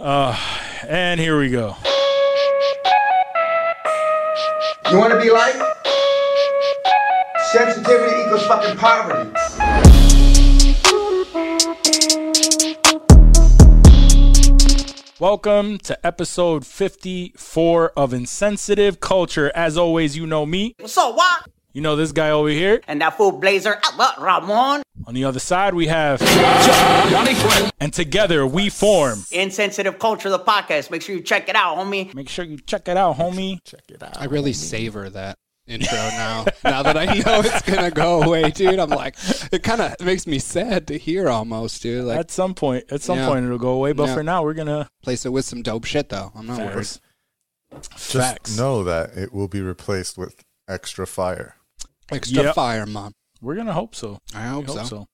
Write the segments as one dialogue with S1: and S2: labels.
S1: Uh, and here we go.
S2: You want to be like? Sensitivity equals fucking poverty.
S1: Welcome to episode 54 of Insensitive Culture. As always, you know me.
S3: So what?
S1: You know this guy over here.
S3: And that fool blazer, Albert Ramon.
S1: On the other side, we have. And together we form.
S3: Insensitive Culture, the podcast. Make sure you check it out, homie.
S1: Make sure you check it out, homie.
S4: I really savor that intro now. now that I know it's gonna go away, dude. I'm like, it kind of makes me sad to hear almost, dude. Like,
S1: At some point, at some
S4: Yeah.
S1: point, it'll go away. But
S4: Yeah.
S1: for now, we're gonna.
S4: place it with some dope shit though. I'm not worried.
S1: Facts.
S5: Just
S1: Facts.
S5: know that it will be replaced with extra fire.
S4: Extra
S1: Yep.
S4: fire, mom.
S1: We're gonna hope so.
S4: I hope,
S1: We
S4: so.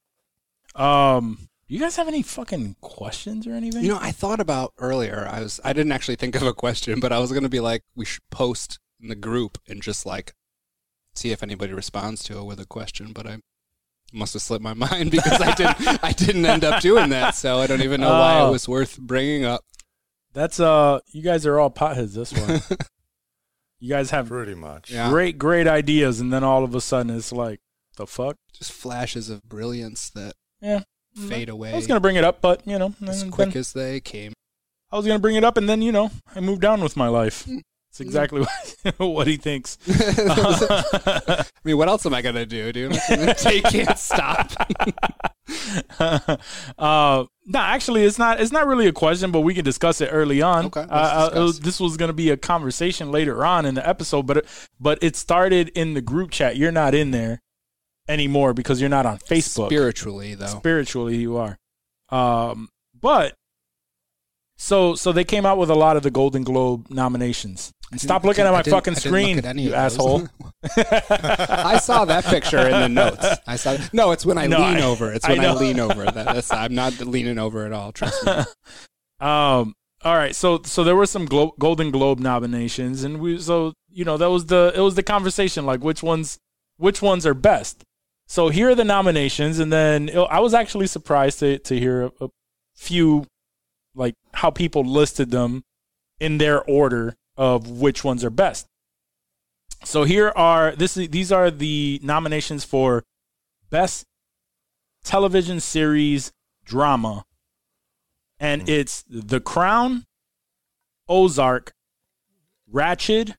S1: so. Um, you guys have any fucking questions or anything?
S4: You know, I thought about earlier. I was, I didn't actually think of a question, but I was gonna be like, we should post in the group and just like see if anybody responds to it with a question. But I must have slipped my mind because I didn't, I didn't end up doing that. So I don't even know why
S1: Oh.
S4: it was worth bringing up.
S1: That's uh, you guys are all potheads. This one. you guys have
S5: Pretty much.
S4: Yeah.
S1: great, great ideas, and then all of a sudden it's like, the fuck.
S4: Just flashes of brilliance that
S1: Yeah.
S4: fade away.
S1: I was gonna bring it up, but you know,
S4: as
S1: and
S4: quick
S1: then-
S4: as they came.
S1: I was gonna bring it up, and then you know, I moved on with my life.
S4: Mm.
S1: It's exactly what, what he thinks.
S4: I mean, what else am I gonna do, dude? they can't stop.
S1: uh, no, actually, it's not. It's not really a question, but we can discuss it early on.
S4: Okay, let's
S1: Uh, uh,
S4: discuss.
S1: this was going to be a conversation later on in the episode, but it, but it started in the group chat. You're not in there anymore because you're not on Facebook.
S4: Spiritually, though,
S1: Spiritually, you are. Um, but so so they came out with a lot of the Golden Globe nominations. And stop looking
S4: I
S1: at my
S4: didn't- I
S1: fucking
S4: didn't
S1: screen,
S4: look at any
S1: you
S4: of those.
S1: asshole.
S4: I saw that picture in the notes. I saw. No, it's when I
S1: No,
S4: lean
S1: I-
S4: over. It's
S1: I
S4: when I,
S1: know.
S4: lean over. That, that's. I'm not leaning over at all. Trust me.
S1: Um. All right. So so there were some Glo- Golden Globe nominations, and we so you know that was the it was the conversation like which ones which ones are best. So here are the nominations, and then it- I was actually surprised to to hear a, a few like how people listed them in their order of which ones are best. So here are this is- these are the nominations for best television series drama and
S4: Mm-hmm.
S1: it's The Crown, Ozark, Ratchet,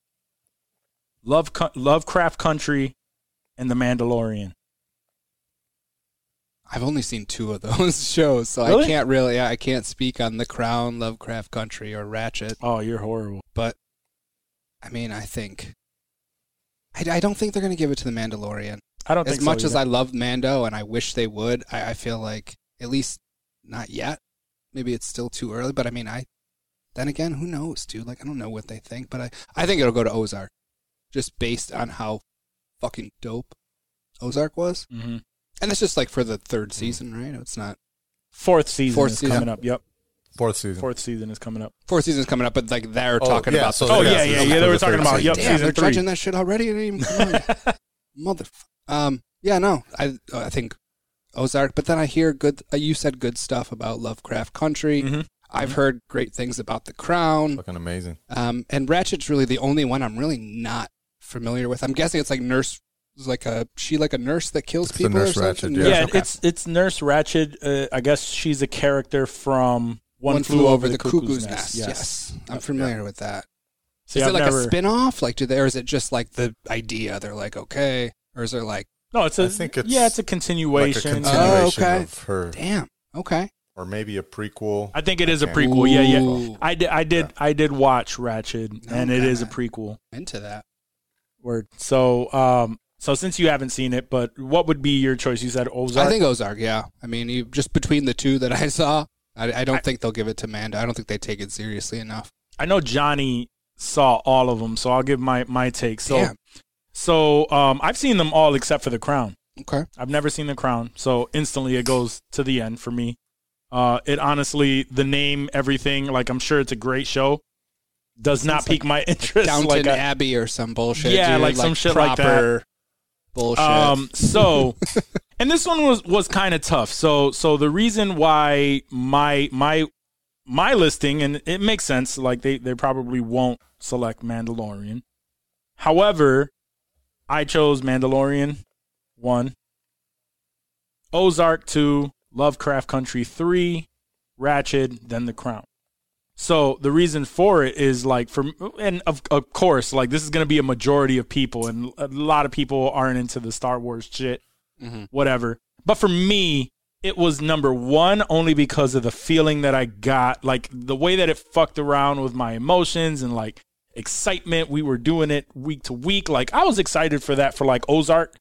S1: Love Co- Lovecraft Country, and The Mandalorian.
S4: I've only seen two of those shows, so
S1: Really?
S4: I can't really. I can't speak on The Crown, Lovecraft Country, or Ratchet.
S1: Oh, you're horrible.
S4: but I mean, I think I, I don't think they're going to give it to the Mandalorian.
S1: I don't
S4: As
S1: think
S4: much
S1: so
S4: as I love Mando, and I wish they would, I, I feel like at least not yet. Maybe it's still too early, but I mean, I then again, who knows, dude? Like, I don't know what they think, but I I think it'll go to Ozark, just based on how fucking dope Ozark was,
S1: I
S5: Mm-hmm.
S1: hmm
S4: and that's just like for the third season, right? It's not
S1: fourth season
S4: Fourth
S1: is
S4: season.
S1: coming up. Yep,
S5: Fourth season.
S1: fourth season is coming up.
S4: fourth season's coming up, but like they're
S5: Oh,
S4: talking
S5: yeah,
S4: about.
S5: so
S4: the
S1: Oh
S4: third
S1: yeah,
S5: season
S1: yeah,
S5: is
S1: yeah. They
S5: for
S1: were
S5: the
S1: talking
S5: third
S1: about
S5: season.
S1: yep,
S4: Damn,
S1: season
S4: they're
S1: three.
S4: judging that shit already. It didn't even come on. Mother. Um. Yeah. No. I. I think Ozark. But then I hear good. Uh, you said good stuff about Lovecraft Country.
S1: Mhm.
S4: I've heard great things about The Crown.
S5: Fucking amazing.
S4: Um. And Ratchet's really the only one I'm really not familiar with. I'm guessing it's like nurse. it's Like a she, like a nurse that kills
S5: It's the
S4: people.
S5: Nurse
S4: or something?
S5: Ratched,
S1: Yeah,
S5: yeah.
S4: Nurse- okay.
S1: it's it's Nurse Ratchet. Uh, I guess she's a character from One, Flew, Over the, Cuckoo's, Nest.
S4: Yes. I'm familiar with that.
S1: See,
S4: is
S1: I've
S4: it like
S1: never-
S4: a spin-off? Like, do they, or is it just like the idea? They're like, okay, or is there like,
S1: No, it's a.
S5: I think it's
S1: yeah, it's a
S5: Like a
S1: continuation.
S5: continuation
S4: okay.
S5: of her,
S4: damn, okay,
S5: or maybe a prequel.
S1: I think it is a
S5: Okay.
S1: prequel. Yeah, yeah.
S4: Ooh.
S1: I did, I did, I did watch Ratchet, and it is a
S4: Okay.
S1: prequel.
S4: into that.
S1: Word. So, um, so since you haven't seen it, but what would be your choice? You said Ozark.
S4: I think Ozark. Yeah, I mean, you, just between the two that I saw, I, I don't think they'll give it to Manda. I don't think they take it seriously enough.
S1: I know Johnny saw all of them, so I'll give my my take. So,
S4: Damn.
S1: so um, I've seen them all except for The Crown.
S4: Okay.
S1: I've never seen The Crown, so instantly it goes to the end for me. Uh, it honestly, the name, everything, like I'm sure it's a great show, does not pique my interest.
S4: Downton
S1: like I-
S4: Abbey or some bullshit.
S1: Yeah,
S4: dude,
S1: like some shit like that.
S4: Bullshit.
S1: Um, so, and this one was was kind of tough. So, so the reason why my my my listing, and it makes sense. Like they they probably won't select Mandalorian. However, I chose Mandalorian one, Ozark two, Lovecraft Country three, Ratchet, then The Crown. So the reason for it is like for and of of course like this is going to be a majority of people and a lot of people aren't into the Star Wars shit whatever. But for me, it was number 1 only because of the feeling that I got like the way that it fucked around with my emotions and like excitement we were doing it week to week like I was excited for that for like Ozark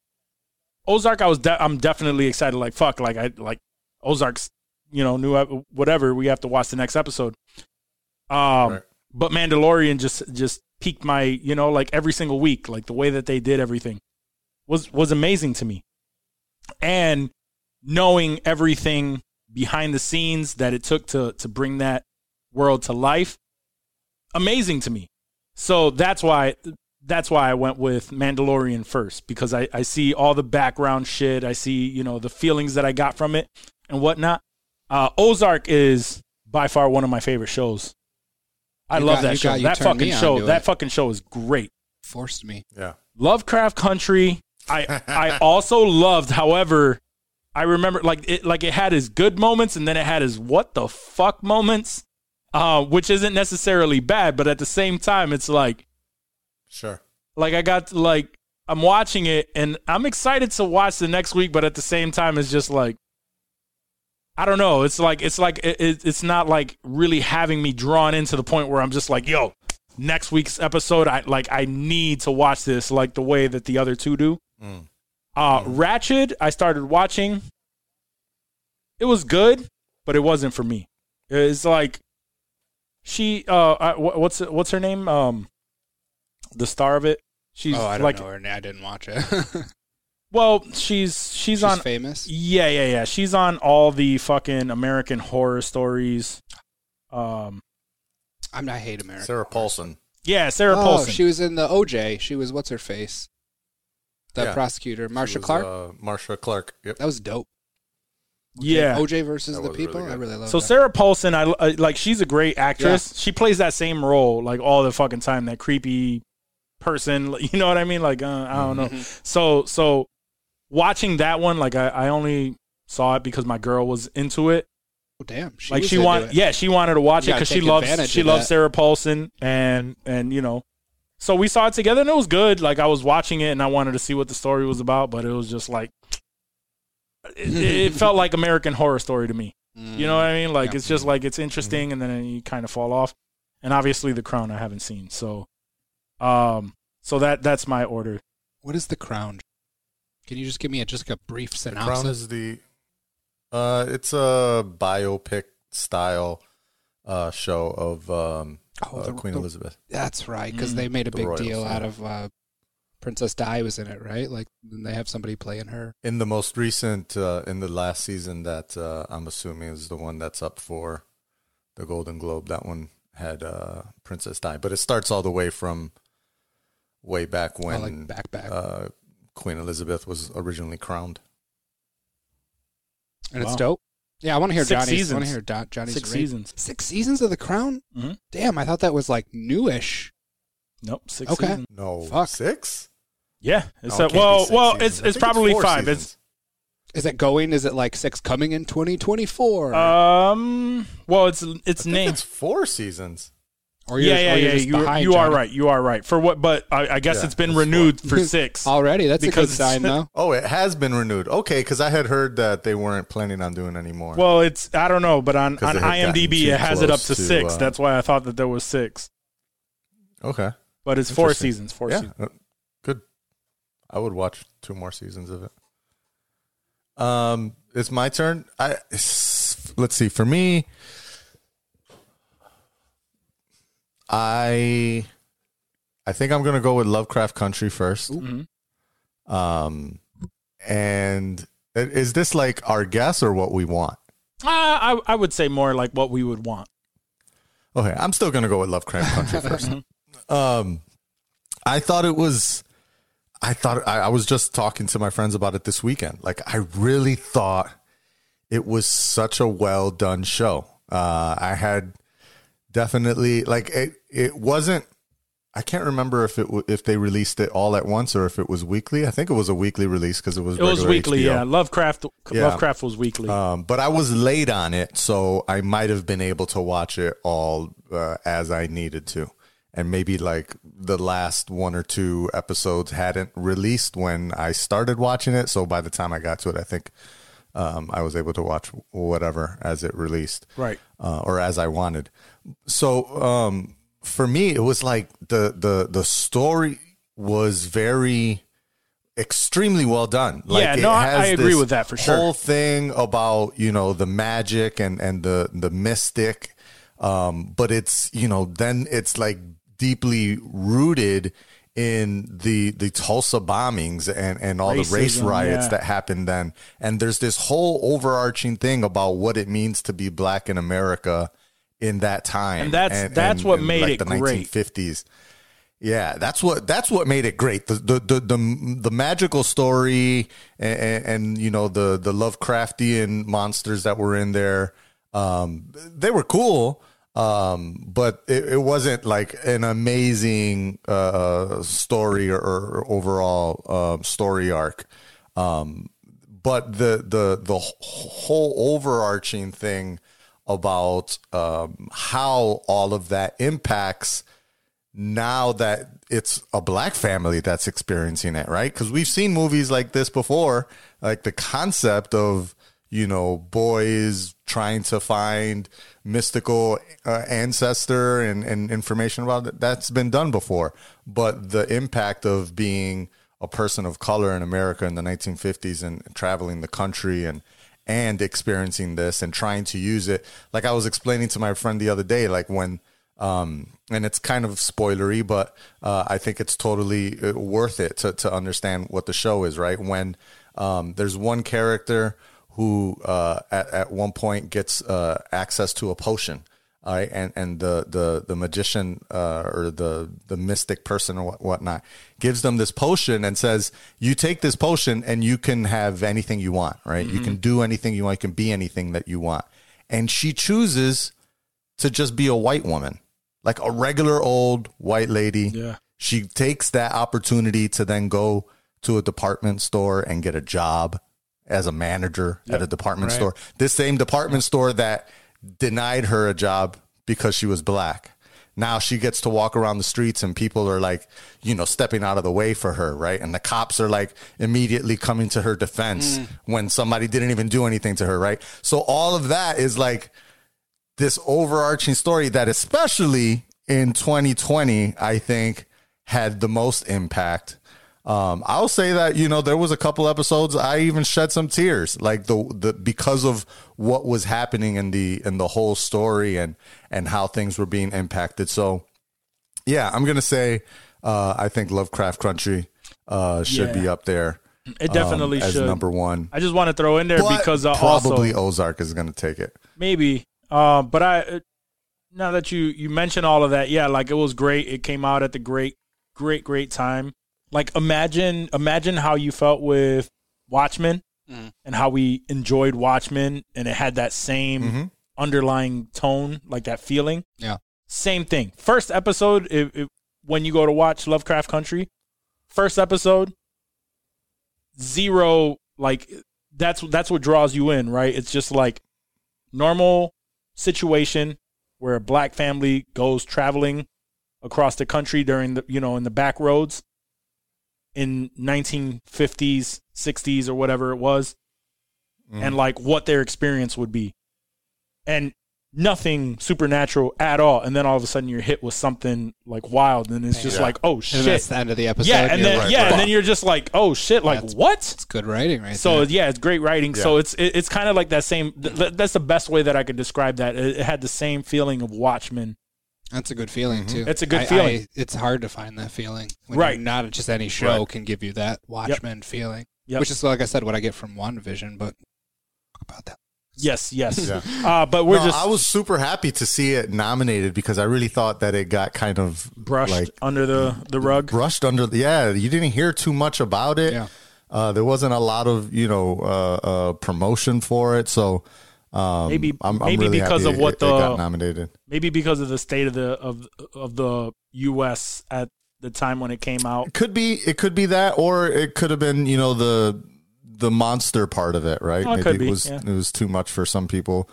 S1: Ozark, I was de- I'm definitely excited. Like fuck, like I like Ozark's, you know, new ep- whatever. We have to watch the next episode. Um,
S5: Right.
S1: but Mandalorian just just piqued my, you know, like every single week, like the way that they did everything was was amazing to me, and knowing everything behind the scenes that it took to to bring that world to life, amazing to me. So that's why that's why I went with Mandalorian first because I, I see all the background shit. I see you know the feelings that I got from it and whatnot. Uh, Ozark is by far one of my favorite shows. I
S4: You
S1: love
S4: got-
S1: that
S4: you
S1: show.
S4: got- you
S1: that
S4: turned me
S1: fucking
S4: on
S1: show.
S4: to
S1: That
S4: it.
S1: fucking show is great.
S4: Forced me.
S5: Yeah.
S1: Lovecraft Country. I I also loved. However, I remember like it like it had his good moments and then it had his what the fuck moments, uh, which isn't necessarily bad, but at the same time, it's like
S5: Sure.
S1: like I got like I'm watching it and I'm excited to watch the next week, but at the same time, it's just like I don't know. It's like it's like it, it, it's not like really having me drawn into the point where I'm just like, yo, next week's episode, I like I need to watch this like the way that the other two do.
S5: Mm.
S1: Uh, Ratchet, I started watching. It was good, but it wasn't for me. It's like she, uh, I, wh- what's what's her name? Um, the star of it. She's
S4: oh, I don't
S1: like,
S4: know her name. I didn't watch it.
S1: well, she's she's
S4: She's
S1: on
S4: famous.
S1: yeah, yeah, yeah. She's on all the fucking American horror stories. Um,
S4: I'm, I hate America.
S5: Sarah Paulson.
S1: yeah, Sarah
S4: oh,
S1: Paulson.
S4: she was in the OJ. She was what's her face, the
S5: Yeah.
S4: prosecutor,
S5: She
S4: Marsha
S5: was,
S4: Clark.
S5: Uh, Marsha Clark. Yep.
S4: that was dope.
S1: yeah.
S4: OJ versus
S5: That
S4: the
S5: was really
S4: people.
S5: good.
S4: I really love.
S1: So
S4: that.
S1: Sarah Paulson, I I- like. She's a great actress. She plays that same role like all the fucking time. That creepy person. like, You know what I mean? Like uh, I don't know.
S4: Mm-hmm.
S1: So so watching that one, like I, I only saw it because my girl was into it.
S4: oh, damn, she
S1: like
S4: was
S1: she
S4: into
S1: wanted,
S4: it.
S1: yeah, she wanted to watch it
S4: You gotta
S1: because she
S4: take
S1: loves
S4: advantage
S1: she
S4: of
S1: loves
S4: that.
S1: Sarah Paulson and and you know, so we saw it together and it was good. Like I was watching it and I wanted to see what the story was about, but it was just like it, it felt like American Horror Story to me.
S4: Mm.
S1: You know what I mean? Like
S4: Yeah. Mm-hmm.
S1: it's just like it's interesting, and then you kind of fall off. And obviously, The Crown I haven't seen, so um, so that that's my order.
S4: What is the crown? Can you just give me a, just a brief synopsis?
S5: Crown is the. Uh, it's a biopic style uh, show of um,
S4: Oh,
S5: uh,
S4: the-
S5: Queen
S4: the-
S5: Elizabeth.
S4: That's right, because
S1: Mm.
S4: they made a
S5: The
S4: big
S5: royals,
S4: deal out
S5: yeah.
S4: of uh, Princess Di was in it, right? Like then they have somebody playing her.
S5: In the most recent, uh, in the last season that uh, I'm assuming is the one that's up for the Golden Globe, that one had uh, Princess Di. But it starts all the way from way back
S4: I
S5: when
S4: Oh, like back back,
S5: uh, Queen Elizabeth was originally crowned.
S4: and it's
S1: wow.
S4: dope. Yeah, I want to hear
S1: Six
S4: Johnny's. I want
S1: seasons.
S4: to hear Don, Johnny's
S1: Six
S4: rate.
S1: seasons.
S4: Six seasons of the Crown.
S1: Mhm.
S4: Damn, I thought that was like newish.
S1: Nope, six
S4: Okay. Oh,
S1: seasons.
S5: No,
S4: Fuck.
S5: six.
S1: Yeah, it's
S5: No,
S1: a-
S5: it can't be
S1: well,
S5: six
S1: well,
S5: seasons.
S1: it's
S5: I
S1: it's
S5: think
S1: probably
S5: four
S1: five.
S5: seasons.
S4: Is it going? Is it like six coming in twenty twenty four?
S1: It's um, well, it's
S5: I
S1: it's
S5: think
S1: named.
S5: It's four seasons.
S4: Or
S1: Yeah, yeah,
S4: or
S1: yeah.
S4: just
S1: You,
S4: behind,
S1: you are
S4: Johnny.
S1: right. You are right. For what? But I, I guess
S5: Yeah,
S1: it's been
S5: it's four.
S1: renewed for six.
S4: already. That's
S1: Because
S4: a good
S1: it's-
S4: sign, though.
S5: Oh, it has been renewed. Okay, because I had heard that they weren't planning on doing any more.
S1: Well, it's I don't know, but on
S5: 'Cause
S1: on
S5: it had gotten
S1: IMDb
S5: too
S1: it has it up
S5: close
S1: to,
S5: to,
S1: six.
S5: uh,
S1: That's why I thought that there was six.
S5: okay,
S1: But it's four
S5: Interesting.
S1: seasons. Four
S5: yeah,
S1: seasons.
S5: uh, good. I would watch two more seasons of it. Um, it's my turn. I s- let's see. For me, I I think I'm gonna go with Lovecraft Country first.
S1: Mhm.
S5: Um, and i- is this like our guess or what we want?
S1: Uh, I I would say more like what we would want.
S5: Okay, I'm still gonna go with Lovecraft Country first. um, I thought it was. I thought I, I was just talking to my friends about it this weekend. Like I really thought it was such a well done show. Uh, I had definitely like it. It wasn't. I can't remember if it w- if they released it all at once or if it was weekly. I think it was a weekly release because it was
S1: It was
S5: regular
S1: weekly,
S5: HBO.
S1: yeah. Lovecraft,
S5: Yeah.
S1: Lovecraft was weekly.
S5: Um, but I was late on it, so I might have been able to watch it all uh, as I needed to. And maybe like the last one or two episodes hadn't released when I started watching it. So by the time I got to it, I think um, I was able to watch whatever as it released
S1: Right.
S5: uh, or as I wanted. So um, for me, it was like the the the story was very extremely well done. Like
S1: Yeah,
S5: it
S1: no, I- I agree
S5: this
S1: with that for sure.
S5: Whole thing about you know the magic and and the the mystic, um, but it's you know then it's like deeply rooted in the the Tulsa bombings and and all the race
S1: Racism,
S5: riots
S1: yeah.
S5: that happened then. And there's this whole overarching thing about what it means to be black in America in that time.
S1: And that's- that's what made it
S5: the
S1: great.
S5: 1950s. Yeah, that's what that's what made it great. The the the the, the magical story and, and, and you know the the Lovecraftian monsters that were in there. Um, they were cool, um, but it, it wasn't like an amazing uh, story or, or overall uh, story arc. Um, but the the the whole overarching thing about um, how all of that impacts now that it's a black family that's experiencing it, right? Because we've seen movies like this before, like the concept of you know boys trying to find mystical uh, ancestor and, and information about it that's been done before but the impact of being a person of color in america in the 1950s and traveling the country and and experiencing this and trying to use it like i was explaining to my friend the other day like when um, and it's kind of spoilery, but uh, I think it's totally uh, worth it to, to understand what the show is, right? When um, there's one character who uh, at, at one point gets uh, access to a potion, all right, and and the the the magician uh, or the the mystic person or what, whatnot gives them this potion and says, "You take this potion and you can have anything you want, right? You can do anything you want, you can be anything that you want." And she chooses to just be a white woman, like a regular old white lady.
S1: Yeah.
S5: She takes that opportunity to then go to a department store and get a job as a manager at a department
S4: Right.
S5: store. This same department store that denied her a job because she was black. Now she gets to walk around the streets and people are like, you know, stepping out of the way for her, right? And the cops are like immediately coming to her defense when somebody didn't even do anything to her, right? So all of that is like this overarching story that especially in 2020 i think had the most impact um, i'll say that you know there was a couple episodes i even shed some tears like the, the because of what was happening in the in the whole story and and how things were being impacted so yeah i'm gonna say uh, i think lovecraft country uh, should
S1: Yeah.
S5: be up there
S1: it
S5: um,
S1: definitely
S5: as
S1: should.
S5: number one
S1: I just want to throw in there
S5: But
S1: because uh, also
S5: probably ozark is gonna take it
S1: maybe. Uh, but I uh, now that you you mention all of that, yeah, like it was great. It came out at the great, great, great time. Like imagine imagine how you felt with Watchmen and how we enjoyed Watchmen, and it had that same
S5: Mhm.
S1: underlying tone, like that feeling.
S4: Yeah.
S1: same thing. First episode, it, it, when you go to watch Lovecraft Country, first episode, zero like that's that's what draws you in, right? It's just like normal situation where a black family goes traveling across the country during the you know in the back roads in 1950s 60s or whatever it was and like what their experience would be and nothing supernatural at all and then all of a sudden you're hit with something like wild and it's just
S5: Yeah.
S1: like oh
S4: And that's
S1: shit
S4: the end of the episode.
S1: yeah and
S4: You're
S1: then
S4: like,
S1: yeah
S4: "Fuck."
S1: and then you're just like oh shit like
S4: That's-
S1: what
S4: It's good writing, right?
S1: so
S4: there.
S1: yeah, it's great writing. So
S5: Yeah.
S1: it's it, it's kind of like that same. Th- th- that's the best way that I could describe that. It, it had the same feeling of Watchmen.
S4: that's a good feeling too.
S1: Mm-hmm. It's a good
S4: I-
S1: feeling.
S4: I- it's hard to find that feeling. When
S1: Right.
S4: you're Not just any show can give you that Watchmen feeling,
S1: Yep.
S4: which is like I said, what I get from One Vision. But talk about that.
S1: Yes, yes.
S5: Yeah.
S1: Uh, but we're
S5: No,
S1: just
S5: I was super happy to see it nominated because I really thought that it got kind of
S1: brushed
S5: like
S1: under the the rug.
S5: brushed under. Yeah, you didn't hear too much about it.
S4: Yeah.
S5: Uh, there wasn't a lot of you know uh, uh, promotion for it, so Um,
S1: Maybe-
S5: I'm, I'm
S1: maybe
S5: really
S1: because
S5: happy
S1: of what
S5: it, it
S1: the-
S5: got nominated.
S1: Maybe because of the state of the of of the U.S. at the time when it came out.
S5: It could be it could be that, or it could have been you know the the monster part of it, right?
S1: Oh, it could be,
S5: was
S1: yeah.
S5: it was too much for some people.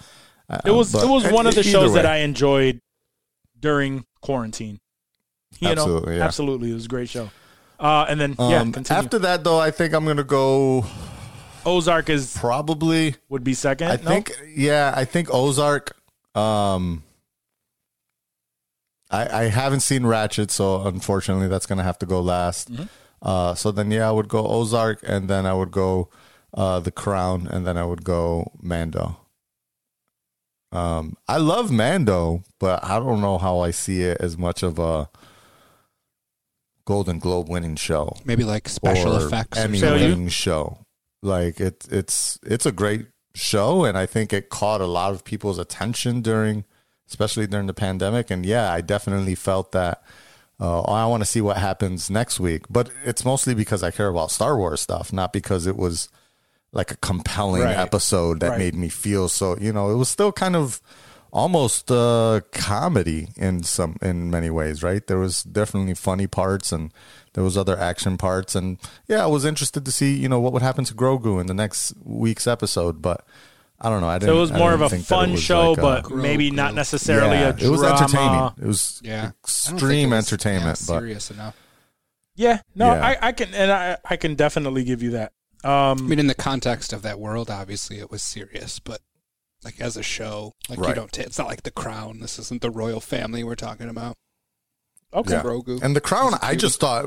S5: Uh,
S1: It was
S5: but e-,
S1: it was one of the
S5: either
S1: shows that
S5: way.
S1: I enjoyed during quarantine. You
S5: Absolutely,
S1: know,
S5: yeah.
S1: absolutely, it was a great show. Uh, and then yeah,
S5: Um,
S1: continue.
S5: after that though, I think I'm gonna go
S1: Ozark is
S5: probably.
S1: would be second.
S5: I
S1: no?
S5: think yeah, I think Ozark. Um, I I haven't seen Ratchet, so unfortunately that's gonna have to go last. Uh, so then yeah, I would go Ozark, and then I would go uh, The Crown, and then I would go Mando. Um, I love Mando, but I don't know how I see it as much of a Golden Globe winning show
S4: Maybe like special
S5: or
S4: effects. Or
S5: Emmy
S1: Failure.
S4: something.
S5: winning show. Like it, it's it's a great show, and I think it caught a lot of people's attention during, especially during the pandemic. And yeah, I definitely felt that. Uh, I want to see what happens next week, but it's mostly because I care about Star Wars stuff, not because it was like a compelling
S4: Right.
S5: episode that
S1: Right.
S5: made me feel so. You know, it was still kind of almost uh, comedy in some in many ways, right? There was definitely funny parts and there was other action parts, and yeah, I was interested to see you know what would happen to Grogu in the next week's episode, but I don't know. I didn't.
S1: So it was
S5: I
S1: more of
S5: didn't
S1: a
S5: think that it
S1: fun
S5: was
S1: show,
S5: like a-
S1: but
S4: Grow,
S1: maybe
S4: grow.
S1: not necessarily
S5: yeah,
S1: a drama.
S5: It was entertaining. It was
S4: Yeah. I don't think it
S5: extreme
S4: was, yeah,
S5: entertainment, but
S4: serious enough.
S1: Yeah, no,
S5: Yeah.
S1: I, I can and I, I can definitely give you that.
S4: I
S1: Um,
S4: mean, in the context of that world, obviously it was serious, but like as a show, like you
S5: Right.
S4: don't. T- it's not like The Crown. This isn't the royal family we're talking about.
S1: okay,
S5: Yeah.
S4: Grogu.
S5: And the crown,
S4: He's a
S5: I
S4: cutie.
S5: just thought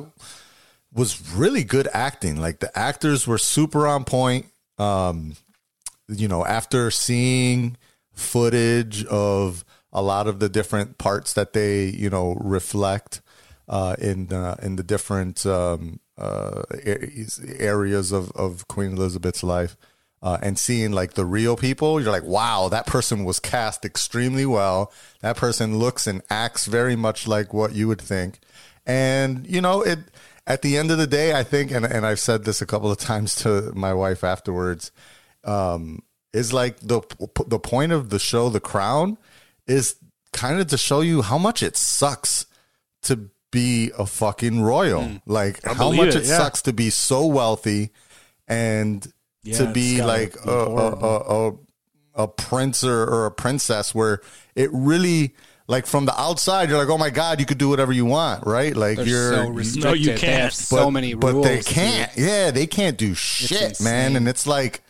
S5: was really good acting. Like the actors were super on point. Um, you know, after seeing footage of a lot of the different parts that they, you know, reflect uh, in the, in the different um, uh, a- areas of, of Queen Elizabeth's life. Uh, and seeing like the real people, you're like, wow, that person was cast extremely well. That person looks and acts very much like what you would think. And you know, it at the end of the day, I think, and, and I've said this a couple of times to my wife afterwards, um, is like the the point of the show, The Crown, is kind of to show you how much it sucks to be a fucking royal. Like how
S1: Mm. believe
S5: much
S1: it,
S5: it,
S1: yeah.
S5: sucks to be so wealthy and
S1: Yeah,
S5: to
S1: it's
S5: be
S1: gotta
S5: like
S1: be
S5: a, a,
S1: horrible.
S5: a, a a prince or, or a princess where it really like from the outside you're like oh my god you could do whatever you want right like
S4: They're
S5: you're
S4: so
S5: you-
S4: restricted.
S1: No, you
S4: They have
S1: can't.
S4: so many
S5: but
S4: rules.
S5: they
S4: dude.
S5: can't yeah they can't do shit man
S4: insane.
S5: and it's like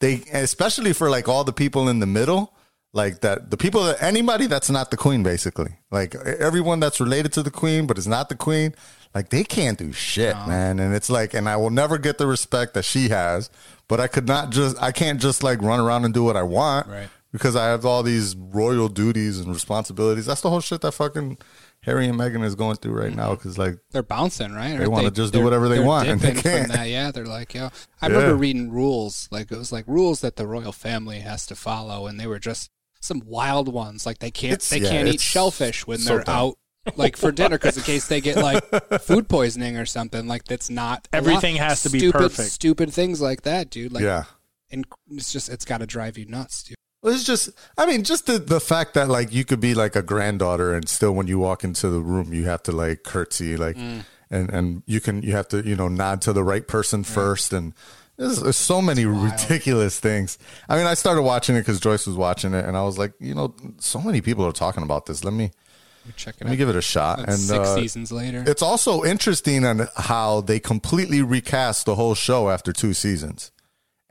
S5: they especially for like all the people in the middle like that the people that anybody that's not the queen basically like e, everyone that's related to the queen but is not the queen like they can't do shit man and it's like and i will never get the respect that she has but i could not just i can't just like run around and do what i want
S4: Right.
S5: because i have all these royal duties and responsibilities that's the whole shit that fucking harry and Meghan is going through
S4: Mm-hmm.
S5: right now because like
S4: They're bouncing, right? Aren't
S5: wanna just do
S4: they're-
S5: whatever they
S4: they're
S5: want, and they
S4: dipping from
S5: can't.
S4: That. Yeah, they're like, yeah. I remember reading rules, like it was like rules that the royal family has to follow, and they were just some wild ones. Like they can't,
S5: It's-
S4: they
S5: yeah,
S4: can't eat
S5: it's
S4: shellfish when
S5: so
S4: they're
S5: dumb.
S4: out, like for dinner, because in case they get like food poisoning or something, like that's not a lot-
S1: Everything has to be
S4: stupid,
S1: perfect.
S4: Stupid things like that, dude. Like,
S5: yeah
S4: and it's just it's got to drive you nuts, dude.
S5: Well, it's just, I mean, just the, the fact that like you could be like a granddaughter and still when you walk into the room, you have to like curtsy, like,
S4: Mm.
S5: and, and you can, you have to, you know, nod to the right person first. And there's, there's so many ridiculous things. I mean, I started watching it because Joyce was watching it and I was like, you know, so many people are talking about this. Let me,
S4: We're checking
S5: let me
S4: out.
S5: give it a shot.
S4: That's
S5: and
S4: six
S5: uh,
S4: seasons later,
S5: it's also interesting on how they completely recast the whole show after two seasons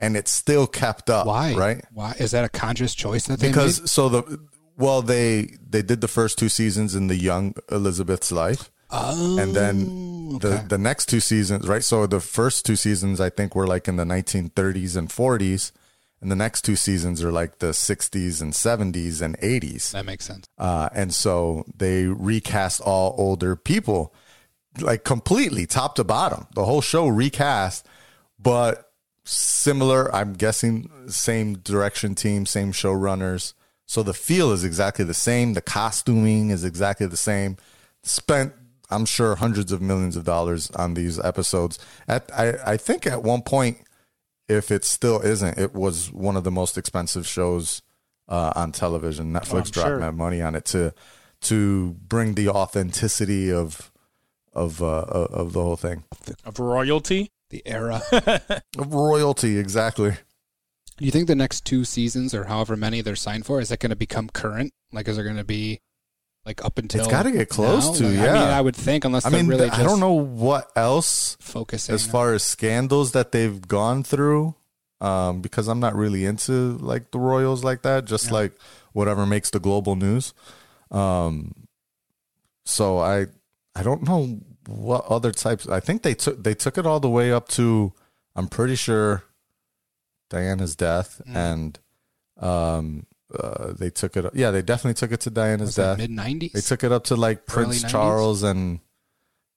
S5: and it still kept up.
S4: why?
S5: Right
S4: Why is that a conscious choice that they made?
S5: because so the well they they did the first two seasons in the young Elizabeth's life
S4: Oh,
S5: and then the the next two seasons right so the first two seasons I think were like in the 1930s and 40s and the next two seasons are like the 60s and 70s and 80s
S4: that makes sense.
S5: uh, and so they recast all older people like completely top to bottom the whole show recast but similar i'm guessing same direction team same showrunners so the feel is exactly the same the costuming is exactly the same spent i'm sure hundreds of millions of dollars on these episodes at i, I think at one point if it still isn't it was one of the most expensive shows uh, on television. Netflix
S1: Oh, I'm
S5: dropped
S1: sure.
S5: my money on it to to bring the authenticity of of uh, of of the whole thing
S1: of royalty.
S4: The era.
S5: of royalty. Exactly.
S4: Do you think the next two seasons or however many they're signed for is that going to become current? Like, is there going to be like up until?
S5: it's got to get close
S4: now?
S5: to.
S4: Like,
S5: yeah.
S4: I mean, I would think unless
S5: I
S4: they're
S5: mean,
S4: really.
S5: th-
S4: Just
S5: I don't know what else
S4: Focusing
S5: as far as scandals that they've gone through. Um, because I'm not really into like the Royals like that. Just like whatever makes the global news. Um, so I I don't know what other types. I think they took they took it all the way up to. I'm pretty sure Diana's death
S4: Mm.
S5: and um uh, they took it. Yeah, they definitely took it to Diana's death.
S4: mid nineties.
S5: They took it up to like
S4: Early
S5: Prince
S4: 90s?
S5: Charles and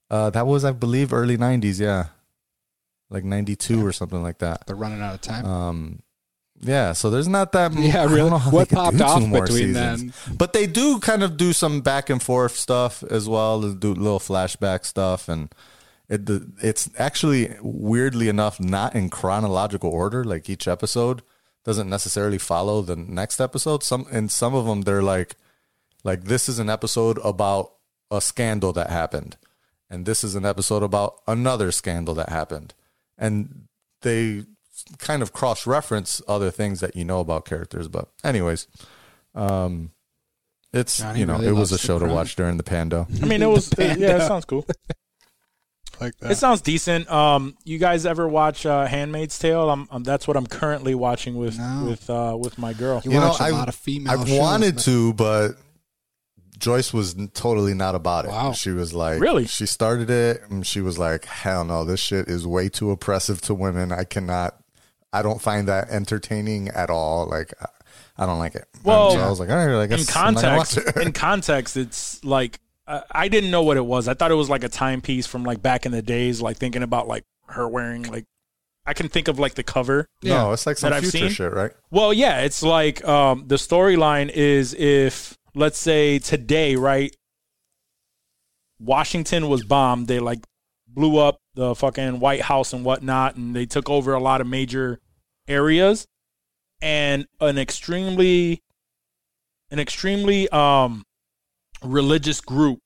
S5: uh, that was, I believe, early '90s. Yeah, like '92 or something like that.
S4: They're running out of time.
S5: Um, yeah. So there's not that. m- I
S4: yeah,
S5: don't
S4: really.
S5: know how they
S4: What
S5: could
S4: popped
S5: do
S4: off
S5: two more
S4: between
S5: seasons.
S4: then?
S5: But they do kind of do some back and forth stuff as well. They Do little flashback stuff and. It, the, it's actually weirdly enough not in chronological order. Like each episode doesn't necessarily follow the next episode. Some and some of them they're like like this is an episode about a scandal that happened and this is an episode about another scandal that happened and they kind of cross reference other things that you know about characters but anyways um it's
S4: Johnny
S5: you know
S4: really
S5: it was
S4: loves
S5: a
S4: the
S5: show to
S4: Crown.
S5: watch during the pando
S1: I mean, it was uh,
S4: The
S1: yeah, it
S4: panda.
S1: sounds cool.
S4: Like that.
S1: It sounds decent. Um, you guys ever watch uh, 'Handmaid's Tale? I'm, i that's what I'm currently watching with
S4: No.
S1: with uh, with my girl.
S4: you,
S5: You know,
S4: watch a
S5: I-
S4: lot of female.
S5: i
S4: shows,
S5: wanted
S4: but-
S5: to but joyce was n- totally not about it
S4: Wow.
S5: she was like
S1: Really?
S5: she started it and she was like hell no this shit is way too oppressive to women i cannot i don't find that entertaining at all like i, I don't like it And
S1: Well,
S5: so i was like all right i guess
S1: in
S5: I'm not gonna watch
S1: context,
S5: it.
S1: in context, it's like I, I didn't know what it was. I thought it was like a timepiece from like back in the days, like thinking about like her wearing like I can think of like the cover.
S5: no it's like some
S1: That I've
S5: future
S1: seen?
S5: shit right
S1: Well, yeah, it's like um, the storyline is if let's say today, right? Washington was bombed. They like blew up the fucking White House and whatnot, and they took over a lot of major areas. And an extremely, an extremely um, religious group,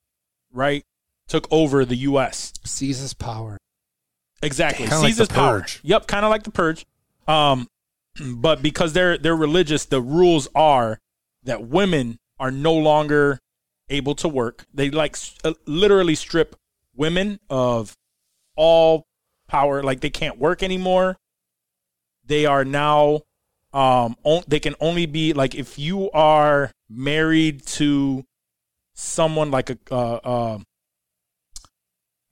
S1: right, took over the U.S.
S4: Caesar's power.
S1: Exactly.
S5: Kinda like
S1: Caesar's
S5: the
S1: power.
S5: Purge.
S1: Yep, kind of like the purge. Um, but because they're they're religious, the rules are that women are no longer able to work. They like s- uh, literally strip women of all power. Like they can't work anymore. They are now um on, they can only be like if you are married to someone like a uh, uh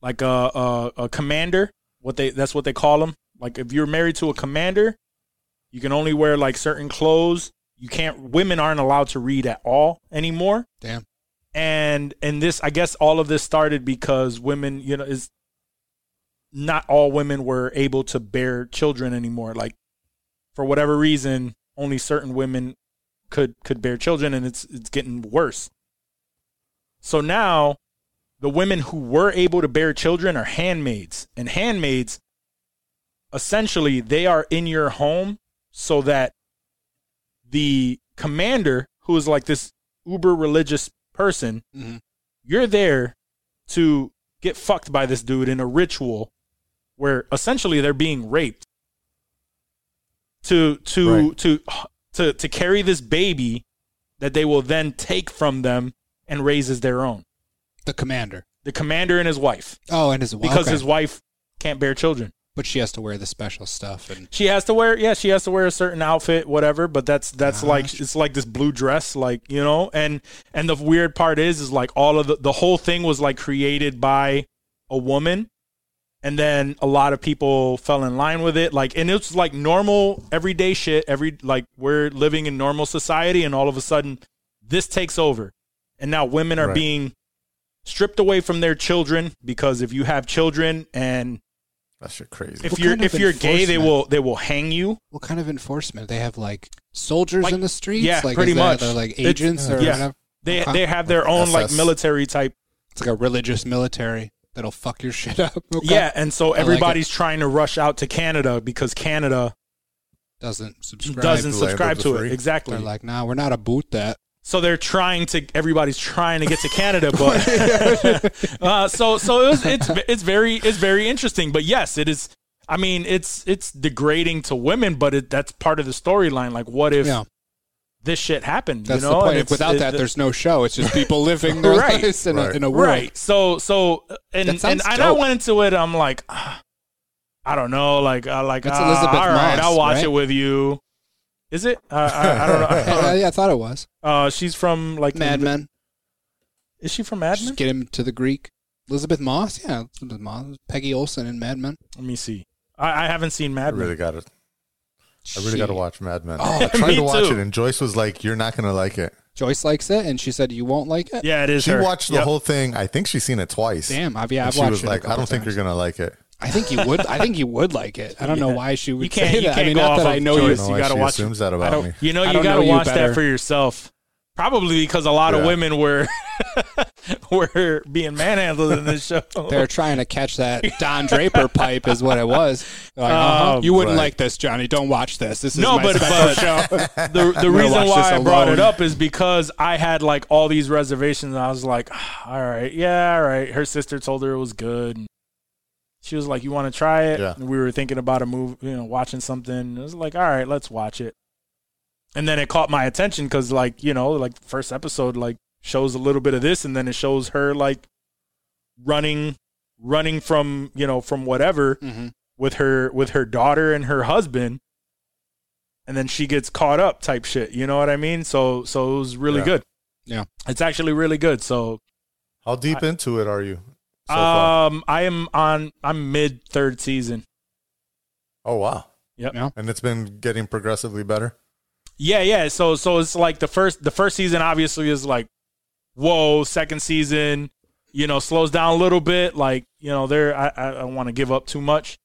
S1: like a, a a commander what they that's what they call them like if you're married to a commander you can only wear like certain clothes you can't women aren't allowed to read at all anymore
S4: Damn.
S1: and and this i guess all of this started because women you know is not all women were able to bear children anymore like for whatever reason only certain women could could bear children and it's it's getting worse so now the women who were able to bear children are handmaids and handmaids essentially they are in your home so that the commander who is like this uber religious person
S4: Mhm.
S1: you're there to get fucked by this dude in a ritual where essentially they're being raped to to
S5: Right.
S1: to to to carry this baby that they will then take from them and raise as their own
S4: The commander.
S1: the commander and his wife
S4: Oh, and his wife.
S1: because
S4: okay.
S1: his wife can't bear children.
S4: but she has to wear the special stuff and
S1: She has to wear yeah, she has to wear a certain outfit, whatever. But that's that's
S4: Gosh.
S1: like it's like this blue dress, like you know. And and the weird part is is like all of the the whole thing was like created by a woman, and then a lot of people fell in line with it. Like and it's like normal everyday shit. Every like we're living in normal society, and all of a sudden this takes over, and now women are
S5: Right.
S1: being stripped away from their children because if you have children and
S5: that shit crazy
S1: if
S4: What
S1: you're
S4: kind of
S1: if you're gay, they
S4: enforcement?
S1: will they will hang you.
S4: what kind of enforcement? They have like soldiers
S1: Like-
S4: in the streets.
S1: yeah,
S4: like,
S1: pretty
S4: is that-
S1: much.
S4: They're like
S1: It's-
S4: agents or
S1: yeah.
S4: whatever.
S1: They
S4: Okay.
S1: they have their own like
S5: SS.
S1: military type.
S4: It's like a religious military that'll fuck your shit up. Okay.
S1: Yeah, and so
S4: like it.
S1: everybody's trying to rush out to Canada because Canada
S4: doesn't subscribe.
S1: doesn't
S5: Labeled
S1: subscribe
S5: the
S1: to
S5: free.
S1: it exactly.
S4: They're like, nah, we're not about that.
S1: so they're trying to. Everybody's trying to get to Canada, but uh, so so it was, it's it's very it's very interesting. But yes, it is. I mean, it's it's degrading to women, but it, that's part of the storyline. Like, what if
S4: yeah,
S1: this shit happened?
S4: that's
S1: you know, And
S4: the point. If
S1: it's-
S4: without
S1: it-
S4: that, there's no show. It's just people living their
S1: Right.
S4: lives in, a,
S5: Right.
S4: in a world.
S1: right so so uh, and
S4: That
S1: and,
S4: sounds
S1: and i
S4: dope.
S1: went into it i'm like ah, i don't know like uh, like
S4: That's
S1: ah,
S4: Elizabeth
S1: all right
S4: Moss,
S1: i'll watch
S4: right?
S1: it with you is it uh, I, I don't know I
S4: Uh,
S1: don't know.
S4: yeah, I thought it was
S1: uh she's from like
S4: Mad
S1: the-
S4: Men.
S1: is she from mad men
S4: Just get him to the Greek. Elizabeth Moss, yeah, Elizabeth Moss, Peggy Olson in Mad Men.
S1: let me see i, I haven't seen
S5: I
S1: mad men
S5: really got to I really
S4: She-
S5: got to watch Mad Men.
S4: Oh,
S5: I tried
S1: me
S5: to watch
S1: too.
S5: it, and Joyce was like, "You're not gonna like it."
S4: Joyce likes it, and she said you won't like it.
S1: yeah it is
S5: She
S1: her.
S5: watched the
S1: Yep.
S5: whole thing. I think she's seen it twice.
S4: Damn, I've yeah,
S5: And
S4: I've
S5: she
S4: watched
S5: was
S4: it a
S5: like, "I
S4: couple
S5: don't think
S4: times.
S5: you're gonna like it."
S4: I think you would. I think you would like it. I don't know why she would
S1: you can't
S4: say
S1: you
S4: that.
S1: can't
S4: I mean,
S1: go
S4: not
S1: off
S4: that
S1: of
S4: I know
S1: choice.
S4: you.
S5: I don't
S1: you
S5: know why
S1: gotta
S5: she
S1: watch
S5: assumes
S1: it.
S5: that
S1: I
S5: about
S1: don't-
S5: me.
S1: you know
S4: I
S1: you
S4: don't
S1: gotta
S4: know you
S1: watch
S4: better.
S1: that for yourself probably because a lot of
S5: Yeah.
S1: women were were being manhandled in this show
S4: They're trying to catch that Don Draper pipe, is what it was. They're like, uh-huh.
S1: Um,
S4: you wouldn't
S5: Right.
S4: like this, Johnny. Don't watch this. This is
S1: No,
S4: my
S1: but-
S4: special show.
S1: the the
S4: gonna
S1: reason
S4: watch
S1: why
S4: this
S1: I brought it
S4: alone.
S1: up is because I had like all these reservations. And I was like, "Ah, all right, yeah, all right. Her sister told her it was good. And she was like, you want to try it?
S5: Yeah.
S1: And we were thinking about a movie, you know, watching something. And I was like, all right, let's watch it. And then it caught my attention because, like, you know, like the first episode, like shows a little bit of this, and then it shows her like running, running from you know from whatever
S5: Mm-hmm.
S4: Mhm.
S1: with her with her daughter and her husband and then she gets caught up type shit you know what i mean so so it was really
S5: Yeah.
S1: good
S4: Yeah.
S1: it's actually really good so,
S5: How deep into it are you? So far?
S1: um i am on i'm mid third season
S5: Oh wow!
S1: Yep.
S4: Yeah.
S5: And it's been getting progressively better.
S1: yeah yeah so so it's like the first the first season obviously is like whoa second season you know slows down a little bit like you know there i i, I don't want to give up too much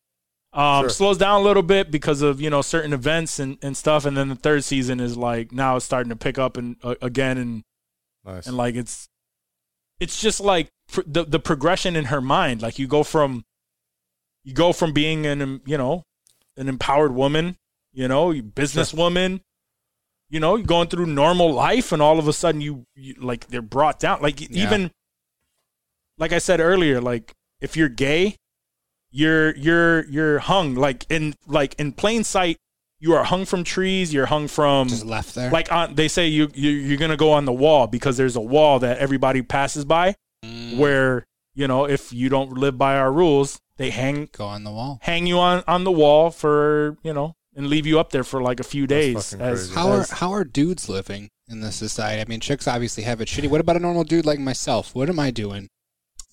S1: um
S5: Sure.
S1: slows down a little bit because of you know certain events and, and stuff and then the third season is like now it's starting to pick up and uh, again and
S5: Nice.
S1: and like it's it's just like pr- the the progression in her mind like you go from you go from being an um, you know an empowered woman you know you businesswoman you know you're going through normal life and all of a sudden you, you like they're brought down like
S4: Yeah.
S1: even like i said earlier like if you're gay you're you're you're hung like in like in plain sight you are hung from trees you're hung from
S4: Just left there.
S1: like on, they say you, you you're gonna go on the wall because there's a wall that everybody passes by
S4: Mm,
S5: Mm.
S1: where you know if you don't live by our rules they hang
S4: go on the wall.
S1: hang you on on the wall for you know and leave you up there for like a few days
S5: fucking
S1: as,
S5: crazy.
S4: How are
S1: as-
S4: how are dudes living in this society? I mean, chicks obviously have it shitty. What about a normal dude like myself? What am I doing?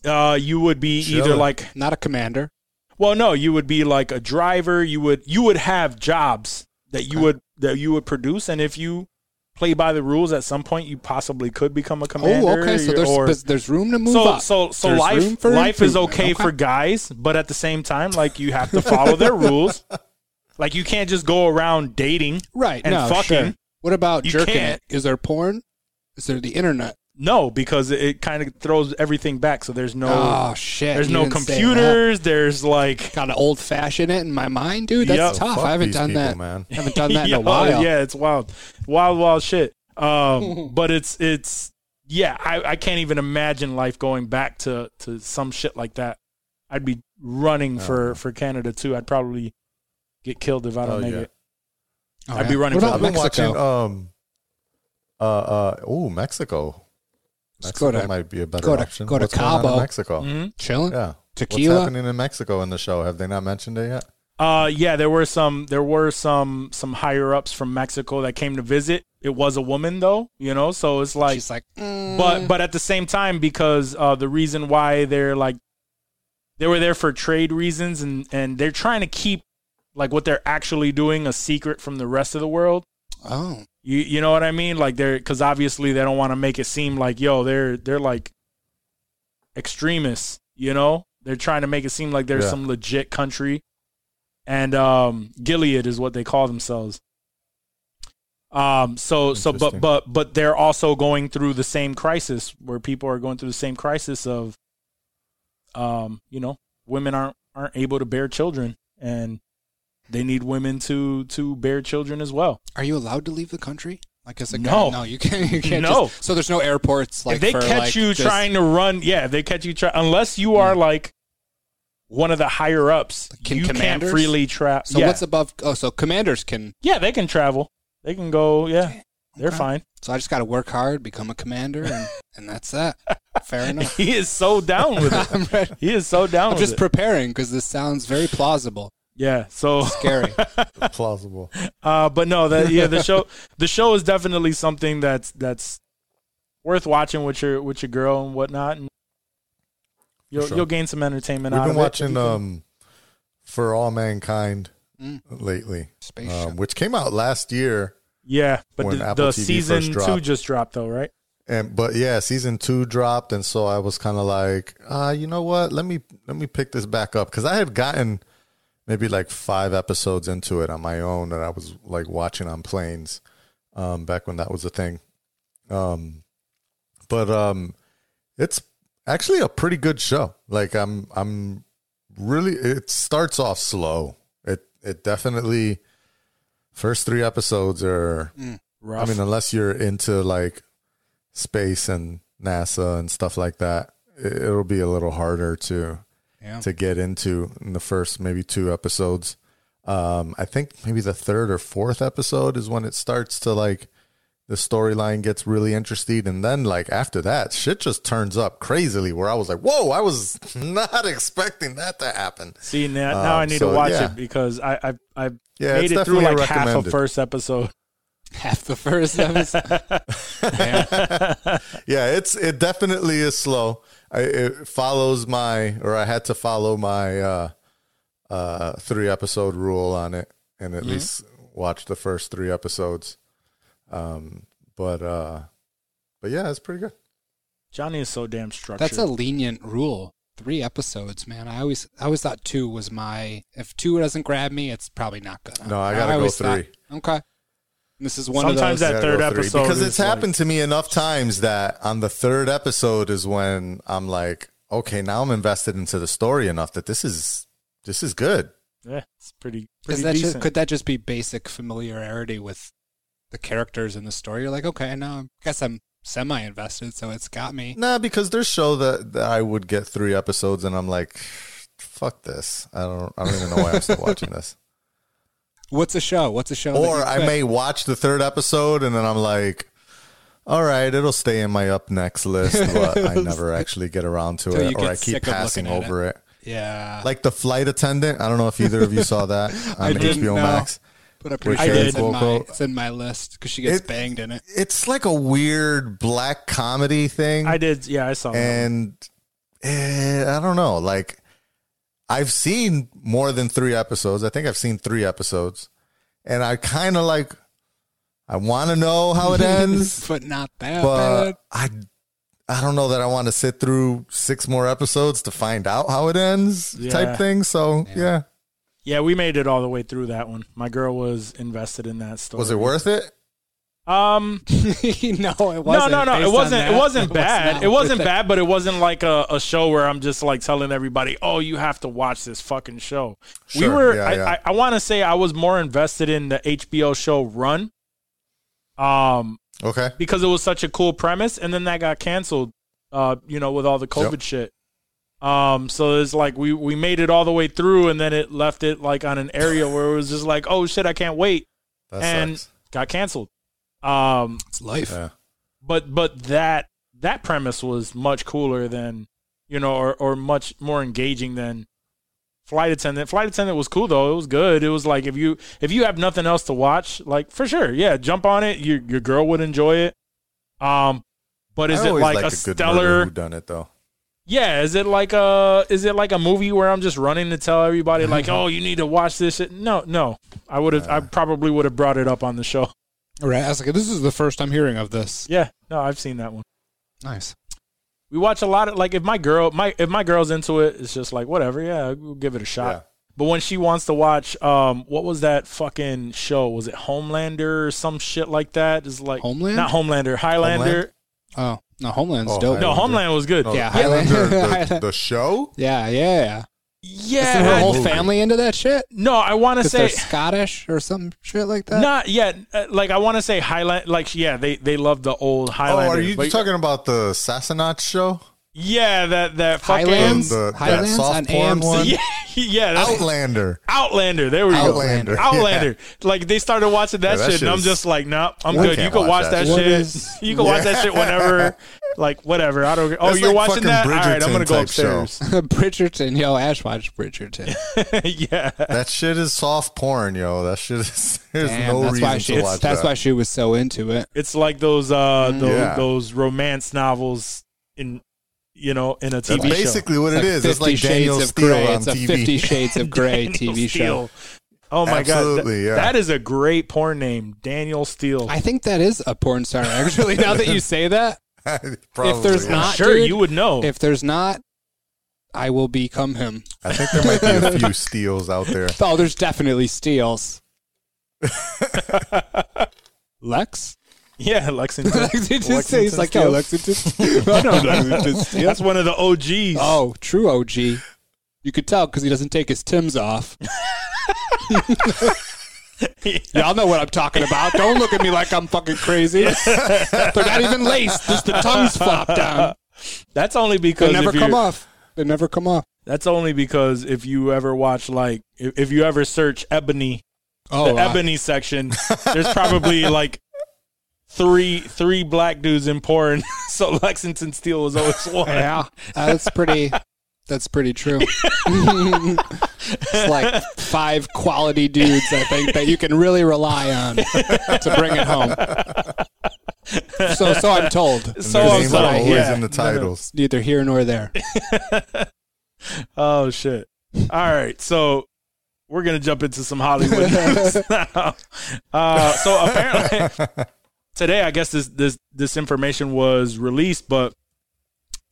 S1: uh you would be either
S5: Chilling.
S1: like
S4: Not a commander.
S1: well no you would be like a driver you would you would have jobs that you
S4: Okay.
S1: would that you would produce and if you play by the rules at some point you possibly could become a commander
S4: oh, okay. So there's
S1: or,
S4: but there's room to move
S1: so,
S4: up.
S1: So so
S4: There's room
S1: life
S4: for
S1: life is
S4: improvement.
S1: okay, for guys, but at the same time, like you have to follow their rules. Like you can't just go around dating.
S4: right
S1: and
S4: no,
S1: fucking.
S4: Sure. What about
S1: You
S4: jerking?
S1: can't.
S4: It? Is there porn? Is there the internet?
S1: No, because it, kind of throws everything back. So there's no
S4: oh shit!
S1: there's
S4: you
S1: no
S4: didn't say that.
S1: computers. There's like
S4: Got an old fashioned it in my mind, dude. That's
S1: Yep.
S4: tough.
S5: Fuck
S4: I haven't
S5: these
S4: done
S5: people,
S4: that.
S5: man.
S4: I haven't done that in
S1: yeah,
S4: a while.
S1: Yeah, it's wild, wild, wild shit. Um, but it's it's yeah, I, I can't even imagine life going back to to some shit like that. I'd be running
S4: Oh,
S1: for for Canada too. I'd probably get killed if I don't
S5: Oh,
S1: make
S5: yeah.
S1: it.
S4: Oh,
S1: I'd be running
S4: What
S1: for
S5: I've
S4: about
S5: been
S4: Mexico?
S5: watching. Um. Uh. Uh. Oh, Mexico.
S4: Let's go
S5: Mexico
S4: to-
S5: might be a better
S4: go to-
S5: option.
S4: go to
S5: What's going on in
S4: Cabo.
S5: Mexico.
S1: Mhm.
S4: Chilling.
S5: Yeah.
S4: Tequila?
S5: What's happening in Mexico in the show? Have they not mentioned it yet?
S1: Uh, yeah, there were some there were some some higher ups from Mexico that came to visit. It was a woman though, you know, so it's like,
S4: She's like, mm,
S1: but but at the same time, because uh, the reason why they're like they were there for trade reasons, and and they're trying to keep like what they're actually doing a secret from the rest of the world.
S4: oh,
S1: You you know what I mean? Like they're because obviously they don't want to make it seem like yo they're they're like extremists. You know they're trying to make it seem like there's
S5: Yeah.
S1: some legit country, and um, Gilead is what they call themselves. Um. So so but
S5: Interesting.
S1: but but they're also going through the same crisis where people are going through the same crisis of, um, you know, women aren't aren't able to bear children and They need women to to bear children as well.
S4: Are you allowed to leave the country? Like as a guy?
S1: No.
S4: no, you can't. You can't.
S1: No.
S4: just- so there's no airports. Like
S1: if they
S4: for,
S1: catch
S4: like,
S1: you
S4: just- Mm.
S1: trying to run, yeah, if they catch you try unless you are like one of the higher ups.
S4: Can
S1: you can't
S4: commanders?
S1: freely travel.
S4: So
S1: yeah.
S4: what's above? Oh, so commanders can.
S1: yeah, they can travel. They can go. Yeah, they're
S4: Okay.
S1: fine.
S4: So I just got to work hard, become a commander, and, and that's that. Fair enough.
S1: He is so down with it.
S4: I'm ready.
S1: He is so down
S4: I'm
S1: with
S4: just
S1: it.
S4: preparing because this sounds very plausible.
S1: yeah. So
S4: Scary.
S5: plausible.
S1: Uh, but no, that yeah, the show the show is definitely something that's that's worth watching with your with your girl and whatnot, and you'll
S5: sure.
S1: you'll gain some entertainment
S5: We've
S1: out
S5: been
S1: of it.
S5: watching um, For All Mankind lately,
S4: Spaceship.
S5: um, which came out last year.
S1: Yeah, but
S5: when
S1: the,
S5: Apple
S1: the
S5: TV
S1: season
S5: first
S1: two
S5: dropped.
S1: just dropped though, right?
S5: And but yeah, season two dropped, and so I was kind of like, uh, you know what? Let me let me pick this back up because I had gotten maybe like five episodes into it on my own that I was like watching on planes um, back when that was a thing. Um, but um, it's actually a pretty good show. Like I'm I'm really it starts off slow. It it definitely first three episodes are I mean, unless you're into like space and NASA and stuff like that, i- it'll be a little harder to
S4: Yeah.
S5: to get into in the first maybe two episodes. Um, I think maybe the third or fourth episode is when it starts to like the storyline gets really interesting, and then like after that, shit just turns up crazily. Where I was like, "Whoa, I was not expecting that to happen."
S1: See now, now
S5: Um,
S1: I need
S5: so,
S1: to watch
S5: yeah.
S1: it because I I, I
S5: Yeah,
S1: made
S5: it's
S1: it through
S5: definitely
S1: like half of
S5: recommended.
S1: first episode.
S4: Half the first episode.
S5: yeah, it's it definitely is slow. I, it follows my, or I had to follow my uh, uh, three episode rule on it, and at least watch the first three episodes. Um, but uh, but yeah, it's pretty good.
S1: Johnny is so damn structured.
S4: That's a lenient rule. Three episodes, man. I always, I always thought two was my. If two doesn't grab me, it's probably not gonna.
S5: No, I gotta go
S4: always
S5: three.
S4: Thought, okay. This is one
S1: Sometimes
S4: of
S1: that
S5: Yeah,
S1: third
S5: go three.
S1: episode
S5: because
S1: is
S5: it's
S1: like-
S5: happened to me enough times that on the third episode is when I'm like, okay, now I'm invested into the story enough that this is this is good.
S1: yeah, it's pretty
S4: those.
S1: pretty
S4: Is that
S1: decent.
S4: just, could that just be basic familiarity with the characters in the story? You're like, okay, now I guess I'm semi invested, so it's got me.
S5: Nah, because there's show that, that I would get three episodes and I'm like, fuck this. I don't I don't even know why I'm still watching this.
S4: What's a show? What's a show? that
S5: Or
S4: you
S5: I
S4: quit?
S5: may watch the third episode and then I'm like, all right, it'll stay in my up next list, but I never actually get around to
S4: Till you
S5: it,
S4: get
S5: or I
S4: sick
S5: keep
S4: of looking
S5: passing
S4: at it.
S5: over it.
S4: Yeah.
S5: Like the flight attendant. I don't know if either of you saw that
S4: I
S5: on HBO
S4: didn't know.
S5: Max.
S4: But I'm pretty
S5: I
S4: sure it's
S1: did.
S4: in, my,
S5: Vocal-
S4: it's in my list because she gets
S5: It-
S4: banged in it.
S5: It's like a weird black comedy thing.
S1: I did. Yeah, I saw. that.
S5: and eh, I don't know. Like, I've seen more than three episodes. I think I've seen three episodes, and I kind of like. I want to know how it ends,
S4: but not that bad.
S5: but I, I don't know that I want to sit through six more episodes to find out how it ends,
S1: Yeah.
S5: type thing. So yeah.
S1: yeah, we made it all the way through that one. My girl was invested in that story.
S5: was it worth it?
S1: Um,
S4: no, it wasn't.
S1: No, no, no.
S4: Based
S1: It
S4: on
S1: wasn't.
S4: that,
S1: It wasn't
S4: was
S1: bad.
S4: not
S1: it wasn't
S4: worth
S1: bad, but it wasn't like a, a show where I'm just like telling everybody, "Oh, you have to watch this fucking show." we
S5: Sure,
S1: were.
S5: yeah,
S1: I,
S5: yeah.
S1: I, I want to say I was more invested in the HBO show Run, um,
S5: Okay,
S1: because it was such a cool premise, and then that got canceled. Uh, you know, with all the COVID shit. Um, so it's like we we made it all the way through, and then it left it like on an area where it was just like, "Oh shit, I can't wait,"
S5: that
S1: and
S5: sucks.
S1: got canceled. Um,
S4: It's life.
S5: Yeah.
S1: but but that that premise was much cooler than you know or or much more engaging than flight attendant flight attendant was cool though it was good it was like if you if you have nothing else to watch like for sure yeah jump on it your your girl would enjoy it um but is
S5: I
S1: it
S5: always
S1: like
S5: liked
S1: a stellar
S5: Who done it though?
S1: yeah is it like a is it like a movie where i'm just running to tell everybody like oh you need to watch this shit? no no i would have i probably would have brought it up on the show
S4: All right. I was like, this is the first I'm hearing of this.
S1: yeah no i've seen that one
S4: Nice.
S1: we watch a lot of like if my girl my if my girl's into it it's just like whatever yeah we'll give it a shot
S5: Yeah.
S1: but when she wants to watch um what was that fucking show was it homelander or some shit like that is like
S4: Homeland?
S1: not homelander highlander
S4: Oh no, Homeland's
S5: Oh,
S4: dope.
S5: Highlander. Oh.
S1: no homeland was good
S5: No,
S4: Yeah,
S5: Highlander,
S4: Highlander.
S5: the, the show.
S4: Yeah, yeah, yeah. Is
S1: Yeah.
S4: her
S1: I-
S4: whole family into that shit?
S1: no, I want to
S4: Because they're
S1: say
S4: Scottish or some shit like that.
S1: not yet. Uh, Like I want to say Highland. Like yeah, they they love the old
S5: Oh,
S1: Highlander.
S5: are you
S1: but-
S5: talking about the Sassanach show?
S1: Yeah, that that fucking
S4: Highlands,
S5: The- that
S4: Highlands
S5: soft
S4: on
S5: porn
S4: AM one.
S1: Yeah, yeah. That's,
S5: Outlander.
S1: Outlander. There we go.
S5: Outlander.
S1: Outlander. Like they started watching that,
S5: Yeah, that
S1: shit, and
S5: shit
S1: I'm
S5: is-
S1: just like, nah, I'm
S5: Yeah, we
S1: good. You
S5: can't
S1: can watch
S5: watch
S1: that,
S5: that
S1: shit.
S4: shit. What is-
S1: you can watch that shit whenever, like whatever. I don't. Oh,
S5: That's
S1: you're
S5: like
S1: watching
S5: fucking
S1: that? All right, I'm
S5: Bridgerton
S1: gonna go
S5: type show.
S1: upstairs.
S4: Bridgerton, yo, Ash watched Bridgerton.
S1: yeah,
S5: That shit is soft porn, yo. That shit is. There's
S4: Damn,
S5: no
S4: that's
S5: reason
S4: why she.
S5: to watch
S4: That's
S5: that.
S4: why she was so into it.
S1: it's like those uh those,
S5: Mm, Yeah.
S1: those romance novels in you know in a TV
S5: That's
S1: show.
S5: basically what it
S4: It's
S5: is. It's like
S4: Shades
S5: Daniel
S4: of
S5: Steele
S4: Grey.
S5: on
S4: It's a
S5: TV.
S4: Fifty Shades of Grey
S1: Daniel
S4: TV show.
S1: Steele. Oh my god,
S5: Absolutely,
S1: that,
S5: yeah.
S1: that is a great porn name, Daniel Steele.
S4: I think that is a porn star. Actually, now that you say that,
S5: Probably,
S4: if there's
S5: yeah.
S4: not,
S1: sure
S4: dude,
S1: you would know.
S4: If there's not, I will become him.
S5: I think there might be a few steals out there.
S4: Oh, there's definitely steals. Lex?
S1: yeah, Uh, Lexington.
S4: Lexington Steele. He's like, yo, Lexington. I know Lexington Steele.
S1: That's one of the OGs.
S4: Oh, true OG. You could tell because he doesn't take his Tim's off. Y'all know what I'm talking about. Don't look at me like I'm fucking crazy. They're not even laced. Just the tongues flop down.
S1: That's only
S4: They
S1: because
S4: never
S1: if
S4: come
S1: you're-
S4: off. They never come off.
S1: That's only because if you ever watch like if, if you ever search ebony
S4: Oh,
S1: the
S4: uh,
S1: ebony section, there's probably like three three black dudes in porn. so Lexington Steele was always one.
S4: yeah, Uh, that's pretty. That's pretty true. it's like five quality dudes, I think, that you can really rely on to bring it home. So, so I'm told.
S1: So
S5: Their
S1: I'm
S5: names
S1: sorry,
S5: are always
S1: yeah. Mm-hmm.
S5: in the titles.
S4: Neither here nor there.
S1: Oh shit! All right, so we're gonna jump into some Hollywood news now. Uh, so apparently today, I guess this this this information was released, but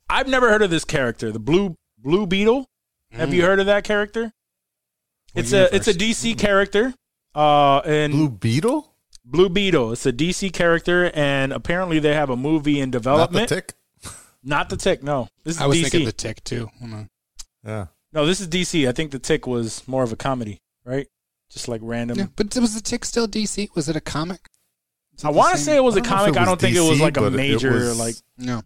S1: I've never heard of this character, the blue blue beetle. Have you heard of that character? it's a it's a DC character. Uh, and
S5: Blue
S1: blue.
S5: Beetle?
S1: Beetle. It's a DC character, and apparently they have a movie in
S5: Not the
S1: development.
S5: tick?
S1: Not the tick. No, this is
S4: I was
S1: DC.
S4: thinking the tick too. Hold on.
S5: Yeah.
S1: No, this is DC. I think The Tick was more of a comedy, right? Just like random.
S4: Yeah, but was the tick still DC? Was it a comic? Is it
S1: I
S4: the
S1: want to
S4: same-
S1: say it was a
S5: I don't know if
S1: comic.
S5: it
S1: I
S5: was
S1: don't think it
S5: DC,
S1: was like a
S5: but it
S1: major
S5: was-
S1: like
S4: no.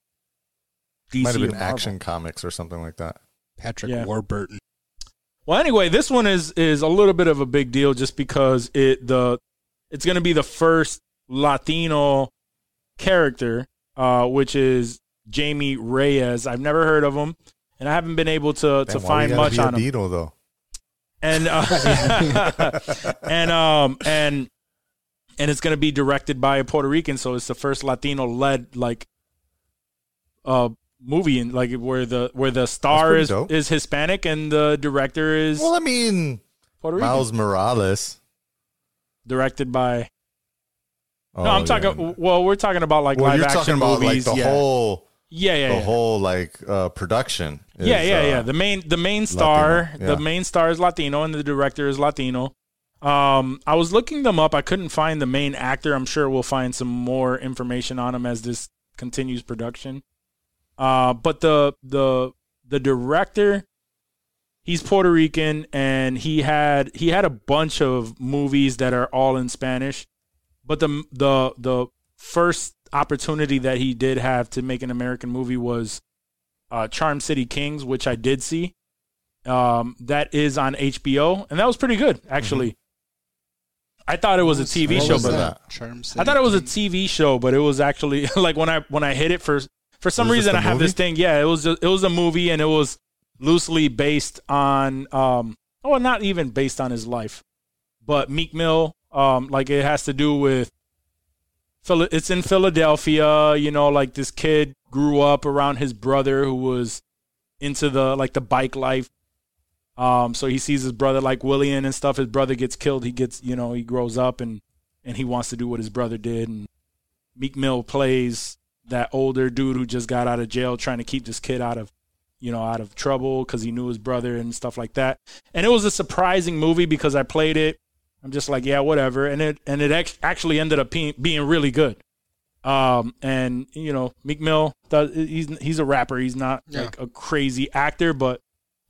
S1: DC.
S5: Might have
S1: or
S5: been
S1: Marvel.
S5: Action Comics or something like that.
S4: Patrick
S1: Yeah.
S4: Warburton.
S1: Well, anyway, this one is is a little bit of a big deal just because it the it's going to be the first Latino character, uh, which is Jamie Reyes. I've never heard of him, and I haven't been able to
S5: Damn,
S1: to
S5: why
S1: find
S5: you gotta
S1: much
S5: be a
S1: on him.
S5: Beetle, though.
S1: and uh, and um and and it's gonna be directed by a Puerto Rican, so it's the first Latino led like uh movie and like where the where the star
S5: pretty
S1: is
S5: dope.
S1: is Hispanic and the director is
S5: Well, I mean,
S1: Puerto Rican.
S5: Miles Morales.
S1: Directed by
S5: Oh,
S1: no, I'm
S5: yeah.
S1: talking. Well, we're talking about like
S5: Well,
S1: live
S5: you're
S1: action
S5: talking about
S1: movies.
S5: like the
S1: yeah.
S5: whole,
S1: yeah, yeah,
S5: the
S1: yeah.
S5: whole like uh, production. is,
S1: yeah, yeah,
S5: uh,
S1: yeah. The main the main star
S5: Latino,
S1: the
S5: yeah.
S1: main star is Latino and the director is Latino. Um, I was looking them up. I couldn't find the main actor. I'm sure we'll find some more information on him as this continues production. Uh, but the the the director, he's Puerto Rican, and he had he had a bunch of movies that are all in Spanish. But the the the first opportunity that he did have to make an American movie was uh, Charm City Kings, which I did see. Um, that is on HBO, and that was pretty good actually. I thought it was a TV
S5: what
S1: show,
S5: was
S1: but
S5: that?
S4: Charm
S1: I thought it was a
S4: City.
S1: TV show, but it was actually like when I when I hit it for for some
S5: It was just
S1: reason
S5: a
S1: I have this thing.
S5: movie?
S1: Yeah, it was a, it was a movie and it was loosely based on um oh not even based on his life, but Meek Mill um like it has to do with Phila- it's in Philadelphia, you know, like this kid grew up around his brother who was into the like the bike life. Um, so he sees his brother like William and stuff. His brother gets killed. He gets, you know, he grows up and and he wants to do what his brother did. And Meek Mill plays that older dude who just got out of jail, trying to keep this kid out of, you know, out of trouble because he knew his brother and stuff like that. And it was a surprising movie because I played it. I'm just like, yeah, whatever. And it and it act- actually ended up being, being really good. Um, and you know, Meek Mill, does, he's he's a rapper. He's not
S4: Yeah.
S1: like a crazy actor, but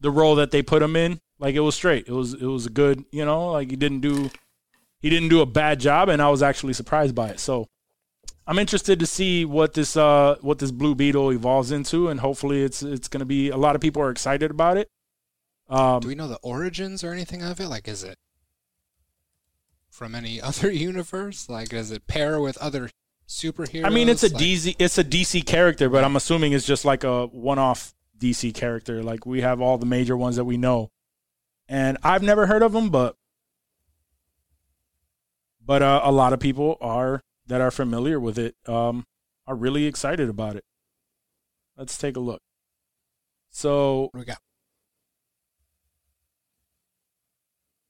S1: the role that they put him in. Like it was straight. It was it was a good, you know, like he didn't do he didn't do a bad job and I was actually surprised by it. So I'm interested to see what this uh what this Blue Beetle evolves into and hopefully it's it's going to be a lot of people are excited about it. Um
S4: Do we know the origins or anything of it? Like, is it from any other universe? Like, does it pair with other superheroes?
S1: I mean, it's a
S4: Like,
S1: DC it's a DC character, but I'm assuming it's just like a one-off DC character. Like we have all the major ones that we know, and I've never heard of them, but but uh, a lot of people are that are familiar with it um, are really excited about it. Let's take a look. So,
S4: What do we got?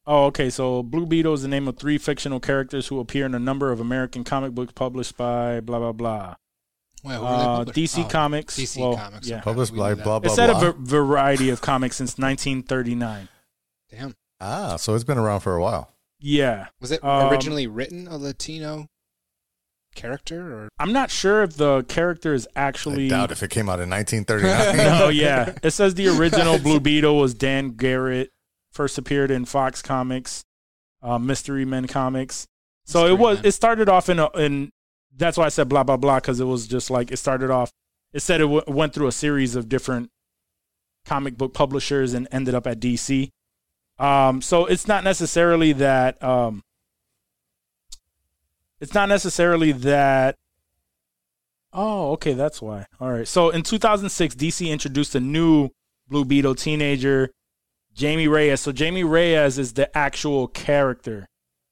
S1: oh, okay. So, Blue Beetle is the name of three fictional characters who appear in a number of American comic books published by blah blah blah.
S4: Wait, who
S1: Uh,
S4: are they published?
S1: DC Comics.
S4: DC
S1: Well,
S4: oh, Comics.
S1: yeah.
S4: okay,
S5: Published
S4: we
S5: by
S4: knew that.
S5: blah blah
S1: it's had
S5: blah.
S1: a v- variety of comics since 1939.
S4: Damn.
S5: ah, so it's been around for a while.
S1: Yeah,
S4: Was it
S1: Um,
S4: originally written a Latino character or
S1: I'm not sure if the character is actually.
S5: I doubt if it came out in 1939.
S1: no, yeah, it says the original Blue Beetle was Dan Garrett. First appeared in Fox Comics, uh, Mystery Men Comics. So it
S4: Mystery
S1: was.
S4: Men.
S1: It started off in a, in. That's why I said blah blah blah because it was just like it started off. It said it w- went through a series of different comic book publishers and ended up at DC. Um, so it's not necessarily that um, it's not necessarily that. Oh, okay, that's why. All right. So in 2006, DC introduced a new Blue Beetle teenager, Jamie Reyes. So Jamie Reyes is the actual character.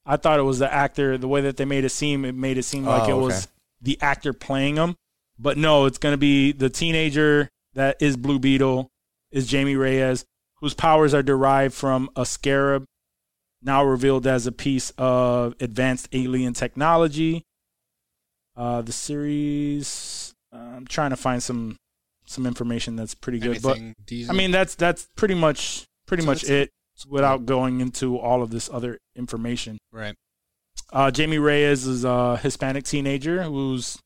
S1: I thought it was the actor. The way that they made it seem, it made it seem like
S5: Oh,
S1: it
S5: okay.
S1: was the actor playing him. But no, it's going to be the teenager that is Blue Beetle is Jamie Reyes, whose powers are derived from a scarab now revealed as a piece of advanced alien technology. Uh, the series, uh, I'm trying to find some some information that's pretty good,
S4: anything? Diesel?
S1: but I mean that's that's pretty much pretty
S4: So
S1: much
S4: it's-
S1: it without going into all of this other information.
S4: right.
S1: Uh, Jamie Reyes is a Hispanic teenager who's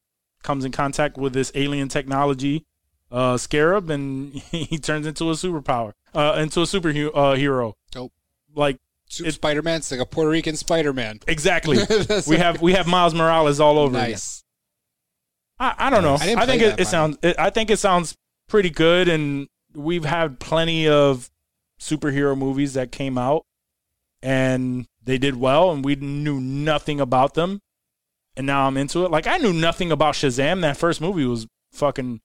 S1: comes in contact with this alien technology uh, scarab, and he turns into a superpower, uh, into a super uh, hero.
S4: Dope.
S1: Like
S4: Super Spider-Man's like a Puerto Rican Spider-Man.
S1: exactly, we have we have Miles Morales all over. again.
S4: nice.
S1: I, I don't know.
S4: I
S1: I,
S4: didn't
S1: think
S4: play
S1: it,
S4: that
S1: it
S4: much.
S1: sounds. It, I think it sounds pretty good, and we've had plenty of superhero movies that came out and they did well, and we knew nothing about them, and now I'm into it. Like I knew nothing about Shazam. That first movie was fucking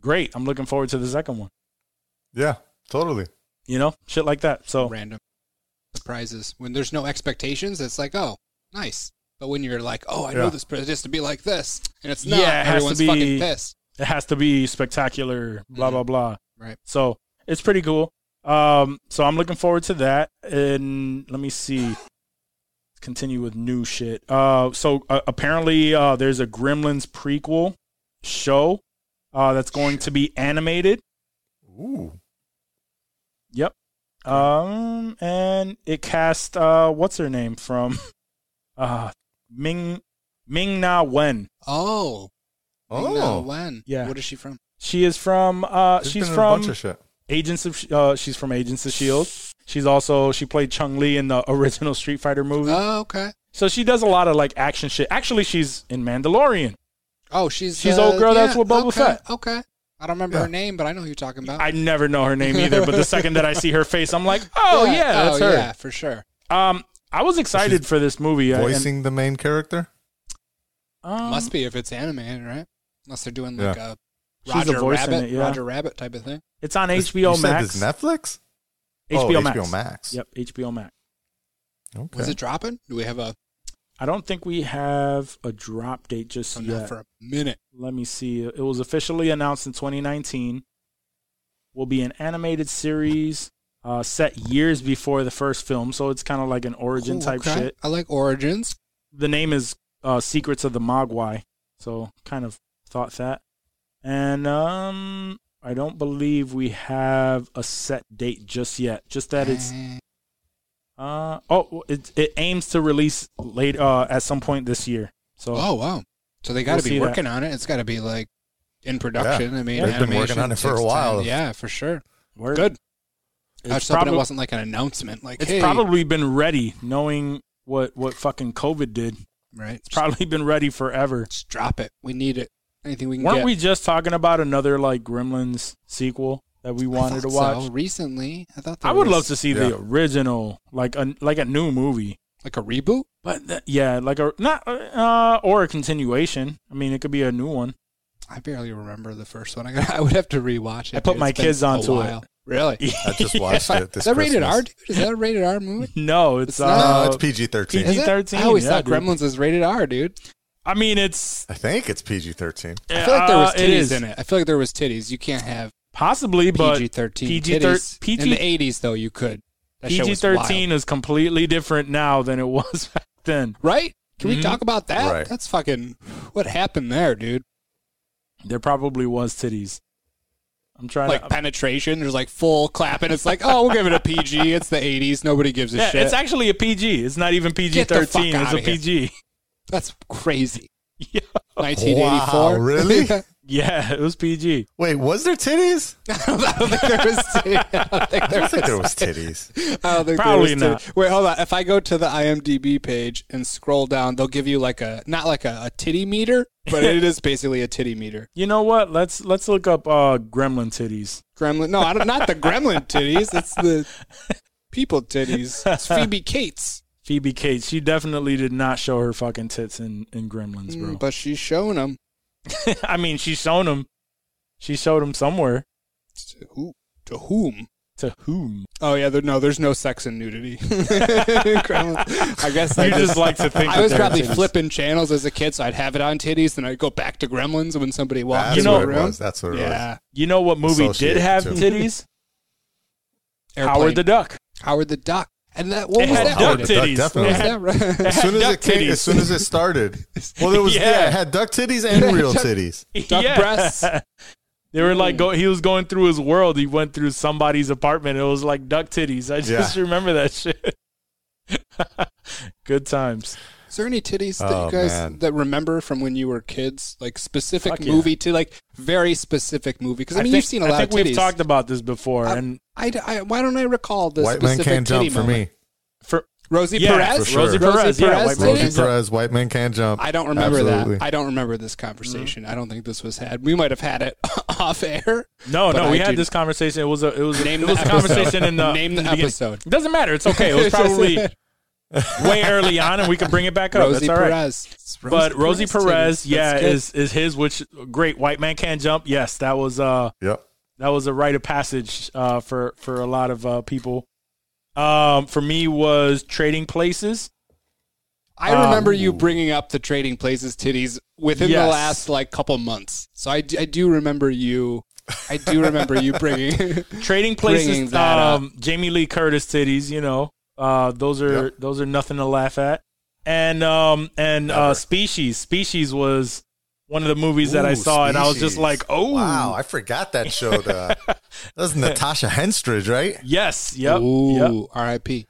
S1: great. I'm looking forward to the second one.
S5: yeah, totally.
S1: You know, shit like that. So
S4: Random surprises when there's no expectations. It's like oh, nice. But when you're like oh, I
S5: Yeah.
S4: know this person just to be like this, and it's not.
S1: Yeah, it has to
S4: everyone's
S1: be-
S4: fucking pissed.
S1: it has to be spectacular, blah blah blah.
S4: Right.
S1: So it's pretty cool. Um, so I'm looking forward to that. And let me see. Continue with new shit. Uh, so uh, apparently uh, there's a Gremlins prequel show uh, that's going to be animated.
S5: Ooh,
S1: Yep. Um, and it cast uh, what's her name from uh, Ming Ming Na Wen.
S4: Oh.
S5: Oh.
S4: No, when?
S1: Yeah.
S4: What is she from?
S1: She is from uh,
S5: There's
S1: she's
S5: been
S1: from
S5: a bunch of shit.
S1: Agents of uh, she's from Agents of Shield. She's also she played Chung Li in the original Street Fighter movie.
S4: Oh, okay.
S1: so she does a lot of like action shit. Actually, she's in Mandalorian.
S4: Oh, she's
S1: She's
S4: uh,
S1: old girl that's
S4: yeah,
S1: with Boba
S4: okay,
S1: Fett.
S4: Okay. I don't remember
S5: Yeah.
S4: her name, but I know who you're talking about.
S1: I never know her name either, but the second that I see her face, I'm like, oh yeah, that's
S4: oh,
S1: her.
S4: Yeah, for sure.
S1: Um, I was excited
S5: She's
S1: for this movie. I-
S5: Voicing the main character.
S1: and, um,
S4: Must be if it's animated, right? Unless they're doing like a
S1: She's a
S4: Roger
S1: voice in
S4: Rabbit,
S1: it, yeah.
S4: Roger Rabbit type of thing.
S1: It's on
S5: This-
S1: HBO
S5: you said
S1: Max.
S5: this Netflix. Oh,
S1: HBO, Max.
S5: HBO Max.
S1: Yep, HBO Max.
S5: Okay.
S4: Was it dropping? Do we have a
S1: I don't think we have a drop date just
S4: so now
S1: yet.
S4: for a minute?
S1: let me see. It was officially announced in 2019. Will be an animated series uh, set years before the first film, so it's kind of like an origin
S4: Cool,
S1: type
S4: okay.
S1: shit.
S4: I like origins.
S1: The name is uh, Secrets of the Mogwai, so kind of thought that. And um, I don't believe we have a set date just yet. Just that it's
S4: Eh,
S1: uh oh, it it aims to release late uh, at some point this year. So
S4: oh wow. So they got to
S1: We'll see
S4: be
S1: that.
S4: working on it. It's got to be like in production. I mean,
S5: They've been working
S4: animation
S5: on it for a
S4: takes time.
S5: while.
S4: Yeah, for sure.
S1: word.
S4: Good. I just hope it wasn't like an announcement. Like,
S1: it's
S4: hey,
S1: probably been ready, knowing what what fucking COVID did.
S4: right? It's
S1: It's probably been ready forever.
S4: just drop it. We need it. Anything we can
S1: Weren't
S4: get.
S1: we just talking about another like Gremlins sequel that we
S4: I
S1: wanted to
S4: thought
S1: watch?
S4: so. recently. I thought there
S1: I would
S4: was
S1: love to see
S5: Yeah.
S1: the original, like a like a new movie,
S4: like a reboot.
S1: but th- yeah, like a not uh, or a continuation. I mean, it could be a new one.
S4: I barely remember the first one. I, got, I would have to rewatch it.
S1: I put
S4: dude.
S1: my
S4: It's been
S1: kids
S4: a
S1: onto it.
S4: while. Really?
S5: I just watched it. This
S4: Is that rated
S5: Christmas.
S4: R, dude? Is that a rated R movie?
S1: No, it's,
S4: It's
S1: uh,
S4: not.
S5: No, it's PG
S1: P-
S5: thirteen.
S4: Is it?
S1: PG-13,
S4: I always
S1: yeah,
S4: thought
S1: dude.
S4: Gremlins is rated R, dude.
S1: I mean, it's.
S5: I think it's PG thirteen.
S4: I feel like there was
S1: uh, it is
S4: titties in it. I feel like there was titties. You can't have
S1: possibly, but
S4: PG thirteen
S1: PG-13
S4: titties.
S1: PG
S4: In the eighties, though, you could. That shit
S1: PG
S4: was
S1: thirteen
S4: wild.
S1: is completely different now than it was back then.
S4: right? Can we
S1: Mhm.
S4: talk about that?
S5: Right.
S4: That's fucking what happened there, dude.
S1: There probably was titties. I'm trying
S4: Like
S1: to.
S4: penetration, there's like full clapping. It's like, oh, we'll give it a PG. It's the '80s. Nobody gives a
S1: yeah,
S4: shit.
S1: it's actually a PG. It's not even PG
S4: Get the fuck
S1: thirteen. It's
S4: outta
S1: a
S4: here.
S1: PG.
S4: That's crazy.
S1: Yeah.
S4: 1984.
S5: Wow, really?
S1: Yeah, it was PG.
S5: Wait, was there titties?
S4: I don't think there was. I don't think
S5: I
S4: there
S5: don't think
S4: was.
S5: there was titties.
S4: I don't think there
S1: Probably
S4: was two.
S1: not.
S4: Wait, hold on. If I go to the IMDb page and scroll down, they'll give you like a not like a, a titty meter, but it is basically a titty meter.
S1: You know what? Let's let's look up uh, Gremlin titties.
S4: Gremlin? No, I don't, not the gremlin titties. It's the people titties. It's Phoebe Cates,
S1: Phoebe Cates. She definitely did not show her fucking tits in in Gremlins, bro.
S4: Mm, but she's showing them.
S1: I mean, she's shown them. She showed them somewhere.
S4: To, who, to whom?
S1: To whom?
S4: Oh yeah, there, no, there's no sex and nudity. Gremlins. I guess I
S1: You just like to think.
S4: I
S1: that
S4: was
S1: there are
S4: probably
S1: titties.
S4: flipping channels as a kid, so I'd have it on titties, then I'd go back to Gremlins when somebody walked
S5: That's
S4: in
S1: know-
S5: what
S4: the
S5: it
S4: room.
S5: was. That's what it
S4: Yeah,
S1: You know what movie did
S5: Associated
S1: have
S5: too.
S1: titties?
S4: Airplane.
S1: Howard the Duck.
S4: Howard the Duck, and that what
S1: It
S4: was
S1: had
S4: that?
S1: duck
S5: Howard the Duck,
S1: titties. It
S5: definitely.
S4: What was
S1: had
S4: that? Right?
S5: was. As soon as
S1: Duck
S5: it came,
S1: titties.
S5: as soon as it started, well, there was
S1: Yeah.
S5: yeah, it had duck titties and real titties.
S4: Duck breasts.
S1: They were like, go, he was going through his world. He went through somebody's apartment. It was like duck titties. I just
S5: Yeah.
S1: remember that shit. Good times.
S4: Is there any titties that
S5: Oh,
S4: you guys
S5: man.
S4: that remember from when you were kids, like specific
S1: Fuck yeah.
S4: movie to like very specific movie? Because I mean,
S1: think,
S4: you've seen a lot
S1: I think
S4: of titties.
S1: we've talked about this before.
S4: I-
S1: and
S4: I, d- I- why don't I recall the
S5: White man
S4: specific
S5: can't
S4: titty
S5: jump for
S4: moment?
S5: me.
S1: for
S4: Rosie
S1: Yeah,
S4: Perez,
S5: for sure. Rosie
S1: Perez, yeah,
S4: Perez
S1: White
S4: titties?
S5: Rosie
S1: Titties up.
S5: Perez, white man can jump.
S4: I don't remember
S5: Absolutely.
S4: that. I don't remember this conversation.
S1: Mm-hmm.
S4: I don't think this was had. We might have had it off air.
S1: no,
S4: But
S1: no,
S4: I
S1: we had
S4: do-
S1: this conversation. It was a, it was,
S4: Name
S1: it
S4: the
S1: was a
S4: episode.
S1: conversation in the
S4: Name the
S1: in beginning.
S4: episode.
S1: Doesn't matter. It's okay. It was probably way ely on, and we could bring it back up.
S4: Rosie
S1: That's all right.
S4: Perez. It's Rosie
S1: but Rosie Perez,
S4: titties.
S1: yeah,
S4: That's good.
S1: is is his. Which great white man can't jump. Yes, that was uh
S5: Yep.
S1: that was a rite of passage uh, for for a lot of uh, people. Um, for me was Trading Places.
S4: I remember you bringing up the Trading Places titties within the
S1: Um, Yes.
S4: last like couple months. So I, d- I do remember you. I do remember you bringing.
S1: Trading
S4: Bringing
S1: Places.
S4: that
S1: Um, Jamie Lee Curtis titties. You know, uh, those are
S5: Yep.
S1: those are nothing to laugh at. And um and uh,
S5: Never.
S1: Species. Species was one of the movies that I
S5: Ooh,
S1: saw, and I was just
S5: Species.
S1: like, oh
S5: Wow, I forgot that showed. Uh, that was Natasha Henstridge, right?
S1: yes, yep,
S4: Ooh,
S1: yep.
S4: R.I.P.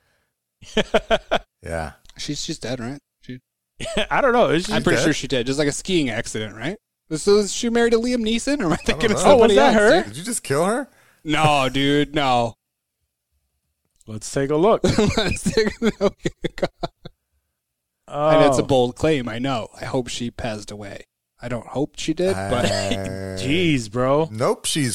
S5: Yeah.
S4: She's she's dead, right? She,
S1: I don't know. It's just,
S4: I'm pretty
S5: dead?
S4: sure she did. Just like a skiing accident, right? So is she married to Liam Neeson, or am I thinking of
S5: know. Oh,
S1: was
S4: somebody
S1: that
S4: else,
S1: her?
S4: dude?
S5: Did you just kill her?
S4: No, dude, no.
S1: let's take a look.
S4: Let's take a look.
S1: Oh.
S4: And it's a bold claim, I know. I hope she passed away. I don't hope she did, but
S5: Uh,
S1: Jeez, bro.
S5: Nope, she's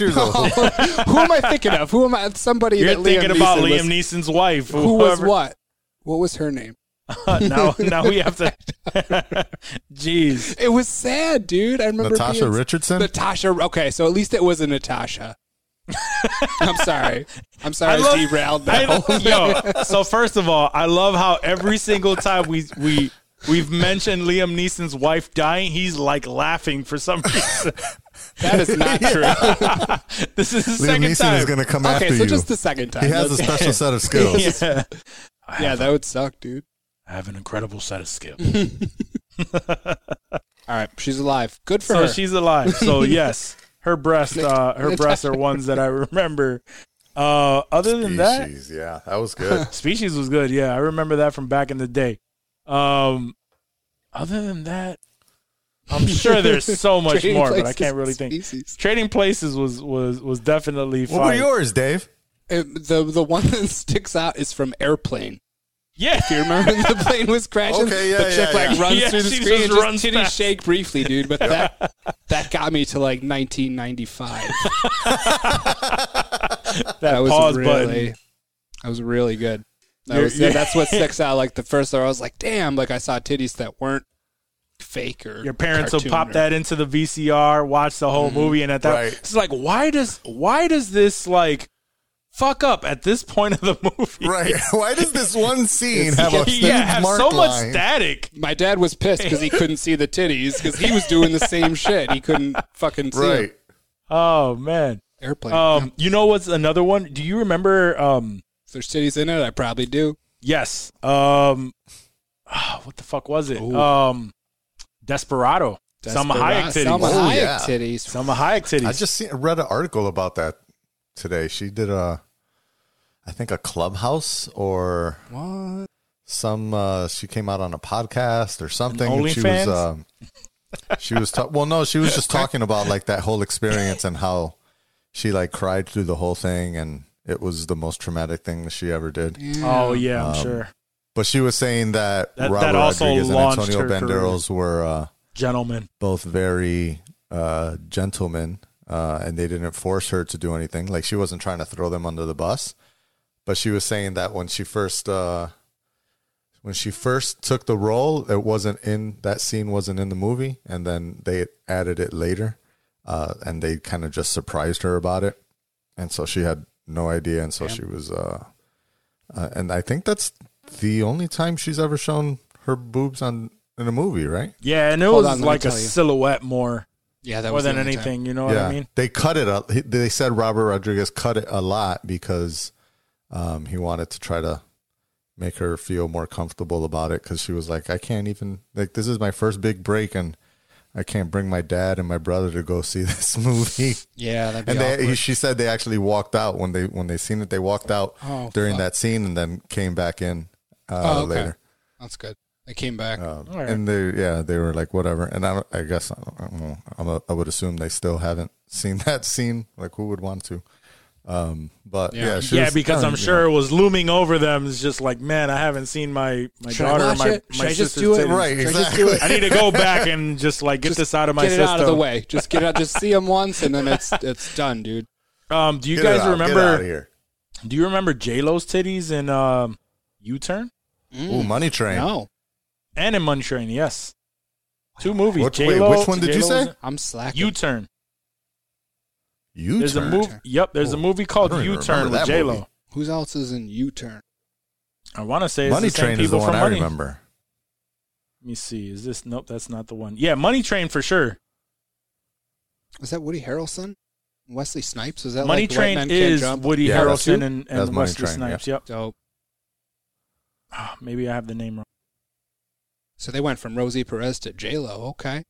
S5: years
S1: Oh,
S5: old.
S4: who am I thinking of? Who am I? Somebody
S1: Uh. You're
S4: that
S1: thinking
S4: Liam
S1: about
S4: Neeson was-
S1: Liam Neeson's wife.
S4: Who was
S1: whoever-
S4: what? What was her name?
S1: now, now we have to. Jeez.
S4: It was sad, dude. I remember
S5: Natasha
S4: being-
S5: Richardson?
S4: Natasha. Okay, so at least it was a Natasha. I'm sorry. I'm sorry. I,
S1: love-
S4: derailed
S1: I
S4: that. whole
S1: know- yo, so first of all, I love how every single time we we we've mentioned Liam Neeson's wife dying, he's like laughing for some reason.
S4: that is not true.
S1: this is the
S5: Liam
S1: second
S5: Neeson
S1: time.
S5: is going to come
S4: okay,
S5: after
S4: so
S5: you.
S4: just the second time.
S5: he has a
S4: That's-
S5: special set of skills.
S1: yeah.
S4: yeah, that would suck, dude.
S1: I have an incredible set of skills.
S4: All right, she's alive. Good for
S1: so
S4: her.
S1: she's alive. So yes, her breasts uh, her breasts are ones that I remember. Uh, other than that,
S5: Jeez, yeah, that was good.
S1: Species was good. Yeah, I remember that from back in the day. Um, other than that, I'm sure there's so much
S4: Trading
S1: more, but I
S4: Places
S1: can't really think.
S4: Species.
S1: Trading Places was was was definitely
S5: what were
S1: fun.
S5: yours, Dave?
S4: it, the the one that sticks out is from Airplane.
S1: Yeah.
S4: Do you remember when the plane was crashing?
S5: Okay, yeah,
S4: the chick
S5: yeah,
S4: like
S5: yeah.
S4: runs
S1: Yeah,
S4: through the
S1: she
S4: screen
S1: just
S4: and just
S1: runs
S4: titty
S1: fast.
S4: shake briefly, dude. But that that got me to like 1995.
S1: That,
S4: That was
S1: pause
S4: really,
S1: button.
S4: that was really good. That
S1: You're-
S4: was, yeah,
S1: you're-
S4: that's what sticks out. Like the first hour, I was like, damn, like I saw titties that weren't fake or
S1: Your parents will
S4: cartoon
S1: pop
S4: or-
S1: that into the VCR, watch the whole movie, and at that,
S5: Mm-hmm. Right.
S1: it's like, why does why does this like fuck up at this point of the movie?
S5: Right. Why does this one scene have a huge
S1: yeah, have
S5: mark
S1: so much
S5: line?
S1: static.
S4: My dad was pissed because he couldn't see the titties because he was doing the same shit. He couldn't fucking see
S5: Right.
S4: right.
S1: Oh man.
S4: airplane.
S1: Um, you know what's another one? Do you remember? Um,
S4: if there's titties in it, I probably do.
S1: yes. Um, ah, what the fuck was it?
S4: Ooh.
S1: Um, Desperado. Selma Hayek
S4: Desperado-
S1: titties.
S4: Selma
S5: Oh,
S4: Hayek
S5: yeah.
S4: titties.
S1: Selma Hayek titties.
S5: I just seen, read an article about that today. She did a, I think a clubhouse or
S4: What?
S5: some. Uh, she came out on a podcast or something.
S1: An
S5: and she
S1: OnlyFans?
S5: was. Um, she was. Ta- well, no, she was just talking about like that whole experience and how she like cried through the whole thing and it was the most traumatic thing that she ever did.
S1: oh yeah, I'm
S5: Um,
S1: sure.
S5: But she was saying that,
S1: That-
S5: Robert
S1: that also
S5: Rodriguez and
S1: launched
S5: Antonio
S1: her career.
S5: Banderas were. Uh,
S1: Gentlemen.
S5: both very uh, gentlemen, uh, and they didn't force her to do anything. Like she wasn't trying to throw them under the bus, but she was saying that when she first uh, when she first took the role, it wasn't in that scene wasn't in the movie, and then they added it later, uh, and they kind of just surprised her about it, and so she had no idea, and so she was. Uh, uh, and I think that's the only time she's ever shown her boobs on in a movie, right?
S1: Yeah, and it
S4: Hold
S1: was
S4: on, let me
S1: like a
S4: tell you.
S1: silhouette more
S4: Yeah, that
S1: more
S4: was the
S1: than
S4: only time.
S1: anything. You know what I mean?
S5: They cut it up. He- They said Robert Rodriguez cut it a lot because um, he wanted to try to make her feel more comfortable about it because she was like, I can't even, like, this is my first big break and I can't bring my dad and my brother to go see this movie.
S4: Yeah, that'd be
S5: And they,
S4: awkward.
S5: he, she said they actually walked out when they when they seen it. They walked out
S4: Oh,
S5: during
S4: fuck.
S5: that scene and then came back in uh,
S4: Oh, okay.
S5: later.
S4: That's good. They came back.
S5: Um,
S1: All right.
S5: And they, yeah, they were like, whatever. And I, I guess I, don't, I, don't know. I'm a, I would assume they still haven't seen that scene. Like, who would want to? Um, but
S4: Yeah.
S5: yeah, she
S1: yeah,
S5: was-
S1: because
S5: uh,
S1: I'm
S5: you
S1: sure
S5: know.
S1: it was looming over them. It's just like, man, I haven't seen my my
S4: Should I
S1: daughter,
S4: watch
S1: my
S4: it?
S1: my
S4: Should I just
S1: sister's
S4: do it?
S1: titties.
S5: right,
S4: Should I just
S5: exactly.
S4: do it?
S1: I need to go back and just like get
S4: Just
S1: this out of my
S4: get it
S1: system.
S4: out of the way. Just get it out. Just see them once, and then it's it's done, dude.
S1: Um, do you
S5: Get it
S1: guys
S5: out, get it out of
S1: remember?
S5: here.
S1: Do you remember J Lo's titties in um, U Turn Mm.
S5: Ooh, Money Train.
S4: Mm. No,
S1: and in Money Train? Yes, two movies.
S5: Which- wait,
S1: J-Lo,
S5: which one did you
S1: J-Lo's-
S5: say?
S4: I'm slacking.
S1: U Turn.
S5: You
S1: There's a
S5: turned.
S1: movie. Yep, there's a
S5: Ooh,
S1: movie
S5: I
S1: called
S5: don't even
S1: U Turn
S5: remember
S1: with
S5: that
S1: J
S5: movie.
S1: Lo.
S4: Who else is in U-turn?
S1: I want to say it's
S5: Money
S1: the same
S5: Train is the
S1: people
S5: one
S1: from
S5: I
S1: Money.
S5: remember.
S1: Let me see. Is this nope? That's not the one. Yeah, Money Train for sure.
S4: Is that Woody Harrelson? Wesley Snipes? Is that
S1: Money
S4: like White
S1: Train
S4: Men
S1: is
S4: Can't Jump?
S1: Woody
S5: Yeah, that's
S1: Harrelson
S5: who?
S1: and,
S5: That's
S1: and
S5: Money
S1: Wesley
S5: Train,
S1: Snipes. Yep.
S4: Dope.
S1: Ah, maybe I have the name wrong.
S4: So they went from Rosie Perez to J Lo. Okay.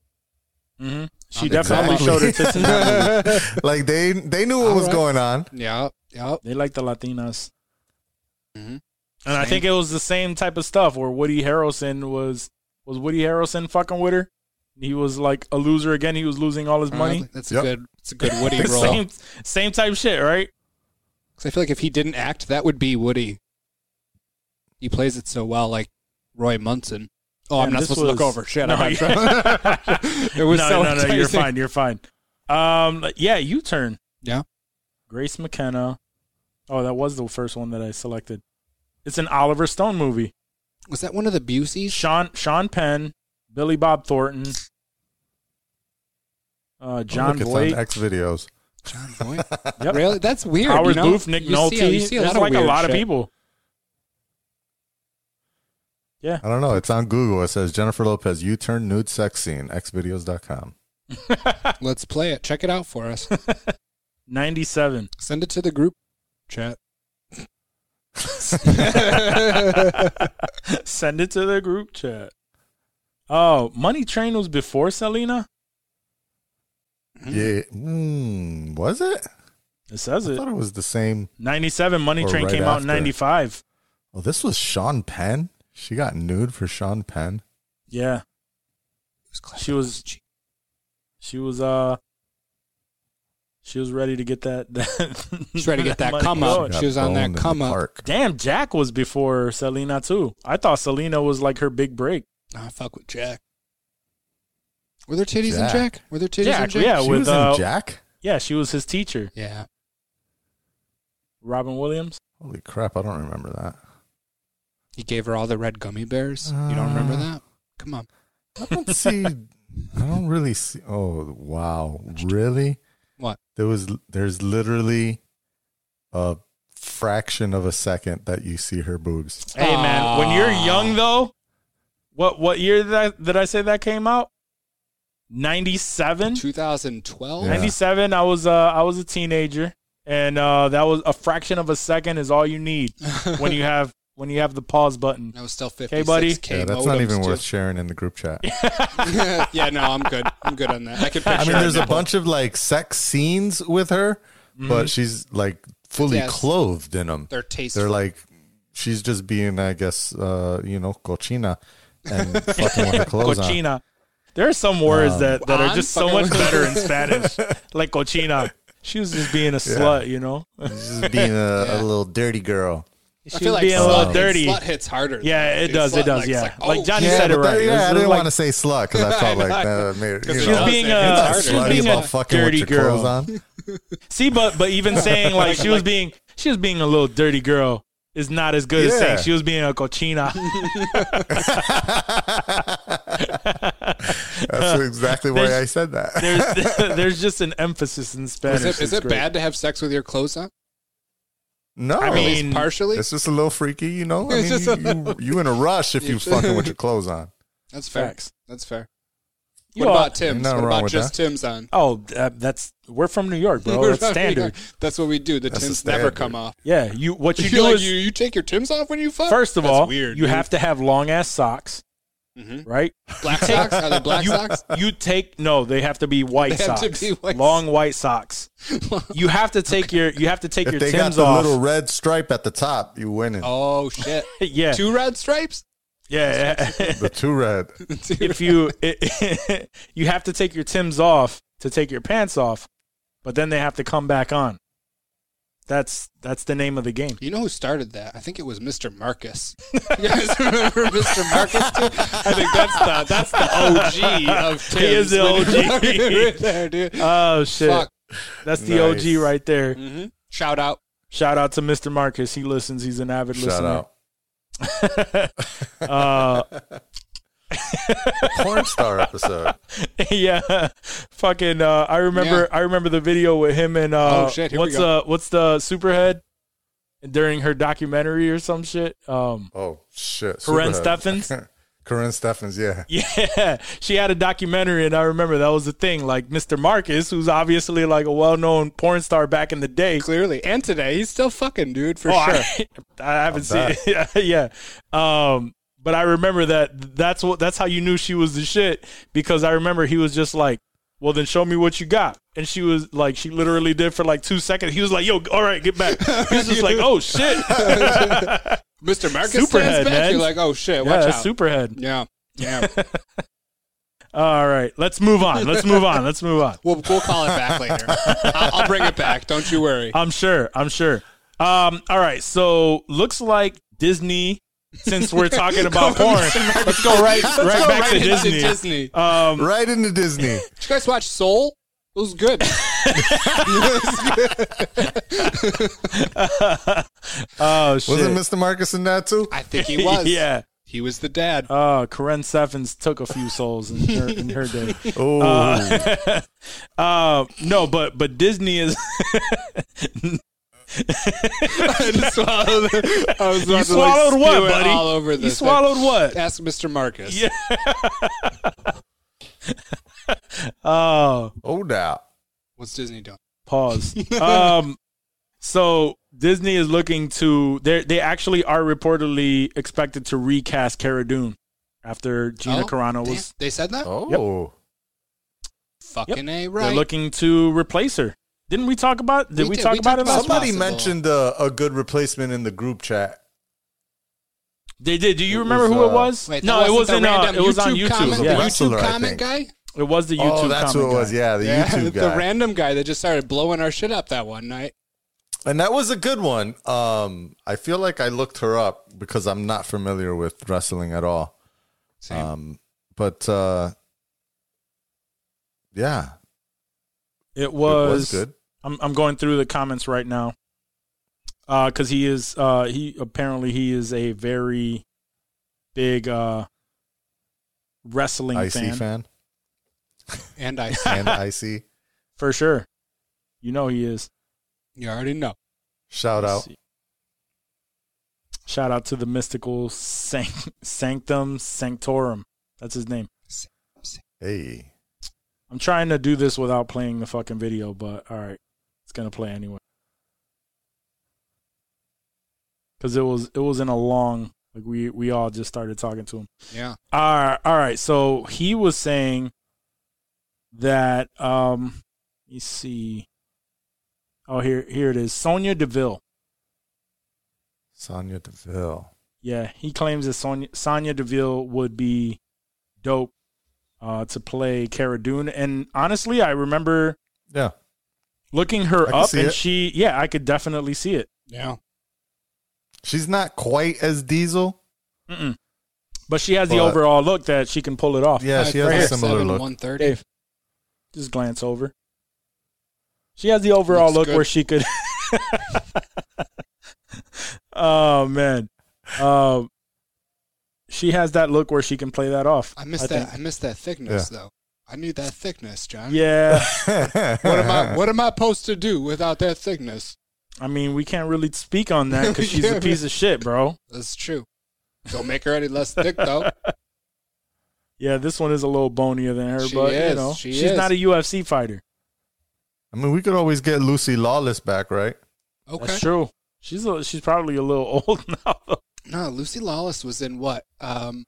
S1: hmm She
S4: Um,
S1: definitely
S5: exactly.
S1: showed her tits in that movie.
S5: Like, they, they knew what
S4: All
S5: was
S4: right.
S5: going on.
S4: Yep. Yep.
S1: They like the Latinas.
S4: Mhm.
S1: And I
S4: Same.
S1: think it was the same type of stuff where Woody Harrelson was was Woody Harrelson fucking with her. He was like a loser again. He was losing all his money.
S4: Probably. That's a
S5: Yep.
S4: good. It's a good Woody role.
S1: same same type shit, right?
S4: 'Cause I feel like if he didn't act, that would be Woody. He plays it so well, like Roy Munson. Oh, I'm
S1: And
S4: not
S1: this
S4: supposed to look
S1: was-
S4: over. Shit,
S1: No,
S4: I'm not
S1: yeah.
S4: sure. It was
S1: no,
S4: so
S1: no, no. You're
S4: enticing.
S1: fine. You're fine. Um, like, yeah, U turn.
S4: Yeah.
S1: Grace McKenna. Oh, that was the first one that I selected. It's an Oliver Stone movie.
S4: Was that one of the Buseys?
S1: Sean Sean Penn, Billy Bob Thornton, uh, John
S5: Look,
S1: Blake.
S5: It's on X videos.
S4: John Boyd.
S1: Yep.
S4: Really? That's weird.
S1: Howard
S4: you know?
S1: Booth, Nick
S4: You see-
S1: Nolte.
S4: you see a
S1: There's
S4: lot of
S1: like a
S4: weird
S1: lot of
S4: shit.
S1: people. Yeah.
S5: I don't know. It's on Google. It says Jennifer Lopez, you turn nude sex scene, xvideos.com.
S4: Let's play it. Check it out for us.
S1: 97.
S4: Send it to the group chat.
S1: Send it to the group chat. Oh, Money Train was before Selena? Hmm.
S5: Yeah. Mm, was it?
S1: It says
S5: I
S1: it.
S5: thought it was the same.
S1: 97. Money
S5: Or
S1: Train
S5: right
S1: came out in
S5: after.
S1: 95.
S5: Oh, this was Sean Penn. She got nude for Sean Penn.
S1: Yeah. She was. She was, uh, She was ready to get that. that
S4: She's ready to get that
S1: money
S4: come up.
S1: going.
S5: Got
S4: She was on that
S5: boned in the
S4: come up.
S5: park.
S1: Damn, Jack was before Selena too. I thought Selena was like her big break.
S4: Nah, "Ah, fuck with Jack. Were there titties
S5: Jack.
S4: in Jack? Were there titties in
S1: Jack,
S4: Jack?
S1: yeah.
S5: She
S1: with,
S5: was in
S1: uh,
S5: Jack.
S1: Yeah, she was his teacher,
S4: Yeah.
S1: Robin Williams.
S5: Holy crap! I don't remember that.
S4: He gave her all the red gummy bears. you don't remember
S5: Uh.
S4: that? Come on.
S5: I don't see. I don't really see. Oh wow! Really?
S4: What?
S5: There was. There's literally a fraction of a second that you see her boobs.
S1: Hey man, when you're young though, what what year did I did I say that came out? 97?
S4: 2012?
S5: Yeah.
S1: 97 I was uh I was a teenager and uh that was a fraction of a second is all you need when you have when you have the pause button.
S4: That was still 56K.
S1: Hey, buddy.
S5: Yeah, that's not even worth sharing in the group chat.
S4: worth. yeah, no, I'm good. I'm good on that. I can picture
S5: I mean,
S4: it
S5: there's a
S4: now.
S5: bunch of like sex scenes with her, but she's like fully
S4: Mm-hmm. Yes.
S5: clothed in them.
S4: They're tasteful.
S5: They're like, she's just being, I guess, uh, you know, cochina and fucking with her clothes on.
S1: Cochina. There are some words that, that are
S4: Um, I'm
S1: just so much
S4: fucking with-
S1: better in Spanish. Like cochina. She was just being a slut, you know?
S5: She's just being a, a little dirty girl.
S4: I
S1: She was
S4: feel like
S1: being a
S4: slut,
S1: little
S4: hits-
S1: dirty.
S4: slut hits harder.
S1: Yeah,
S4: though.
S1: it
S4: It's
S1: does, it
S4: slut,
S1: does,
S4: like, oh,
S1: yeah.
S4: it's
S1: Like Johnny
S5: yeah,
S1: said it
S5: but that-
S1: right. This
S5: yeah, I
S1: is
S5: didn't
S1: like-
S5: want to say slut because I felt like uh, maybe, you
S1: She's
S5: know,
S1: being
S5: you're
S1: a
S5: not
S1: she's
S5: slutty
S1: being a
S5: about fucking
S1: dirty
S5: with your
S1: girl.
S5: clothes on.
S1: See, but but even saying like she was
S4: Like-
S1: being she was being a little dirty girl is not as good as
S5: Yeah.
S1: saying she was being a cochina.
S5: That's exactly why
S1: There's-
S5: I said that.
S1: there's there's just an emphasis in Spanish.
S4: Is it, is
S1: It's
S4: it
S1: great.
S4: bad to have sex with your clothes on?
S5: no,
S1: I
S4: Or at
S1: mean,
S4: least partially?
S5: It's just a little freaky, you know. I mean,
S4: It's just
S5: you,
S4: a-
S5: you, you in a rush if you fucking with your clothes on.
S4: That's fair.
S1: Facts.
S4: That's fair.
S1: You
S4: what
S1: are-
S4: about Tim's?
S5: Nothing
S4: What
S5: wrong
S4: about
S5: with
S4: just Tim's on?
S1: Oh, that, that's we're from New York, bro.
S4: We're
S1: That's
S4: not-
S1: Oh, standard.
S4: That's what we do. The
S5: That's the
S4: Tim's never
S5: standard.
S4: come off.
S1: Yeah, you what you
S4: You,
S1: do
S4: like,
S1: is
S4: you, you take your Tim's off when you fuck?
S1: first of
S4: That's
S1: all
S4: weird.
S1: you have to have long ass socks,
S4: Mhm.
S1: right?
S4: Black socks? Are they black
S1: you,
S4: socks?
S1: You take no, they have to be white
S4: They have
S1: socks,
S4: to be white
S1: long white socks. you have to take your you have to take
S5: If
S1: your
S5: they got
S1: Tim's
S5: the
S1: off.
S5: little red stripe at the top, you winning.
S4: Oh, shit.
S1: yeah,
S4: Two red stripes?
S1: yeah.
S5: The two red.
S1: if you you have to take your tims off to take your pants off, but then they have to come back on. That's that's the name of the game.
S4: You know who started that? I think it was Mr. Marcus. You guys remember Mr. Marcus too? I think that's the that's the OG of Tim's.
S1: He is the OG.
S4: right there, dude.
S1: Oh shit,
S4: Fuck.
S1: that's the
S5: Nice.
S1: OG right there.
S4: Mm-hmm. Shout out.
S1: Shout out to Mr. Marcus. He listens. He's an avid
S5: Shout out.
S1: listener. Uh,
S5: Porn star episode.
S1: yeah, fucking. Uh, I remember. I remember the video with him and uh,
S4: Oh, shit, here we
S1: what's
S4: go.
S1: uh what's the superhead during her documentary or some shit. Um,
S5: Oh shit.
S1: Corinne
S5: Superhead.
S1: Steffens?
S5: Corinne Steffens, yeah.
S1: Yeah, she had a documentary, and I remember that was the thing. Like Mr. Marcus, who's obviously like a well-known porn star back in the day.
S4: Clearly. And today he's still fucking dude for
S1: Oh,
S4: sure.
S1: I, I haven't seen. yeah, um, but I remember that. That's what. That's how you knew she was the shit because I remember he was just like, "Well, then show me what you got." And she was like, she literally did for like two seconds. He was like, "Yo, all right, get back." He was just like, "Oh shit,
S4: Mr. Marcus
S1: Superhead,
S4: stands back.
S1: man.
S4: You're like, oh shit,
S1: yeah,
S4: watch
S1: that's
S4: out.
S1: superhead."
S4: yeah. Yeah.
S1: All right, let's move on. Let's move on. Let's move on.
S4: We'll, we'll call it back later. I'll, I'll bring it back. Don't you worry.
S1: I'm sure. I'm sure. Um, all right. So looks like Disney. Since we're talking about porn, let's go right right
S4: Go
S1: back to
S4: into
S1: Disney.
S4: Disney.
S1: Um,
S5: Right into Disney.
S4: Did you guys watch Soul? It was good.
S1: oh shit!
S5: Wasn't Mr. Marcus in that too?
S4: I think he was.
S1: yeah.
S4: He was the dad.
S1: Oh, Karen Steffens took a few souls in her, in her day.
S5: Oh
S1: Uh, no, but but Disney is
S4: I just swallowed. it. I was about to, like,
S1: swallowed what,
S4: spew it
S1: buddy?
S4: All over this.
S1: you
S4: thing.
S1: swallowed what?
S4: Ask Mr. Marcus.
S1: Yeah. Oh,
S5: oh doubt.
S4: What's Disney doing?
S1: pause. Um, so Disney is looking to they they actually are reportedly expected to recast Cara Dune after Gina
S4: Oh,
S1: Carano
S4: damn.
S1: was.
S4: They said that.
S5: Oh.
S4: Fucking a
S1: They're
S4: right.
S1: looking to replace her. Didn't we talk about? Did
S4: We
S1: we,
S4: did.
S1: talk
S4: We
S1: about
S4: talked
S1: it?
S4: about
S1: Last?
S5: Somebody
S4: possible.
S5: mentioned uh, a good replacement in the group chat.
S1: They did. Do you
S5: It
S1: remember
S5: was,
S1: who it
S5: uh,
S1: was?
S4: Wait, that
S1: no, it
S4: wasn't
S1: wasn't.
S4: the
S1: Uh,
S4: random
S1: it was on YouTube.
S4: Comment,
S1: Yeah.
S4: The
S5: Wrestler,
S4: YouTube
S5: I
S4: comment guy.
S1: It was the YouTube.
S5: oh, that's who
S1: comic
S5: it was.
S1: guy.
S5: Yeah, the
S4: yeah,
S5: YouTube guy.
S4: the random guy that just started blowing our shit up that one night.
S5: and that was a good one. Um, I feel like I looked her up because I'm not familiar with wrestling at all.
S4: Same.
S5: Um, but uh, yeah,
S1: It
S5: it
S1: was,
S5: was good.
S1: I'm I'm going through the comments right now. Uh, cause he is uh he apparently he is a very big uh wrestling
S5: IC
S1: fan,
S5: fan,
S4: and I,
S5: and IC.
S1: for sure. You know he is.
S4: you already know.
S5: Shout
S1: Let's
S5: out.
S1: see. Shout out to the mystical sanct- sanctum sanctorum. That's his name.
S5: Hey,
S1: I'm trying to do this without playing the fucking video, but all right, it's gonna play anyway. Cause it was it was in a long like we we all just started talking to him.
S4: Yeah,
S1: All right, all right. So he was saying that um, let me see. Oh, here here it is. Sonia Deville.
S5: Sonya Deville.
S1: Yeah, he claims that Sonya, Sonya Deville would be dope uh, to play Cara Dune. And honestly, I remember
S5: Yeah,
S1: looking
S5: I
S1: her
S5: can
S1: up,
S5: see
S1: and
S5: it.
S1: she, yeah, I could definitely see it.
S4: yeah.
S5: she's not quite as Diesel.
S1: Mm-mm. But she has the
S5: But-
S1: overall look that she can pull it
S4: Oh,
S1: off.
S5: Yeah, she has a similar look.
S4: One thirty.
S1: Dave, just glance over. She has the overall
S4: Looks
S1: look
S4: good.
S1: where she could. oh man, um, she has that look where she can play that off.
S4: I missed
S1: think.
S4: that. I missed that thickness though. I need that thickness, John.
S1: Yeah,
S4: What am I? What am I supposed to do without that thickness?
S1: I mean, we can't really speak on that because she's
S4: Yeah,
S1: a piece of shit, bro.
S4: That's true. Don't make her any less thick though.
S1: Yeah, this one is a little bonier than her,
S4: She
S1: but you
S4: is,
S1: know,
S4: she
S1: she's
S4: is.
S1: not a UFC fighter.
S5: I mean, we could always get Lucy Lawless back, right?
S4: Okay.
S1: That's true. She's a, she's probably a little old now. though.
S4: No, Lucy Lawless was in what? Um,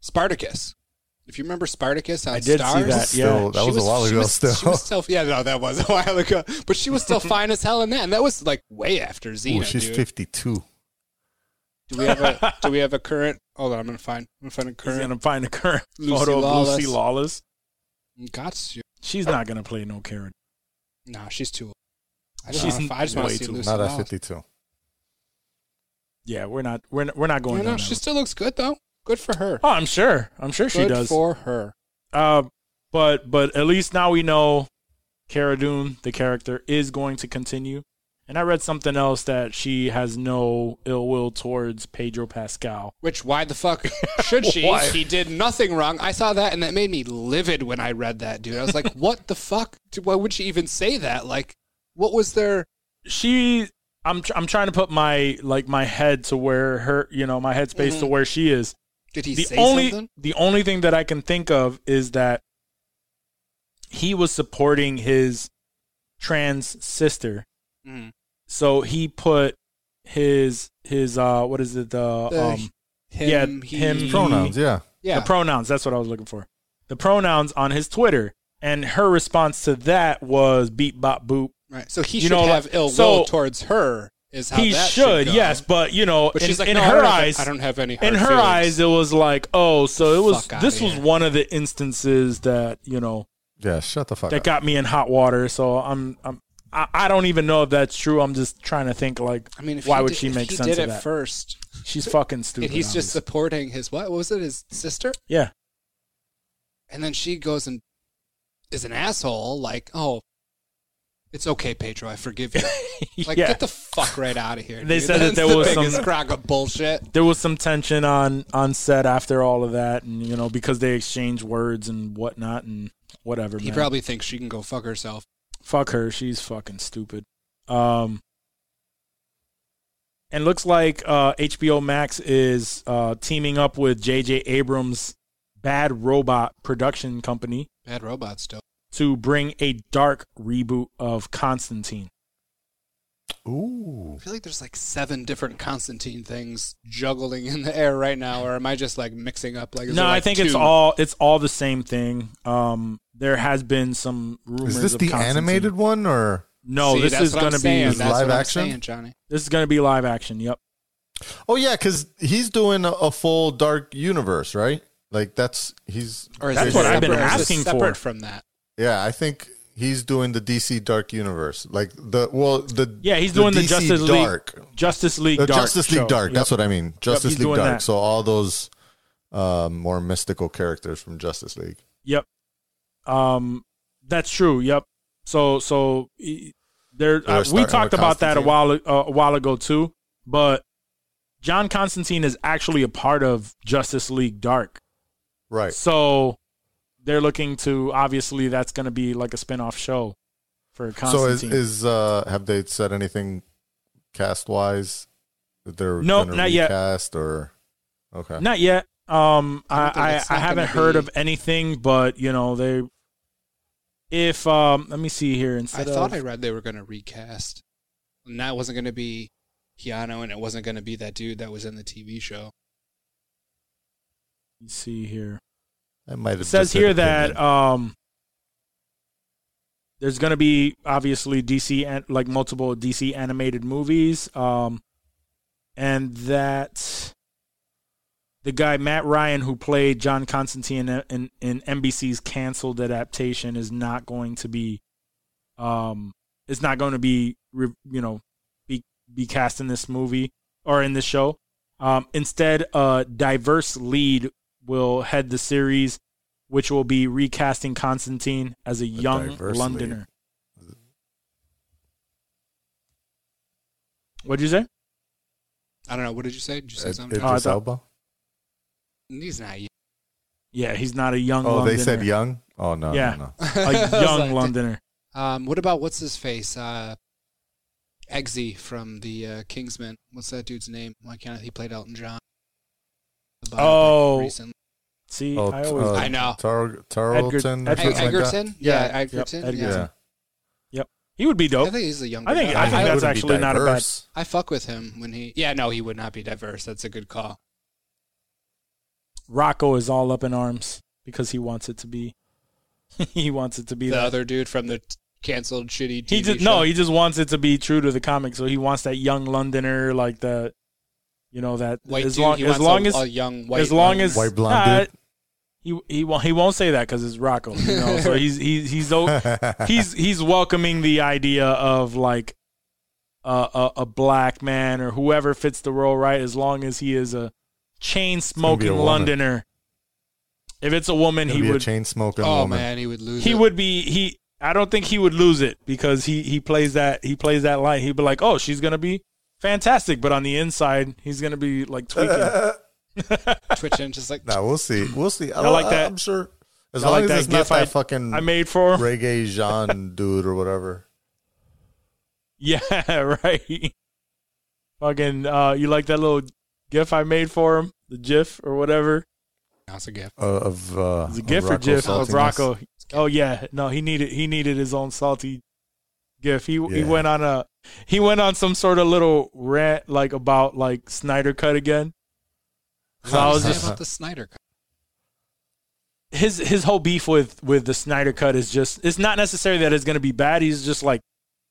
S4: Spartacus. If you remember Spartacus on
S1: I did see
S4: Stars,
S1: that, Yeah.
S5: Still, that
S4: she
S5: was, a while
S4: she
S5: ago.
S4: was-
S5: still,
S4: she was still yeah, no, that was a while ago. But she was still fine as hell in that, and that was like way after Xena.
S5: Ooh, she's
S4: dude.
S5: fifty-two.
S4: Do we have a Do we have a current? Hold on, I'm gonna find. I'm gonna find a
S1: He's
S4: current.
S1: gonna find a current
S4: Lucy
S1: photo of
S4: Lawless.
S1: Lucy Lawless.
S4: Got you.
S1: She's not gonna play no Karen.
S4: Nah, she's too. old. I just
S1: She's
S4: wanna- I just want
S1: way
S4: to see
S1: too-
S4: Lucy
S5: Not at
S4: Lawless.
S5: fifty-two.
S1: Yeah, we're not we're not, we're not going.
S4: No,
S1: down
S4: no,
S1: that
S4: she
S1: road.
S4: still looks good though. Good for her.
S1: Oh, I'm sure. I'm sure she
S4: good
S1: does.
S4: for her.
S1: Uh, but but at least now we know Cara Dune, the character, is going to continue. And I read something else that she has no ill will towards Pedro Pascal.
S4: Which why the fuck should she?
S1: Why?
S4: He did nothing wrong. I saw that and that made me livid when I read that, dude. I was like, what the fuck? Dude, Why would she even say that? Like, what was their?
S1: She, I'm tr- I'm trying to put my like my head to where her, you know, my headspace
S4: Mm-hmm.
S1: to where she is.
S4: Did he
S1: the
S4: say
S1: only
S4: something?
S1: the only thing that I can think of is that he was supporting his trans sister,
S4: Mhm.
S1: so he put his his uh what is it the,
S4: The
S1: um
S4: Him,
S1: yeah,
S4: he,
S1: him-
S5: Pronouns, yeah.
S4: Yeah,
S1: the pronouns that's what I was looking for the pronouns on his Twitter and her response to that was beep bop boop
S4: right. So he
S1: you
S4: should
S1: know,
S4: have
S1: like-
S4: ill
S1: so-
S4: will towards her. Is how
S1: he
S4: that
S1: should
S4: go.
S1: yes but you know
S4: but
S1: in,
S4: she's like,
S1: in
S4: no, I
S1: her
S4: don't have-
S1: eyes
S4: I don't have any.
S1: in
S4: hard
S1: her
S4: feelings.
S1: eyes it was like oh so it was
S4: Fuck outta
S1: this was
S4: here.
S1: one of the instances that you know
S5: Yeah, shut the fuck
S1: that
S5: up.
S1: got me in hot water. So I'm, I'm I, I don't even know if that's true. I'm just trying to think like,
S4: I mean, if
S1: why
S4: he
S1: would
S4: did-
S1: she
S4: if
S1: make
S4: he
S1: sense
S4: did
S1: of
S4: it
S1: that?
S4: first?
S1: She's fucking stupid.
S4: And he's just
S1: obviously.
S4: supporting his what? What was it? His sister?
S1: yeah.
S4: And then she goes and is an asshole, like, oh, it's okay, Pedro, I forgive you. Like,
S1: yeah.
S4: get the fuck right out of here.
S1: They
S4: dude.
S1: said that
S4: That's
S1: there
S4: the
S1: was
S4: biggest
S1: some-
S4: crock of bullshit.
S1: there was some tension on on set after all of that, and you know because they exchange words and whatnot and whatever.
S4: He
S1: man.
S4: probably thinks she can go fuck herself.
S1: fuck her. She's fucking stupid. Um, and looks like uh, HBO Max is uh, teaming up with J.J. Abrams' Bad Robot production company
S4: Bad robot still.
S1: to bring a dark reboot of Constantine.
S5: Ooh,
S4: I feel like there's like seven different Constantine things juggling in the air right now, or am I just like mixing up? Like, is
S1: no,
S4: there,
S1: I
S4: like,
S1: think it's
S4: two?
S1: all it's all the same thing. Um, there has been some rumors.
S5: is this
S1: of
S5: the
S1: Constantine.
S5: animated one or?
S1: No,
S4: See,
S1: this
S4: that's
S1: is
S4: what I'm
S1: going to be
S4: saying.
S5: This
S4: That's
S5: live
S4: what I'm
S5: action?
S4: saying, Johnny.
S1: this is going to be live action. Yep.
S5: Oh yeah, because he's doing a, a full dark universe, right? Like that's he's
S4: Or
S1: That's
S4: it
S1: what I've been
S4: separate- is it
S1: asking for.
S4: Separate from that,
S5: yeah. I think he's doing the DC Dark Universe. Like the well the
S1: Yeah, he's doing the
S5: DC
S1: Justice League-
S5: Dark.
S1: Justice League
S5: The
S1: Dark.
S5: Justice League
S1: show.
S5: Dark.
S1: Yep.
S5: That's what I mean. Justice
S1: he's
S5: League
S1: doing
S5: Dark.
S1: that.
S5: So all those um, more mystical characters from Justice League.
S1: Yep. Um, that's true. Yep. So so e- there
S5: They're
S1: uh, we
S5: starting
S1: talked
S5: with
S1: about that a while
S5: Constantine.
S1: uh, a while ago too, but John Constantine is actually a part of Justice League Dark.
S5: Right.
S1: So they're looking to obviously that's going to be like a spin-off show for
S5: So is
S1: Constantine.
S5: is uh, have they said anything cast wise that they're
S1: Nope,
S5: gonna
S1: not yet.
S5: recast or okay
S1: Not yet. Um,
S4: I don't think
S1: I
S4: it's
S1: I, I
S4: not
S1: haven't
S4: gonna
S1: heard
S4: be-
S1: of anything, but you know they. If um, let me see here.
S4: I
S1: Instead
S4: thought I
S1: of
S4: read they were going to recast, and that wasn't going to be Keanu, and it wasn't going to be that dude that was in the TV show.
S1: let me see here.
S5: That might have
S1: It says
S5: just been
S1: here that
S5: opinion.
S1: um, there's going to be obviously DC and like multiple DC animated movies, um, and that the guy Matt Ryan who played John Constantine in, in, in NBC's canceled adaptation is not going to be, um, is not going to be re- you know be be cast in this movie or in this show. Um, instead, a diverse lead will head the series, which will be recasting Constantine as a young
S5: diverse
S1: Londoner. What'd you say?
S4: I don't know. What did you say? Did you say
S5: Id-
S4: something?
S5: Idris
S1: Oh, I thought-
S5: Elba?
S4: He's not. young.
S1: Yeah, he's not a young.
S5: Oh,
S1: Londoner.
S5: they said young. Oh no,
S1: Yeah.
S5: no, no.
S1: a
S4: I was
S1: young
S4: like,
S1: Londoner.
S4: Um, what about what's his face? Uh, Eggsy from the uh, Kingsman. What's that dude's name? Why can't I- he played Elton John? The biopic
S1: Oh.
S4: recently.
S1: See,
S5: Oh,
S1: I always.
S5: uh,
S4: I know.
S5: Tar-
S1: Edgar-
S5: Tarleton. or
S1: Edgar-
S5: something
S4: Eg-
S5: like that?
S4: Egerton.
S1: Yeah,
S4: Yeah,
S1: yep,
S4: Egerton.
S1: Edgerton.
S4: Yeah.
S5: Yeah.
S1: he would be
S4: I
S1: dope.
S4: think he's a younger.
S1: I think-
S4: guy.
S1: I think
S5: That
S1: that's
S5: wouldn't be
S1: actually not a bad-
S5: diverse.
S4: I fuck with him when he. Yeah, no, he would not be diverse. That's a good call.
S1: Rocco is all up in arms because he wants it to be. he wants it to be
S4: The
S1: that.
S4: other dude from the t- canceled shitty. TV
S1: he just
S4: show.
S1: no, he just wants it to be true to the comic. So he wants that young Londoner, like the, you know that
S4: white
S1: as
S4: dude.
S1: long
S4: he
S1: as
S4: wants
S1: long
S4: a,
S1: as
S4: a young white.
S1: as long
S4: man.
S1: as
S5: White blonde
S1: Nah, he he won't he won't say that because it's Rocco. You know, so he's he's he's o- he's he's welcoming the idea of like a, a a black man or whoever fits the role right, as long as he is a chain
S5: gonna be a
S1: smoking
S5: woman.
S1: Londoner. If it's a woman,
S5: He
S1: he
S5: a
S1: would
S5: chain smoking
S4: Oh
S5: woman.
S4: man, he would lose.
S1: he
S4: it.
S1: would be he I don't think he would lose it because he he plays that he plays that line. He'd be like, "Oh, she's going to be fantastic," but on the inside, he's going to be like tweaking.
S4: twitch in just like.
S5: Nah, we'll see. We'll see. I,
S1: like that-
S5: I'm sure. As
S1: I
S5: long
S1: like
S5: as
S1: that
S5: it's not
S1: gif
S5: that
S1: I-
S5: fucking
S1: I made for him.
S5: reggae Jean dude or whatever.
S1: Yeah, right. Fucking uh you like that little gif I made for him? The gif or whatever?
S4: That's a gift.
S5: Uh, of uh,
S1: It's a
S5: of
S1: gif or
S5: Rocco's
S1: gif of
S5: saltiness.
S1: Rocco. Oh yeah, no, he needed he needed his own salty gif. He he
S5: Yeah.
S1: went on a he went on some sort of little rant like about like Snyder cut again. So I was
S4: Say
S1: just
S4: about the Snyder Cut.
S1: his his whole beef with with the Snyder cut is just it's not necessarily that it's going to be bad. He's just like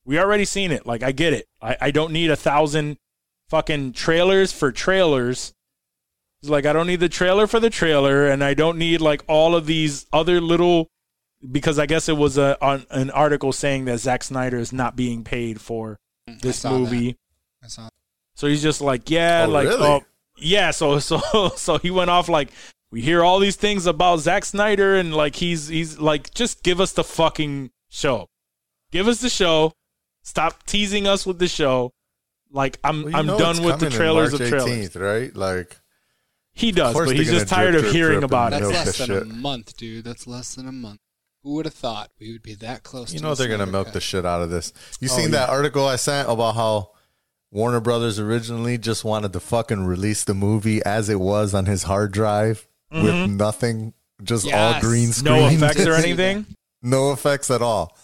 S1: we already seen it. Like I get it. I I don't need a thousand fucking trailers for trailers. He's like I don't need the trailer for the trailer, and I don't need like all of these other little because I guess it was a on an article saying that Zack Snyder is not being paid for this
S4: Mm, saw that.
S1: movie.
S4: I saw.
S1: So he's just like, yeah,
S5: Oh,
S1: like,
S5: really?
S1: oh, yeah. So, so, so he went off like, we hear all these things about Zack Snyder, and like, he's, he's like, just give us the fucking show, give us the show, stop teasing us with the show. Like, I'm,
S5: Well, you
S1: I'm
S5: know
S1: done
S5: it's
S1: with the
S5: coming in
S1: trailers
S5: March
S1: of trailers.
S5: 18th, right? Like
S1: He does,
S5: course
S1: but
S5: they're
S1: he's just
S5: gonna drip,
S1: tired of
S5: drip,
S1: hearing
S5: drip
S1: about
S5: and
S1: it.
S4: That's
S5: know
S4: less
S5: this
S4: than a
S5: shit.
S4: month, dude. That's less than a month. Who would have thought we would be that close?
S5: you
S4: to
S5: know
S4: the
S5: they're gonna
S4: Snyder
S5: milk
S4: Cut?
S5: the shit out of this. You
S4: Oh,
S5: seen that article I sent about how Warner Brothers originally just wanted to fucking release the movie as it was on his hard drive with nothing, just all
S4: Yes.
S5: green screen,
S1: Mm-hmm. No effects or
S4: Did see
S1: anything.
S5: no effects at all.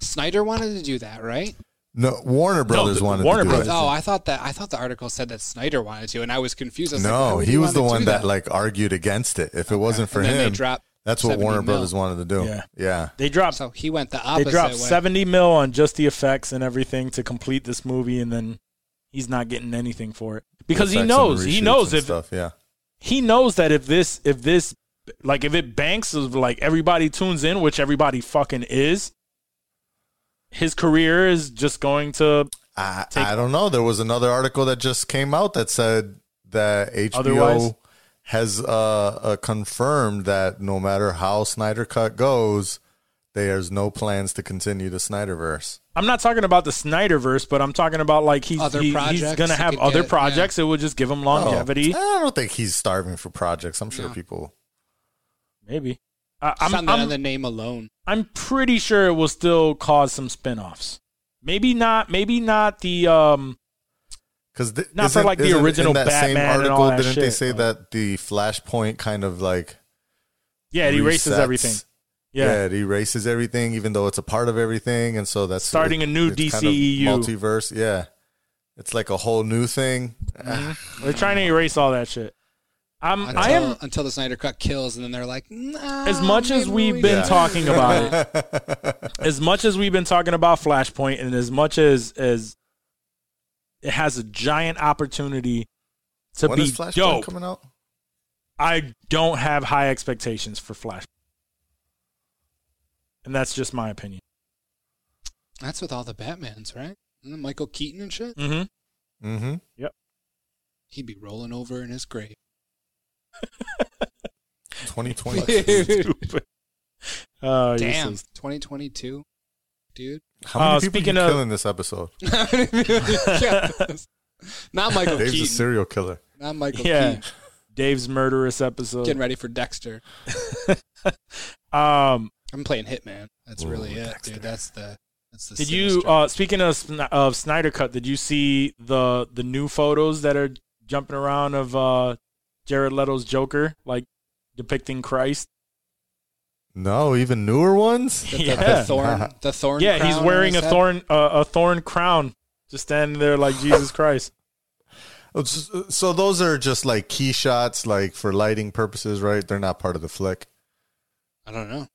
S4: Snyder wanted to do that, right?
S5: No, Warner Brothers
S1: the-
S5: wanted
S1: Warner
S5: to do
S1: Brothers.
S5: it.
S4: Oh, I thought that. I thought the article said that Snyder wanted to, and I was confused. I was like, why
S5: No,
S4: would
S5: he was
S4: wanna
S5: the one
S4: do
S5: that, like argued against it. If it wasn't for
S4: And then they
S5: him,
S4: dropped
S5: that's what
S4: 70
S5: Warner
S4: mil.
S5: Brothers wanted to do.
S1: Yeah.
S5: yeah.
S1: They dropped,
S4: So he went the
S1: they
S4: opposite
S1: dropped
S4: way.
S1: seventy mil on just the effects and everything to complete this movie, and then he's not getting anything for it because he
S5: Effects and
S1: knows, he
S5: reshoots
S1: knows
S5: and
S1: if
S5: stuff. Yeah,
S1: he knows that if this if this like if it banks of like everybody tunes in, which everybody fucking is, his career is just going to
S5: I,
S1: Take-
S5: I don't know. There was another article that just came out that said that HBO
S1: Otherwise-
S5: has uh, uh, confirmed that no matter how Snyder Cut goes, there's no plans to continue the Snyderverse.
S1: I'm not talking about the Snyderverse, but I'm talking about like he's
S4: Other
S1: he- he's
S4: projects
S1: gonna
S4: he
S1: have
S4: could
S1: other
S4: get,
S1: projects. It would just give him
S5: Oh,
S1: longevity.
S5: I don't think he's starving for projects. I'm sure people.
S1: Maybe. I,
S4: I'm,
S1: I'm, I'm,
S4: the name alone.
S1: I'm pretty sure it will still cause some spin-offs. Maybe not. Maybe not the. Um,
S5: Because th-
S1: Not for,
S5: isn't-
S1: like, the
S5: isn't
S1: original
S5: in that same
S1: Batman and
S5: article,
S1: all that
S5: didn't they
S1: shit,
S5: say
S1: though.
S5: that the Flashpoint kind of like
S1: yeah, it erases
S5: resets-
S1: everything.
S5: Yeah.
S1: Yeah.
S5: it erases everything, even though it's a part of everything, and so that's
S1: Starting
S5: it-
S1: a new E
S5: it's kind of
S1: DCEU.
S5: multiverse. Yeah, it's like a whole new thing. Ah,
S1: they're trying to erase all that shit. I'm.
S4: Until,
S1: I am.
S4: until the Snyder Cut kills, and then they're like, nah,
S1: As much as
S4: maybe
S1: we've
S4: we
S1: been
S4: should.
S1: talking about it, as much as we've been talking about Flashpoint, and as much as as it has a giant opportunity to
S5: When
S1: be
S5: is Flashpoint
S1: dope.
S5: coming out?
S1: I don't have high expectations for Flash. And that's just my opinion.
S4: That's with all the Batmans, right? And then Michael Keaton and shit.
S1: Mm-hmm.
S5: Mm-hmm.
S4: He'd be rolling over in his grave.
S5: Twenty twenty.
S4: Damn,
S1: Stupid. Uh, useless.
S4: 2022, dude.
S5: How many
S1: Uh,
S5: people
S1: speaking
S5: you
S1: of-
S5: kill in this episode?
S4: Not Michael
S5: Dave's a
S4: Keaton.
S5: serial killer.
S4: Not Michael
S1: Yeah.
S4: Keaton.
S1: Dave's murderous episode.
S4: Getting ready for Dexter.
S1: Um,
S4: I'm playing Hitman. That's
S5: Ooh,
S4: really it,
S5: Dexter.
S4: dude. That's the. That's the
S1: did you
S4: sinister.
S1: uh, speaking of Sn- of Snyder Cut? Did you see the the new photos that are jumping around of uh, Jared Leto's Joker, like depicting Christ?
S5: No, even newer ones.
S4: the, the,
S1: yeah.
S4: the thorn. The thorn.
S1: yeah, he's
S4: crown
S1: wearing a
S4: on his head?
S1: thorn uh, a thorn crown, just standing there like Jesus Christ.
S5: Oh, so- So those are just like key shots, like for lighting purposes, right? They're not part of the flick.
S4: I don't know.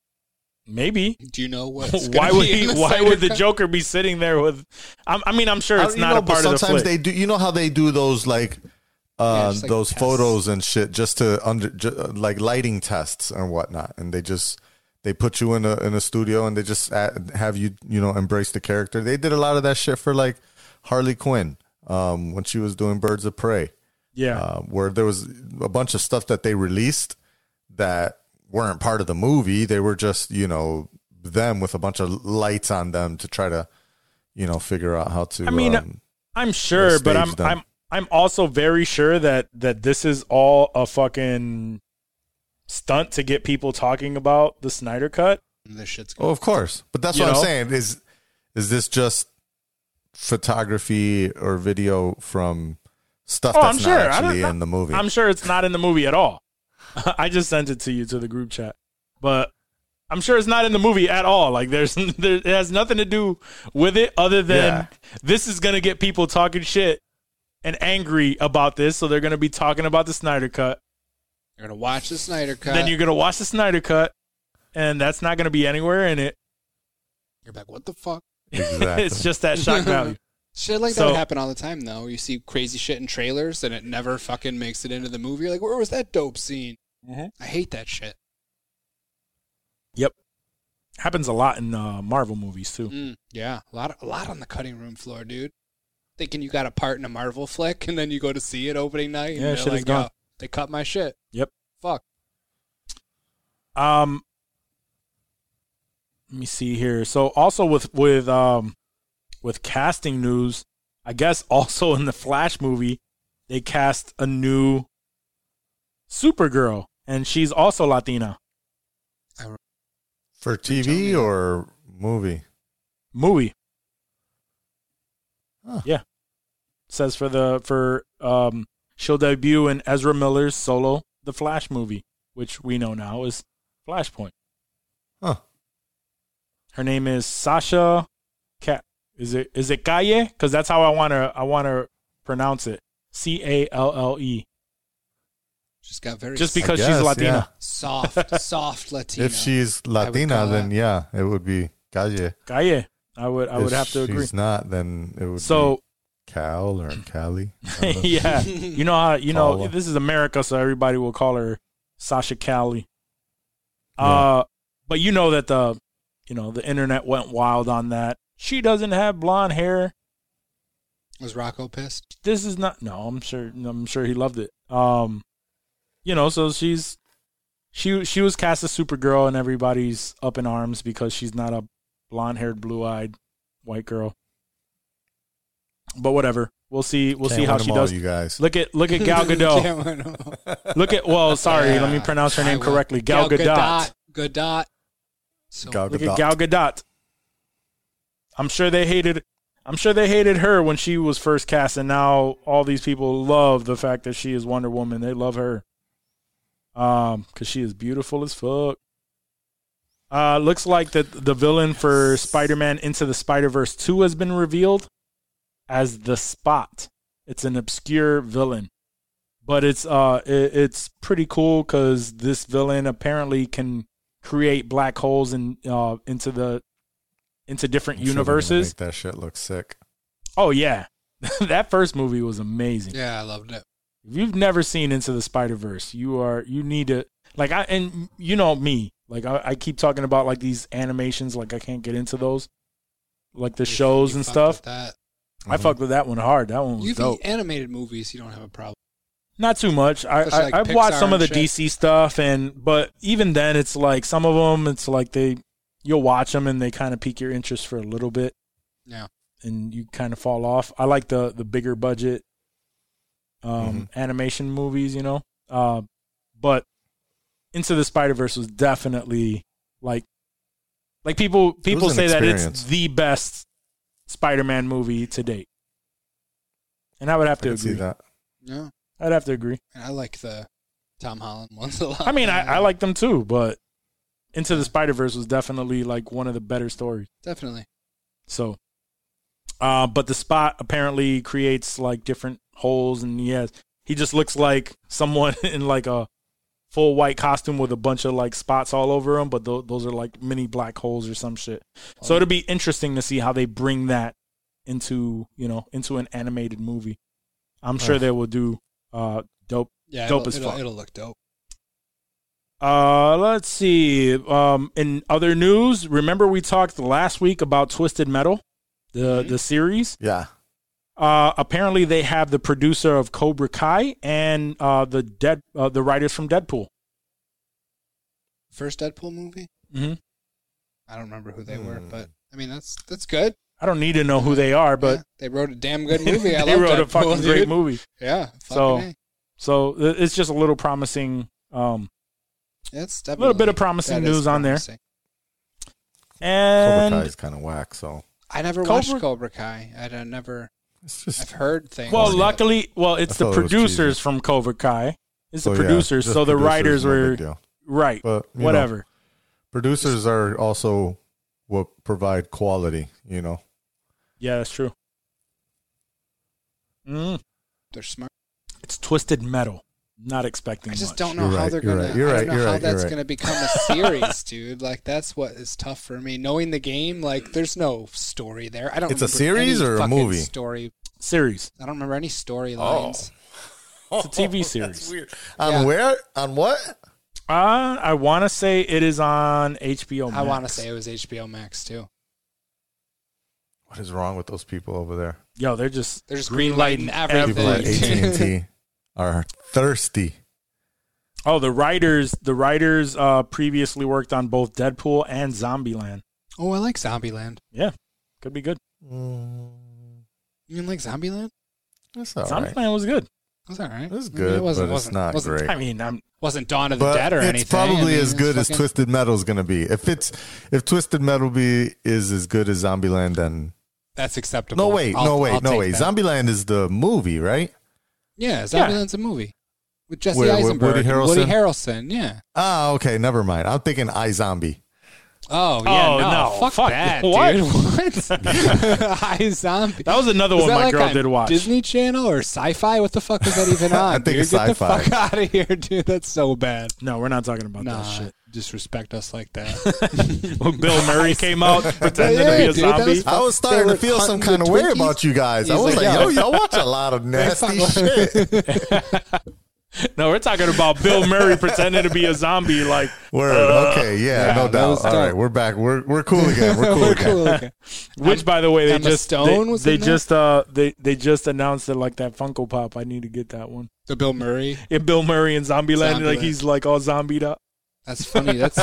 S1: Maybe
S4: Do you know what?
S1: why would he, why would the Joker be sitting there with? I'm, I mean, I'm sure it's
S5: I- you
S1: not
S5: know,
S1: a part
S5: but
S1: of the
S5: sometimes
S1: flick.
S5: they do. You know how they do those like.
S4: Yeah,
S5: Uh,
S4: just like
S5: those
S4: tests.
S5: photos and shit just to under ju- uh, like lighting tests and whatnot and they just they put you in a in a studio and they just a- have you you know embrace the character they did a lot of that shit for like harley quinn um when she was doing birds of prey
S1: yeah,
S5: uh, where there was a bunch of stuff that they released that weren't part of the movie. They were just, you know, them with a bunch of lights on them to try to, you know, figure out how to.
S1: I mean,
S5: um,
S1: I'm sure, but
S5: stage
S1: I'm
S5: them.
S1: I'm I'm also very sure that that this is all a fucking stunt to get people talking about the Snyder Cut.
S4: This shit's
S5: oh, of course. But that's
S1: You
S5: what
S1: know?
S5: I'm saying is, is this just photography or video from stuff
S1: Oh,
S5: that's
S1: I'm
S5: not
S1: sure. I don't
S5: actually
S1: know.
S5: in the movie?
S1: I'm sure it's not in the movie at all. I just sent it to you to the group chat, but I'm sure it's not in the movie at all. Like there's there, it has nothing to do with it other than
S5: Yeah.
S1: this is gonna get people talking shit and angry about this, so they're gonna be talking about the Snyder Cut.
S4: You're gonna watch the Snyder Cut.
S1: Then you're gonna watch the Snyder Cut, and that's not gonna be anywhere in it.
S4: You're like, what the fuck?
S5: exactly.
S1: it's just that shock value.
S4: Shit like
S1: So-
S4: that happen all the time, though. You see crazy shit in trailers, and it never fucking makes it into the movie. You're like, where was that dope scene?
S1: Mm-hmm.
S4: I hate that shit.
S1: Happens a lot in uh, Marvel movies too.
S4: Mm, yeah, a lot, a lot on the cutting room floor, dude. Thinking you got a part in a Marvel flick, and then you go to see it opening night, and
S1: Yeah,
S4: you're
S1: shit is
S4: like,
S1: gone.
S4: "Yo, they cut my shit.
S1: Yep.
S4: Fuck.
S1: Um, let me see here. So also with with um with casting news, I guess also in the Flash movie, they cast a new Supergirl, and she's also Latina.
S5: for TV or movie.
S1: Movie.
S5: Huh.
S1: Yeah, says for the for um she'll debut in Ezra Miller's solo The Flash movie, which we know now is Flashpoint.
S5: Huh.
S1: Her name is Sasha. Cat is it is it Calle? Because that's how I wanna I wanna pronounce it. C A L L E.
S4: Just got very
S1: Just
S4: so-
S1: because
S5: guess,
S1: she's Latina.
S4: soft, soft Latina.
S5: If she's
S4: would
S5: Latina,
S4: call
S5: then yeah, it would be Calle.
S1: Calle. I would I would
S5: If
S1: have to agree.
S5: She's not, then it would
S1: So
S5: be Cal or Cali.
S1: yeah, you know how you know
S5: Paula.
S1: this is America, so everybody will call her Sasha Cali. Uh, but you know that the you know the internet went wild on that. She doesn't have blonde hair.
S4: Was Rocco pissed?
S1: This is not. No, I'm sure. I'm sure he loved it. Um, you know, so she's she she was cast as Supergirl, and everybody's up in arms because she's not a blonde haired, blue eyed white girl. But whatever, we'll see. We'll
S5: Can't
S1: see how
S5: win 'em
S1: she
S5: all,
S1: does.
S5: You guys.
S1: Look at look at Gal Gadot.
S4: Can't win 'em all.
S1: Look at well, sorry, let me
S4: Yeah.
S1: pronounce her
S4: I
S1: name
S4: will.
S1: correctly. Gal, Gadot.
S4: Gadot. Gadot. So
S5: Gal
S1: Look at
S5: Gadot.
S1: Gal Gadot. I'm sure they hated. I'm sure they hated her when she was first cast, and now all these people love the fact that she is Wonder Woman. They love her, um, because she is beautiful as fuck. Uh, looks like that the villain for Spider-Man Into the Spider-Verse Two has been revealed as the Spot. It's an obscure villain, but it's uh, it, it's pretty cool because this villain apparently can create black holes and uh, into the into different
S5: I'm sure they're gonna
S1: universes.
S5: make that shit look sick.
S1: Oh yeah, that first movie was amazing.
S4: Yeah, I loved it.
S1: If you've never seen Into the Spider Verse, you are you need to like I and you know me like I, I keep talking about like these animations like I can't get into those like the
S4: You-
S1: shows
S4: you
S1: and
S4: fucked
S1: stuff.
S4: with That. Mm-hmm.
S1: I fucked with that one hard. That one was
S4: You
S1: dope.
S4: animated movies, you don't have a problem.
S1: Not too much. I,
S4: Especially,
S1: I
S4: like,
S1: I've watched
S4: Pixar
S1: some of
S4: and
S1: the
S4: shit.
S1: DC stuff, and but even then, it's like some of them. It's like they you'll watch them and they kind of pique your interest for a little bit.
S4: Yeah.
S1: and you kind of fall off. I like the the bigger budget um
S4: Mm-hmm.
S1: animation movies, you know. Uh but Into the Spider-Verse was definitely like like people people
S5: an
S1: say that it's
S5: experience.
S1: the best Spider-Man movie to date. And I would have
S5: I
S1: to
S5: can see
S1: agree.
S5: that.
S4: Yeah.
S1: I'd have to agree.
S4: And I like the Tom Holland ones a lot.
S1: I mean, I, I like them too, but Into the Spider-Verse was definitely like one of the better stories.
S4: Definitely.
S1: So, uh, but the spot apparently creates like different holes, and he has he just looks like someone in like a full white costume with a bunch of like spots all over him. But tho- those are like mini black holes or some shit. So it'll be interesting to see how they bring that into you know into an animated movie. I'm sure they will do uh, dope
S4: Yeah,
S1: Dope
S4: it'll,
S1: as
S4: it'll,
S1: fuck.
S4: it'll look dope.
S1: Uh, let's see. Um, in other news, remember we talked last week about Twisted Metal, the
S4: Mm-hmm.
S1: the series.
S5: Yeah.
S1: Uh, apparently, they have the producer of Cobra Kai and uh, the dead uh, the writers from Deadpool.
S4: First Deadpool movie?
S1: Mhm.
S4: I don't remember who they were,
S5: Hmm.
S4: but I mean that's that's good.
S1: I don't need to know who they are, but
S4: Yeah, they wrote a damn good movie. I
S1: they
S4: love
S1: wrote a
S4: Deadpool,
S1: fucking great
S4: dude.
S1: movie.
S4: Yeah. Fucking
S1: So-
S4: A.
S1: So th- it's just a little promising. Um,
S4: It's
S1: a little bit of
S4: definitely-
S1: promising
S4: that is
S1: news on there.
S4: promising.
S5: Cobra Kai
S1: And
S5: is kind of whack, so
S4: I never
S1: Cobra-
S4: watched Cobra Kai. I don't never.
S5: it's just
S4: I've heard things.
S1: well,
S4: but-
S1: luckily, well,
S5: I
S1: it's
S5: thought
S1: the
S5: it was cheesy.
S1: producers from Cobra Kai. It's the
S5: so, yeah,
S1: producers,
S5: just
S1: so the writers
S5: producers, no big
S1: were
S5: deal.
S1: right.
S5: But, you know,
S1: whatever.
S5: producers are also what provide quality. You know,
S1: Yeah, that's true. Mm,
S4: they're smart.
S1: it's twisted metal. Not expecting.
S4: I just
S1: much.
S4: don't know
S5: You're
S4: how
S5: right,
S4: they're
S5: you're
S4: gonna.
S5: right, you're
S4: I
S5: right,
S4: don't know
S5: you're
S4: how
S5: right, you're
S4: that's
S5: right.
S4: gonna become a series, dude. Like that's what is tough for me. Knowing the game, like there's no story there. I don't.
S5: It's a
S4: remember any
S5: series or a
S4: fucking
S5: movie?
S4: Story.
S1: Series.
S4: I don't remember
S1: Oh,
S4: any storylines.
S1: It's a TV series.
S5: weird. On
S4: Yeah.
S5: where? On what?
S1: Uh, I want to say it is on HBO.
S4: I want to
S1: oh, Max.
S4: say it was HBO Max too.
S5: What is wrong with those people over there?
S1: yo, they're just
S4: They're just
S1: Green
S4: greenlighting
S1: lighting
S4: everything.
S5: People at
S1: Everything.
S5: AT and T are thirsty.
S1: oh the writers. The writers uh previously worked on both Deadpool and Zombieland.
S4: oh, I like Zombieland.
S1: Yeah, could be good.
S4: You like Zombieland?
S5: That's all right.
S1: Zombieland was good.
S4: That's all right.
S5: It's good, but it's not
S4: wasn't,
S5: great.
S1: I mean, I'm
S4: Wasn't Dawn of the
S5: But
S4: Dead or
S5: it's
S4: anything? I
S5: probably
S4: mean,
S5: as
S4: it's
S5: good as
S4: fucking-
S5: Twisted Metal's going to be. If it's if Twisted Metal be is as good as Zombieland, then
S4: That's acceptable.
S5: no wait,
S4: I'll-
S5: no
S4: I'll
S5: wait, no
S4: take
S5: wait.
S4: that.
S5: Zombieland is the movie, right?
S4: Yeah, Zombieland's a movie with Jesse
S5: Wait, with
S4: Eisenberg,
S5: Woody
S4: and Woody
S5: Harrelson?
S4: Harrelson. Yeah.
S5: Ah, okay, never mind. I'm thinking I Zombie.
S4: Oh yeah,
S1: Oh,
S4: no,
S1: no.
S4: fuck,
S1: Fuck,
S4: that,
S1: what?
S4: dude. What? I zombie.
S1: that was another one
S4: that
S1: my
S4: like
S1: girl
S4: on
S1: did watch.
S4: Disney Channel or Sci-Fi? What the fuck was that even on?
S5: I think
S4: dude?
S5: it's
S4: Get the
S5: Sci-Fi.
S4: fuck out of here, dude. That's so bad.
S1: No, we're not talking about
S4: Nah,
S1: that Oh, shit.
S4: disrespect us like that.
S1: When Bill Murray came out pretending
S4: Yeah,
S1: to be a
S4: dude, that
S1: zombie.
S4: was
S5: I was starting
S4: They
S5: to
S4: were
S5: feel some
S4: hunting
S5: kind of
S4: the
S5: way
S4: Twinkies.
S5: about you guys. I
S4: He's
S5: was
S4: like,
S5: like,
S4: yeah.
S5: yo, y'all watch a lot of nasty
S4: fuck-
S5: shit.
S1: No, we're talking about Bill Murray pretending to be a zombie. Like,
S5: Word. okay. Yeah.
S4: yeah,
S5: no
S4: that was
S5: doubt. All
S4: dope.
S5: right. We're back. We're we're cool again. We're cool
S4: We're
S5: again.
S4: cool again.
S1: which, by the way, they
S4: Emma
S1: just
S4: Stone
S1: they,
S4: was
S1: they
S4: in there?
S1: just uh they they just announced it like that Funko Pop. I need to get that one.
S4: The Bill Murray.
S1: Yeah, Bill Murray in Zombieland, like
S4: Zombieland.
S1: he's like all zombied up.
S4: That's funny. That's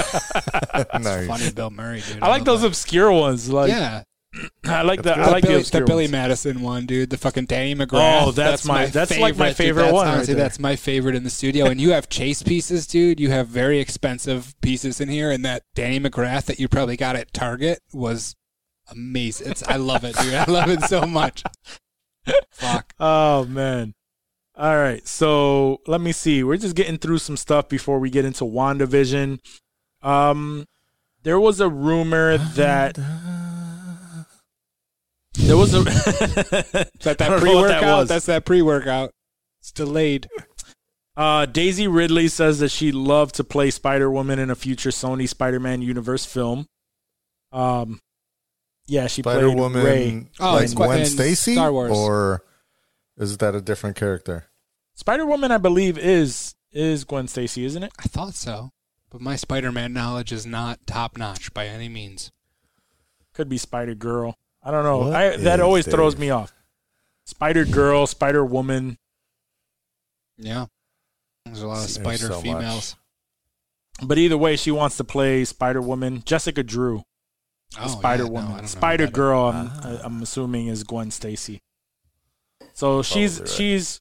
S5: nice.
S4: funny, Bill Murray, dude.
S1: I like
S4: love
S1: those
S4: that.
S1: obscure ones. Like,
S4: yeah,
S1: I like the I
S4: That
S1: like
S4: Billy,
S1: the obscure
S4: that Billy
S1: ones.
S4: Madison one, dude. The fucking Danny McGrath.
S1: Oh, that's my- that's like my
S4: dude.
S1: favorite
S4: That's
S1: one right
S4: Honestly,
S1: there.
S4: that's my favorite in the studio. And you have chase pieces, dude. You have very expensive pieces in here, and that Danny McGrath that you probably got at Target was amazing. It's I love it, dude. I love it so much. Fuck.
S1: Oh man. All right. So let me see. We're just getting through some stuff before we get into WandaVision. Um there was a rumor that there was a
S4: Is that
S1: I
S4: that
S1: don't
S4: pre
S1: know what that
S4: workout?
S1: was.
S4: That's that pre workout. It's delayed.
S1: uh Daisy Ridley says that she'd love to play Spider Woman in a future Sony Spider Man universe film. Um yeah, she
S5: Spider
S1: played Ray.
S5: Woman.
S4: Oh,
S5: like
S4: it's what-
S5: Gwen
S4: in
S5: Stacy.
S4: Star Wars.
S5: Or is that a different character?
S1: Spider Woman, I believe, is is Gwen Stacy, isn't it?
S4: I thought so, but my Spider Man knowledge is not top notch by any means.
S1: Could be Spider Girl. I don't know.
S5: What
S1: I, that
S5: is
S1: always
S5: there?
S1: throws me off. Spider Girl, Spider Woman.
S4: Yeah. There's a lot of
S5: There's
S4: spider
S5: so much.
S4: females.
S1: But either way, she wants to play Spider Woman. Jessica Drew,
S4: Oh, yeah,
S1: Spider
S4: no, I
S1: Woman,
S4: don't know
S1: Spider
S4: about it.
S1: Girl. I'm, I'm assuming is Gwen Stacy. So she's
S5: right.
S1: she's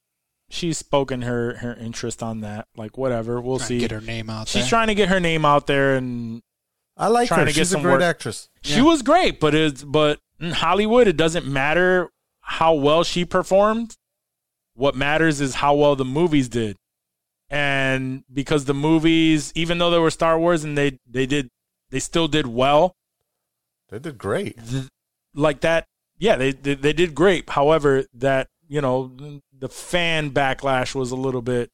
S1: she's spoken her her interest on that. Like whatever, we'll
S4: Trying to
S1: see.
S4: Get her name out
S1: she's
S4: there.
S1: trying to get her name out there, and
S5: I like
S1: Trying
S5: her.
S1: to get
S5: She's
S1: some
S5: a great
S1: work.
S5: actress.
S1: she
S4: Yeah.
S1: was great. But it's but in Hollywood, it doesn't matter how well she performed. What matters is how well the movies did. and because the movies, even though they were Star Wars and they they did they still did well
S5: They did great.
S1: like that. Yeah, they they, they did great. However, that you know the fan backlash was a little bit.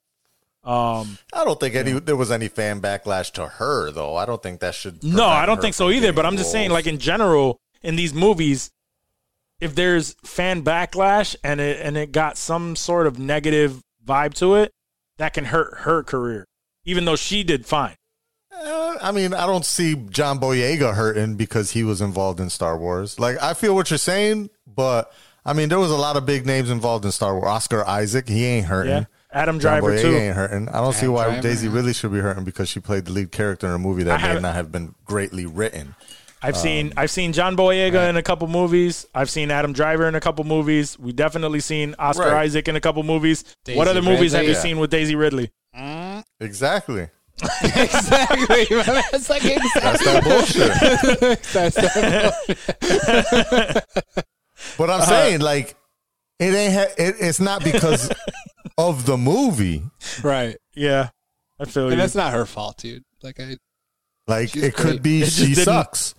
S1: Um,
S5: I don't think any there was any fan backlash to her though. I don't think that should.
S1: no,
S5: prevent
S1: I don't
S5: her
S1: think so
S5: from
S1: either. But
S5: getting
S1: I'm just saying,
S5: roles.
S1: like in general, in these movies, if there's fan backlash and it and it got some sort of negative vibe to it, that can hurt her career, even though she did fine.
S5: Uh, I mean, I don't see John Boyega hurting because he was involved in Star Wars. Like, I feel what you're saying, but I mean, there was a lot of big names involved in Star Wars. Oscar Isaac, he ain't hurting.
S1: Yeah, Adam
S5: Mm-hmm. John
S1: Driver
S5: Boyega
S1: too.
S5: ain't hurting. I don't see
S4: Adam
S5: why
S4: Driver,
S5: Daisy
S4: yeah.
S5: Ridley should be hurting because she played the lead character in a movie
S1: I
S5: that may
S1: haven't-
S5: not have been greatly written.
S1: I've
S4: Um,
S1: seen I've seen John Boyega in a couple movies. I've seen Adam Driver in a couple movies. We definitely seen Oscar
S5: Right.
S1: Isaac in a couple movies. what
S4: Daisy
S1: other movies have
S4: Ridley.
S1: you
S5: Yeah.
S1: seen with Daisy Ridley?
S5: Exactly.
S4: exactly. That's like
S5: That's that bullshit.
S4: exactly. That's that-
S5: But
S1: Uh-huh.
S5: I'm saying, like, it ain't. Ha- it, it's not because of the movie.
S4: right.
S1: Yeah, I feel
S4: And
S1: Oh, you.
S4: that's not her fault, dude. Like I
S5: Like
S4: She's
S5: it could
S4: great.
S5: be
S1: It just
S5: she
S1: didn't-
S5: sucks.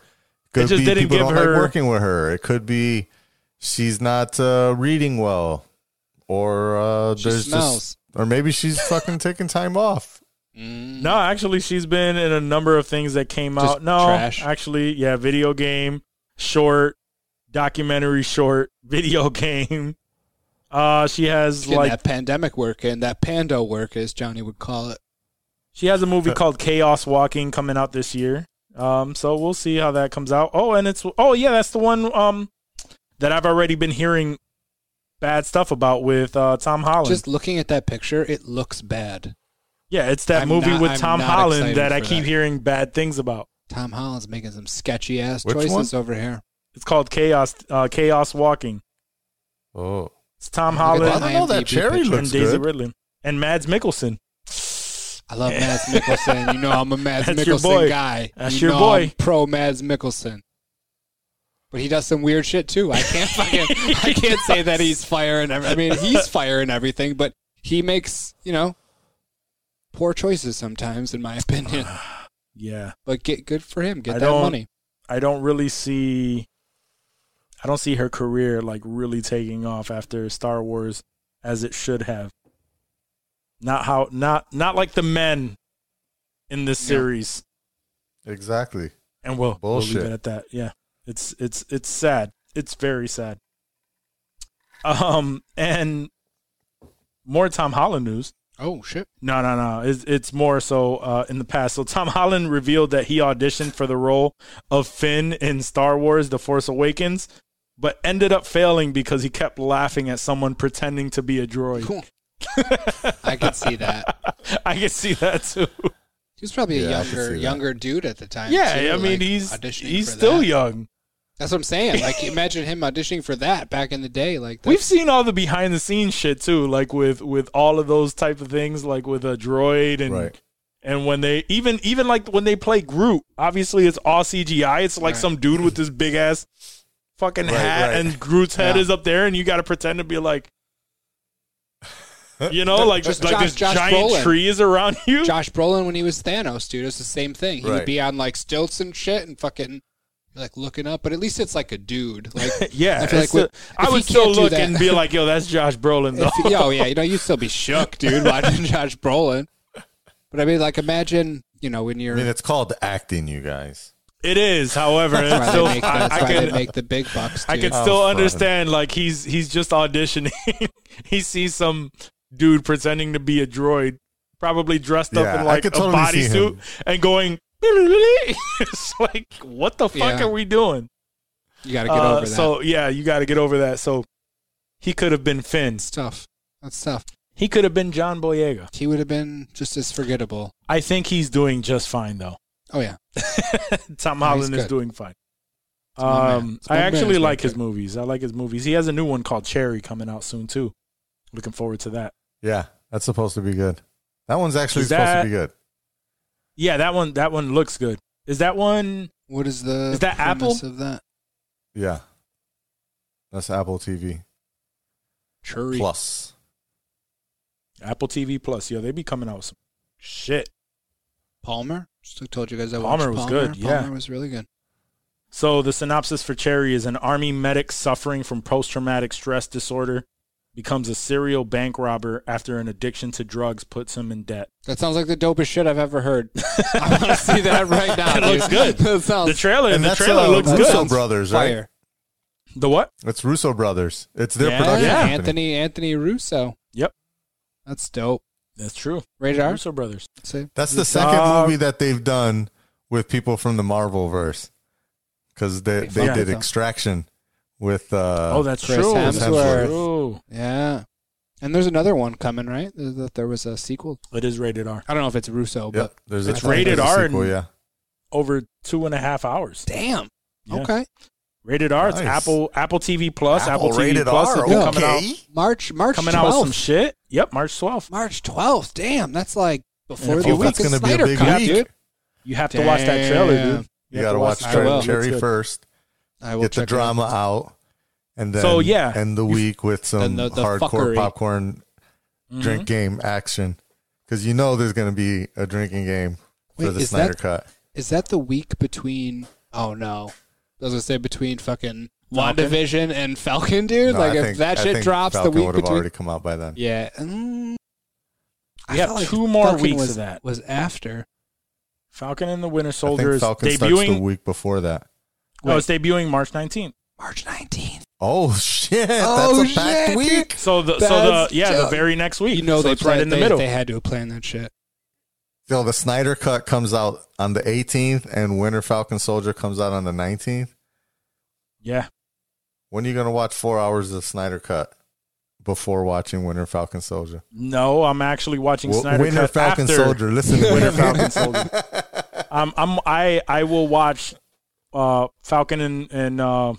S5: Could
S1: just
S5: be
S1: didn't
S5: people
S1: give
S5: don't
S1: her-
S5: like working with her. It could be she's not uh, reading well, or uh,
S4: She
S5: there's
S4: smells.
S5: just, or maybe she's fucking taking time off.
S1: no, actually, she's been in a number of things that came
S4: Just
S1: out. No,
S4: trash.
S1: actually, yeah, video game, short, documentary, short, video game. Uh, she has
S4: getting
S1: like
S4: that pandemic work and that pando work as Johnny would call it.
S1: She has a movie called Chaos Walking coming out this year. Um, so we'll see how that comes out. Oh, and it's oh yeah, that's the one um that I've already been hearing bad stuff about with uh, Tom Holland.
S4: Just looking at that picture, it looks bad.
S1: yeah, it's that
S4: I'm
S1: movie
S4: not-
S1: with
S4: I'm
S1: Tom
S4: not
S1: Holland
S4: excited
S1: that I
S4: for
S1: keep
S4: that.
S1: hearing bad things about.
S4: Tom Holland's making some sketchy ass
S5: Which
S4: choices over here.
S1: It's called Chaos uh, Chaos Walking.
S5: Oh,
S1: It's Tom
S4: Look at
S5: well,
S1: Holland
S5: I don't know. That
S4: IMDb
S5: cherry
S4: picture.
S1: and
S5: looks
S1: Daisy
S5: good.
S1: Ridley and Mads Mikkelsen.
S4: I love Mads Mikkelsen. You know I'm a Mads
S1: That's
S4: Mikkelsen
S1: your boy.
S4: guy.
S1: That's
S4: You
S1: your
S4: know
S1: boy.
S4: I'm pro Mads Mikkelsen. But he does some weird shit too. I can't fucking I can't say that he's fire and ev- I mean he's fire and everything, but he makes, you know, poor choices sometimes in my opinion.
S1: Yeah,
S4: But get good for him. Get
S1: I
S4: that
S1: don't-
S4: money.
S1: I don't really see. I don't see her career like really taking off after Star Wars as it should have. Not how not not like the men in this
S4: Yeah.
S1: series.
S5: Exactly.
S1: And we'll, we'll leave
S5: Bullshit.
S1: it at that. Yeah. It's it's it's sad. It's very sad. Um and more Tom Holland news.
S4: Oh shit!
S1: No, no, no. It's, it's more so uh, in the past. So Tom Holland revealed that he auditioned for the role of Finn in Star Wars: The Force Awakens, but ended up failing because he kept laughing at someone pretending to be a droid.
S4: Cool. I could see that.
S1: I can see that too.
S4: He was probably a
S5: Yeah, I could see
S4: younger
S5: that.
S4: younger dude at the time.
S1: yeah,
S4: too,
S1: I mean
S4: like,
S1: he's
S4: auditioning
S1: he's
S4: for
S1: still
S4: that.
S1: young.
S4: That's what I'm saying. Like imagine him auditioning for that back in the day. Like
S1: We've seen all the behind the scenes shit too, like with with all of those type of things, like with a droid and
S5: Right.
S1: and when they even even like when they play Groot, obviously it's all CGI. It's like
S4: Right.
S1: some dude with this big ass fucking
S5: Right,
S1: hat,
S5: right.
S1: and Groot's head
S4: Yeah.
S1: is up there, and you got to pretend to be like, you know, like
S4: Just
S1: like
S4: Josh-
S1: this
S4: Josh
S1: giant
S4: Brolin.
S1: tree is around you.
S4: Josh Brolin when he was Thanos, dude. It's the same thing. He would
S5: Right.
S4: be on like stilts and shit and fucking like looking up, but at least it's like a dude. Like
S1: yeah,
S4: I feel
S1: it's the-
S4: like with-
S1: I
S4: if he
S1: would still
S4: can't do
S1: look
S4: that-
S1: and be like, yo, that's Josh Brolin though.
S4: If, yeah, oh yeah, you know, you'd still be shook, dude, watching Josh Brolin. But I mean, like, imagine, you know, when you're
S5: I mean, it's called acting, you guys.
S1: it is, however,
S4: that's
S1: it's
S4: why,
S1: still,
S4: they, make,
S1: I,
S4: that's
S1: I
S4: why
S1: can
S4: they make the big bucks.
S1: I
S4: Dude.
S1: can
S5: Oh,
S1: still
S5: fuck.
S1: understand like he's he's just auditioning. he sees some dude pretending to be a droid, probably dressed
S5: Yeah,
S1: up
S5: I
S1: in like a
S5: could totally see
S1: bodysuit
S5: him.
S1: and going. it's like what the fuck
S4: Yeah.
S1: are we doing?
S4: you got to get
S1: Uh,
S4: over that.
S1: So yeah, you got to get over that. So he could have been Finn.
S4: it's tough. That's tough.
S1: He could have been John Boyega.
S4: He would have been just as forgettable.
S1: I think he's doing just fine though.
S4: Oh yeah,
S1: Tom
S4: No, he's
S1: Holland is
S4: good.
S1: doing fine.
S4: my man.
S1: Um,
S4: It's my
S1: I
S4: man.
S1: actually
S4: It's my
S1: like his
S4: pick.
S1: movies. I like his movies. He has a new one called Cherry coming out soon too. Looking forward to that.
S5: Yeah, that's supposed to be good. That one's actually
S1: Is
S5: supposed
S1: that-
S5: to be good.
S1: Yeah, that one that one looks good. Is that one
S4: what is the
S1: Is that
S4: premise
S1: Apple?
S4: of that?
S5: Yeah, that's Apple TV
S4: Churi.
S5: Plus.
S1: Apple TV Plus? Yo, they be coming out with some shit.
S4: Palmer. Just told you guys I watched
S1: Palmer was good, yeah.
S4: Palmer was really good.
S1: So the synopsis for Cherry is an army medic suffering from post-traumatic stress disorder becomes a serial bank robber after an addiction to drugs puts him in debt.
S4: That sounds like the dopest shit I've ever heard. I want to see that right now.
S1: It looks
S4: dude.
S1: good.
S4: that sounds
S1: The trailer
S5: And
S1: the
S5: that's,
S1: trailer
S5: uh,
S1: looks
S5: that's
S1: good.
S5: also- Brothers, right?
S4: fire.
S1: The what?
S5: It's Russo Brothers. It's their
S1: Yeah,
S5: production.
S1: yeah.
S5: company.
S4: Anthony Anthony Russo.
S1: Yep.
S4: That's dope.
S1: That's true.
S4: Rated R.
S1: Russo brothers.
S4: Say-
S5: That's the
S4: is it-
S5: second
S1: Uh,
S5: movie that they've done with people from the Marvel verse, because they
S4: They
S5: they
S1: fucked
S5: did
S4: them.
S5: Extraction with uh,
S1: oh, that's
S4: Chris
S1: true.
S5: Hemsworth.
S1: That's true.
S4: Yeah. And there's another one coming, right? There- That there was a sequel.
S1: It is rated R.
S4: I don't know if it's Russo,
S5: yep.
S4: Oh, but
S5: There's
S1: It's
S5: a, I think
S1: rated
S5: there's a
S1: R
S5: Sequel,
S1: and-
S5: yeah,
S1: Over two and a half hours.
S4: damn.
S1: Yeah.
S4: Okay.
S1: Rated R. It's
S5: Nice.
S1: Apple Apple TV Plus. Apple, TV
S5: rated
S1: Plus.
S5: R.
S1: It's
S4: yeah.
S1: coming out
S5: Okay.
S4: March March
S1: coming
S4: 12th.
S1: out with some shit. Yep, March twelfth.
S4: March 12th. Damn, that's like
S1: In
S4: before
S1: a
S4: the
S1: few
S4: week
S1: weeks.
S4: of
S5: Oh, That's gonna be a
S4: Snyder
S5: big
S4: Cut,
S1: week.
S4: dude.
S1: You have to watch that trailer, dude.
S5: you,
S1: have
S5: gotta
S1: to
S5: watch
S1: that trailer.
S4: will.
S5: Cherry,
S1: It
S5: Cherry
S1: looks good.
S5: first.
S4: I will
S5: Get the
S4: check it out.
S5: drama out, and then
S1: So, yeah.
S5: end the week with some
S4: And the- the
S5: hardcore
S4: fuckery. Mm-hmm.
S5: popcorn drink game action, because you know there's gonna be a drinking game for
S4: Wait,
S5: the
S4: is
S5: Snyder
S4: that-
S5: Cut.
S4: Is that the week between? Oh no, I was gonna say between fucking
S1: Falcon?
S4: WandaVision and Falcon, dude.
S5: No,
S4: like
S5: I
S4: if
S5: think-
S4: that
S5: I
S4: shit
S5: think
S4: drops
S5: Falcon
S4: the week
S5: would have
S4: between.
S5: already come out by then.
S4: Yeah. Mm, I
S1: We have
S4: felt like
S1: two more
S4: Falcon
S1: weeks
S4: was,
S1: of that.
S4: Was after.
S1: Falcon and the Winter
S5: I
S1: Soldier
S5: think
S1: is
S5: Falcon starts the
S1: debuting.
S5: week before that.
S1: Oh, it's debuting March 19th.
S4: March 19th.
S5: Oh shit!
S4: Oh,
S5: that's a packed
S4: shit,
S5: week.
S4: dude.
S1: So the so the
S4: That's
S1: yeah the
S4: dope.
S1: very next week.
S4: You know
S1: so
S4: they
S1: it's right
S4: planned-
S1: in the
S4: they-
S1: middle.
S4: They had to have planned that shit.
S5: So the Snyder Cut comes out on the 18th, and Winter Falcon Soldier comes out on the 19th.
S1: yeah,
S5: When are you gonna watch four hours of Snyder Cut before watching Winter Falcon Soldier?
S1: no, I'm actually watching
S5: Well,
S1: Snyder
S5: Winter
S1: Cut
S5: Falcon
S1: after
S5: Soldier. Listen to
S1: Winter
S5: me.
S1: Falcon Soldier. Um, I'm I I will watch uh Falcon and and uh,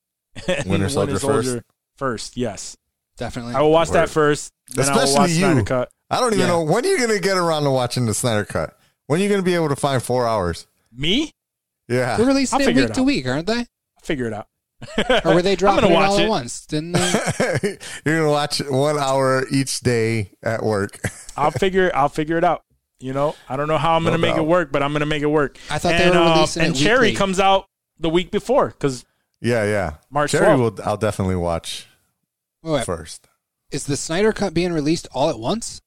S1: and
S5: Winter Soldier first?
S1: first. Yes,
S4: Definitely.
S1: I will watch that
S5: Word.
S1: first. Then I will
S5: Especially
S1: watch
S5: you.
S1: Snyder Cut.
S5: I don't even
S1: Yeah.
S5: know when are you gonna get around to watching the Snyder Cut. When are you gonna be able to find four hours?
S1: Me,
S4: They're
S5: Yeah,
S4: releasing
S1: I'll
S4: it
S1: figure
S4: week
S1: it
S4: to
S1: out.
S4: week, aren't they?
S1: figure it out.
S4: Or were they dropping it
S1: watch
S4: all
S1: it.
S4: at once? Didn't they?
S5: you're gonna watch one hour each day at work.
S1: I'll figure I'll figure it out. You know, I don't know how I'm
S5: No
S1: gonna make it
S5: doubt.
S1: work, but I'm gonna make it work.
S4: I thought they
S1: And,
S4: were
S1: uh,
S4: releasing
S1: and
S4: it
S1: Cherry
S4: weekly.
S1: comes out the week before because
S5: Yeah, yeah.
S1: March
S5: Cherry will. I'll definitely watch
S4: Wait, wait,
S5: first.
S4: is the Snyder Cut being released all at once?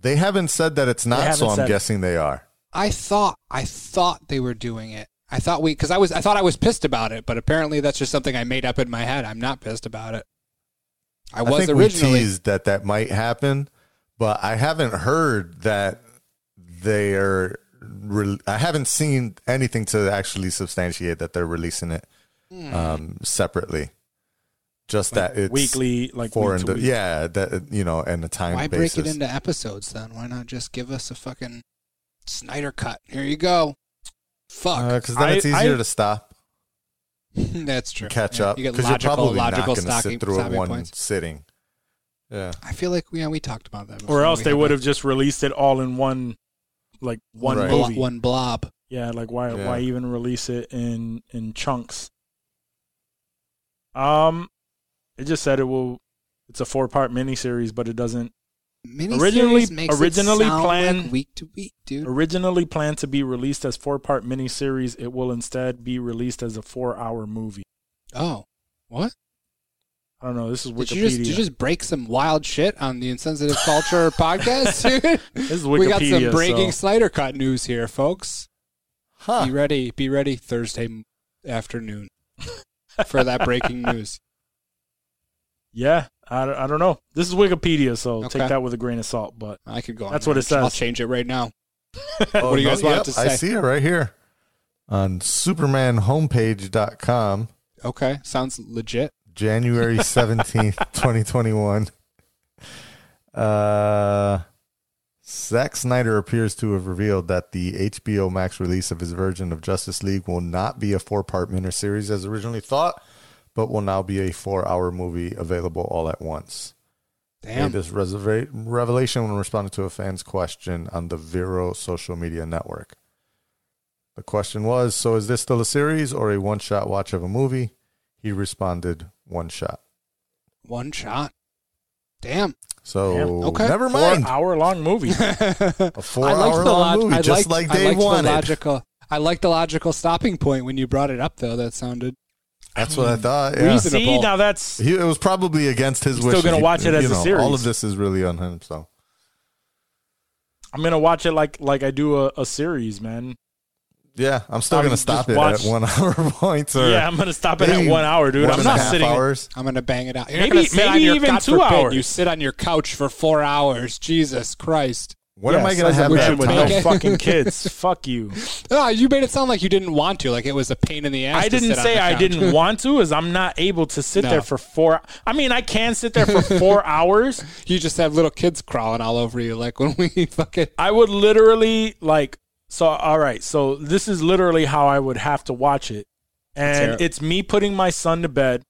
S5: They haven't said that it's not,
S1: haven't
S5: so
S1: said
S5: I'm
S1: it.
S5: guessing they are.
S4: I thought I thought they were doing it. I thought we because I was I thought I was pissed about it, but apparently that's just something I made up in my head. I'm not pissed about it. I was
S5: think
S4: originally.
S5: we teased that that might happen, But I haven't heard that they are. Re- I haven't seen anything to actually substantiate that they're releasing it
S4: Hmm.
S5: um, separately. Just that it's
S1: weekly, like
S5: four
S1: week
S5: and
S1: to week.
S5: yeah, that you know, and the time
S4: Why
S5: basis.
S4: break it into episodes then? Why not just give us a fucking Snyder cut? Here you go. Fuck.
S5: Because then
S1: I-
S5: it's easier
S1: I-
S5: to stop,
S4: That's true.
S5: catch
S4: Yeah,
S5: up.
S4: You get
S5: Because you are
S4: logical,
S5: probably
S4: logical
S5: not going to
S4: stocking,
S5: sit through it
S4: stopping
S5: one
S4: points.
S5: sitting. Yeah,
S4: I feel like yeah, we talked about that. before.
S1: Or else
S4: We
S1: they
S4: had
S1: would
S4: a
S1: have just released it all in one, like one
S5: Right.
S4: blo-
S1: movie.
S4: one blob.
S1: Yeah, like why
S5: Yeah.
S1: why even release it in in chunks? Um, it just said it will. It's a four part miniseries, but it doesn't
S4: Miniseries
S1: Originally-
S4: makes it
S1: originally
S4: sound
S1: planned-
S4: like week to week, dude.
S1: originally planned to be released as four part miniseries. It will instead be released as a four hour movie.
S4: oh, what?
S1: I don't know. This is
S4: Did
S1: Wikipedia.
S4: you just did you just break some wild shit on the insensitive culture podcast, dude?
S1: this is Wikipedia.
S4: we got some breaking
S1: so-
S4: Snyder cut news here, folks.
S5: huh?
S4: Be ready. Be ready Thursday m- afternoon for that breaking news.
S1: yeah, I, don't- I don't know. This is Wikipedia, so
S4: Okay.
S1: take that with a grain of salt. But
S4: I could go. on
S1: That's what
S4: there.
S1: it says.
S4: I'll change it right now.
S5: Oh,
S4: What do you guys want to
S5: I
S4: say?
S5: see it right here on supermanhomepage.com,
S4: Okay, sounds legit.
S5: January 17th, 2021. Uh, Zack Snyder appears to have revealed that the HBO Max release of his version of Justice League will not be a four part miniseries as originally thought, but will now be a four hour movie available all at once.
S4: Damn.
S5: Made this reserva- revelation when responding to a fan's question on the Vero social media network. The question was So is this still a series or a one shot watch of a movie? He responded, One shot.
S4: One shot. Damn.
S5: So
S1: Damn.
S4: Okay.
S5: never
S1: four
S5: mind.
S1: hour long movie.
S5: A four hour long
S4: log-
S5: movie,
S4: I
S5: just
S4: liked-
S5: like
S4: I
S5: they
S4: liked
S5: wanted.
S4: The logical, I liked the logical stopping point when you brought it up, though. That sounded.
S5: That's what I thought. Yeah.
S4: reason-
S1: See,
S4: Reasonable.
S1: now that's
S5: He, it was probably against his
S1: He's
S5: wish.
S1: still gonna
S5: He-
S1: watch it as
S5: you
S1: a
S5: know,
S1: series.
S5: All of this is really on him. So
S1: I'm gonna watch it like like I do a, a series, man.
S5: yeah, I'm still
S1: I
S5: gonna
S1: just
S5: stop it
S1: watched-
S5: at one hour points. Or
S1: yeah, I'm gonna stop it at
S5: maybe
S1: one hour, dude.
S5: one
S1: I'm
S5: and a
S1: not
S5: half
S1: sitting.
S5: hours.
S4: I'm gonna bang it out. You're
S1: Maybe-
S4: not gonna sit on
S1: maybe
S4: your,
S1: even
S4: God
S1: two
S4: forbid,
S1: hours.
S4: You sit on your couch for four hours. Jesus Christ!
S5: What am I
S1: sounds
S5: gonna have
S1: like
S5: that
S1: shit with
S5: time?
S1: no fucking kids? Fuck you.
S4: Oh, you made it sound like you didn't want to. Like it was a pain in the ass.
S1: I
S4: to
S1: didn't
S4: sit on
S1: say
S4: the
S1: I
S4: couch.
S1: didn't want to. Is I'm not able to sit
S4: No.
S1: there for four. I mean, I can sit there for four hours.
S4: you just have little kids crawling all over you, like when we fucking.
S1: I would literally like. So all right. So this is literally how I would have to watch it, and
S4: Terri-
S1: it's me putting my son to bed,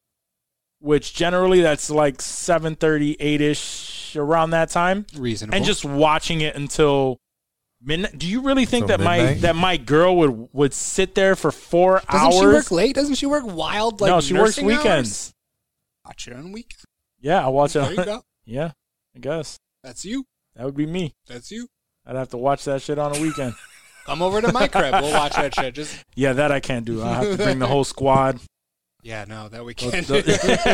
S1: which generally that's like 7:30, 8 ish around that time.
S4: Reasonable.
S1: and just watching it until midnight. Do you really think
S5: Until
S1: that my
S5: midnight?
S1: that my girl would would sit there for 4
S4: doesn't
S1: hours?
S4: she work late? Doesn't she work wild? Like
S1: no, she works
S4: nursing
S1: weekends.
S4: hours? Watch it on weekends.
S1: Yeah, I watch
S4: There
S1: it.
S4: you
S1: On,
S4: go.
S1: yeah, I guess
S4: That's you.
S1: that would be me.
S4: That's you.
S1: I'd have to watch that shit on a weekend.
S4: Come over to my crib. We'll watch that shit. Just
S1: yeah, that I can't do. I have to bring the whole squad.
S4: yeah, no, that we
S1: I
S4: can't.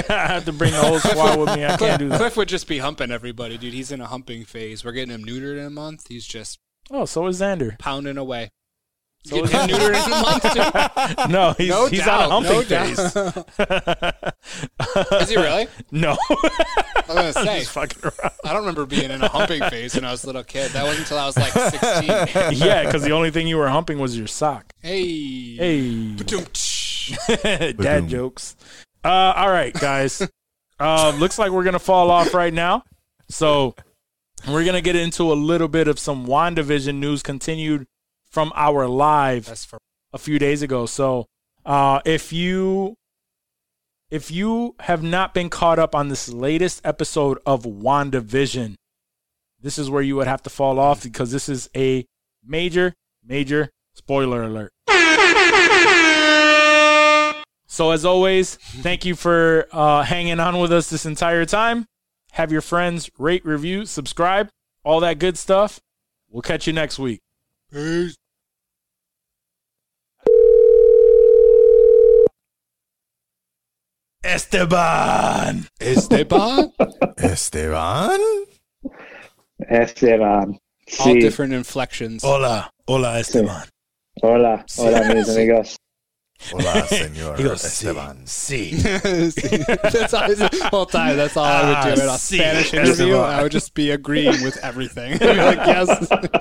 S1: have to bring the whole squad with me. I can't do that.
S4: Cliff would just be humping everybody, dude. He's in a humping phase. We're getting him neutered in a month. He's just
S1: Oh, so is Xander.
S4: pounding away.
S1: So is
S4: getting him neutered in a month, dude.
S1: No, he's
S4: No
S1: he's
S4: doubt,
S1: on a
S4: no
S1: humping phase.
S4: doubt. Is he really?
S1: No,
S4: I was
S1: I'm
S4: gonna
S1: just
S4: say.
S1: fucking around.
S4: I don't remember being in a humping phase when I was a little kid. That wasn't until I was like 16.
S1: Yeah, because the only thing you were humping was your sock.
S4: Hey.
S1: Hey.
S4: Ba-dum-tsh.
S1: dad
S5: Ba-doom.
S1: jokes. Uh, all right, guys. um, looks like we're gonna fall off right now. So we're gonna get into a little bit of some Wandavision news continued from our live
S4: That's for
S1: a few days ago. So uh, if you if you have not been caught up on this latest episode of WandaVision, this is where you would have to fall off because this is a major, major spoiler alert. So as always, thank you for uh, hanging on with us this entire time. Have your friends rate, review, subscribe, all that good stuff. We'll catch you next week.
S4: Peace.
S1: Esteban.
S4: Esteban.
S5: Esteban?
S6: Esteban.
S4: All
S6: Sí.
S4: different inflections.
S1: Hola, hola Esteban.
S6: Hola, hola mis amigos.
S5: Hola, senor
S1: He goes, "Sí,
S5: Esteban.
S1: sí.
S4: that's all, the whole time. That's all I would do in
S1: Ah,
S4: a
S1: sí,
S4: Spanish
S1: that's
S4: interview.
S1: all.
S4: I would just be agreeing with everything. I'd be like, yes,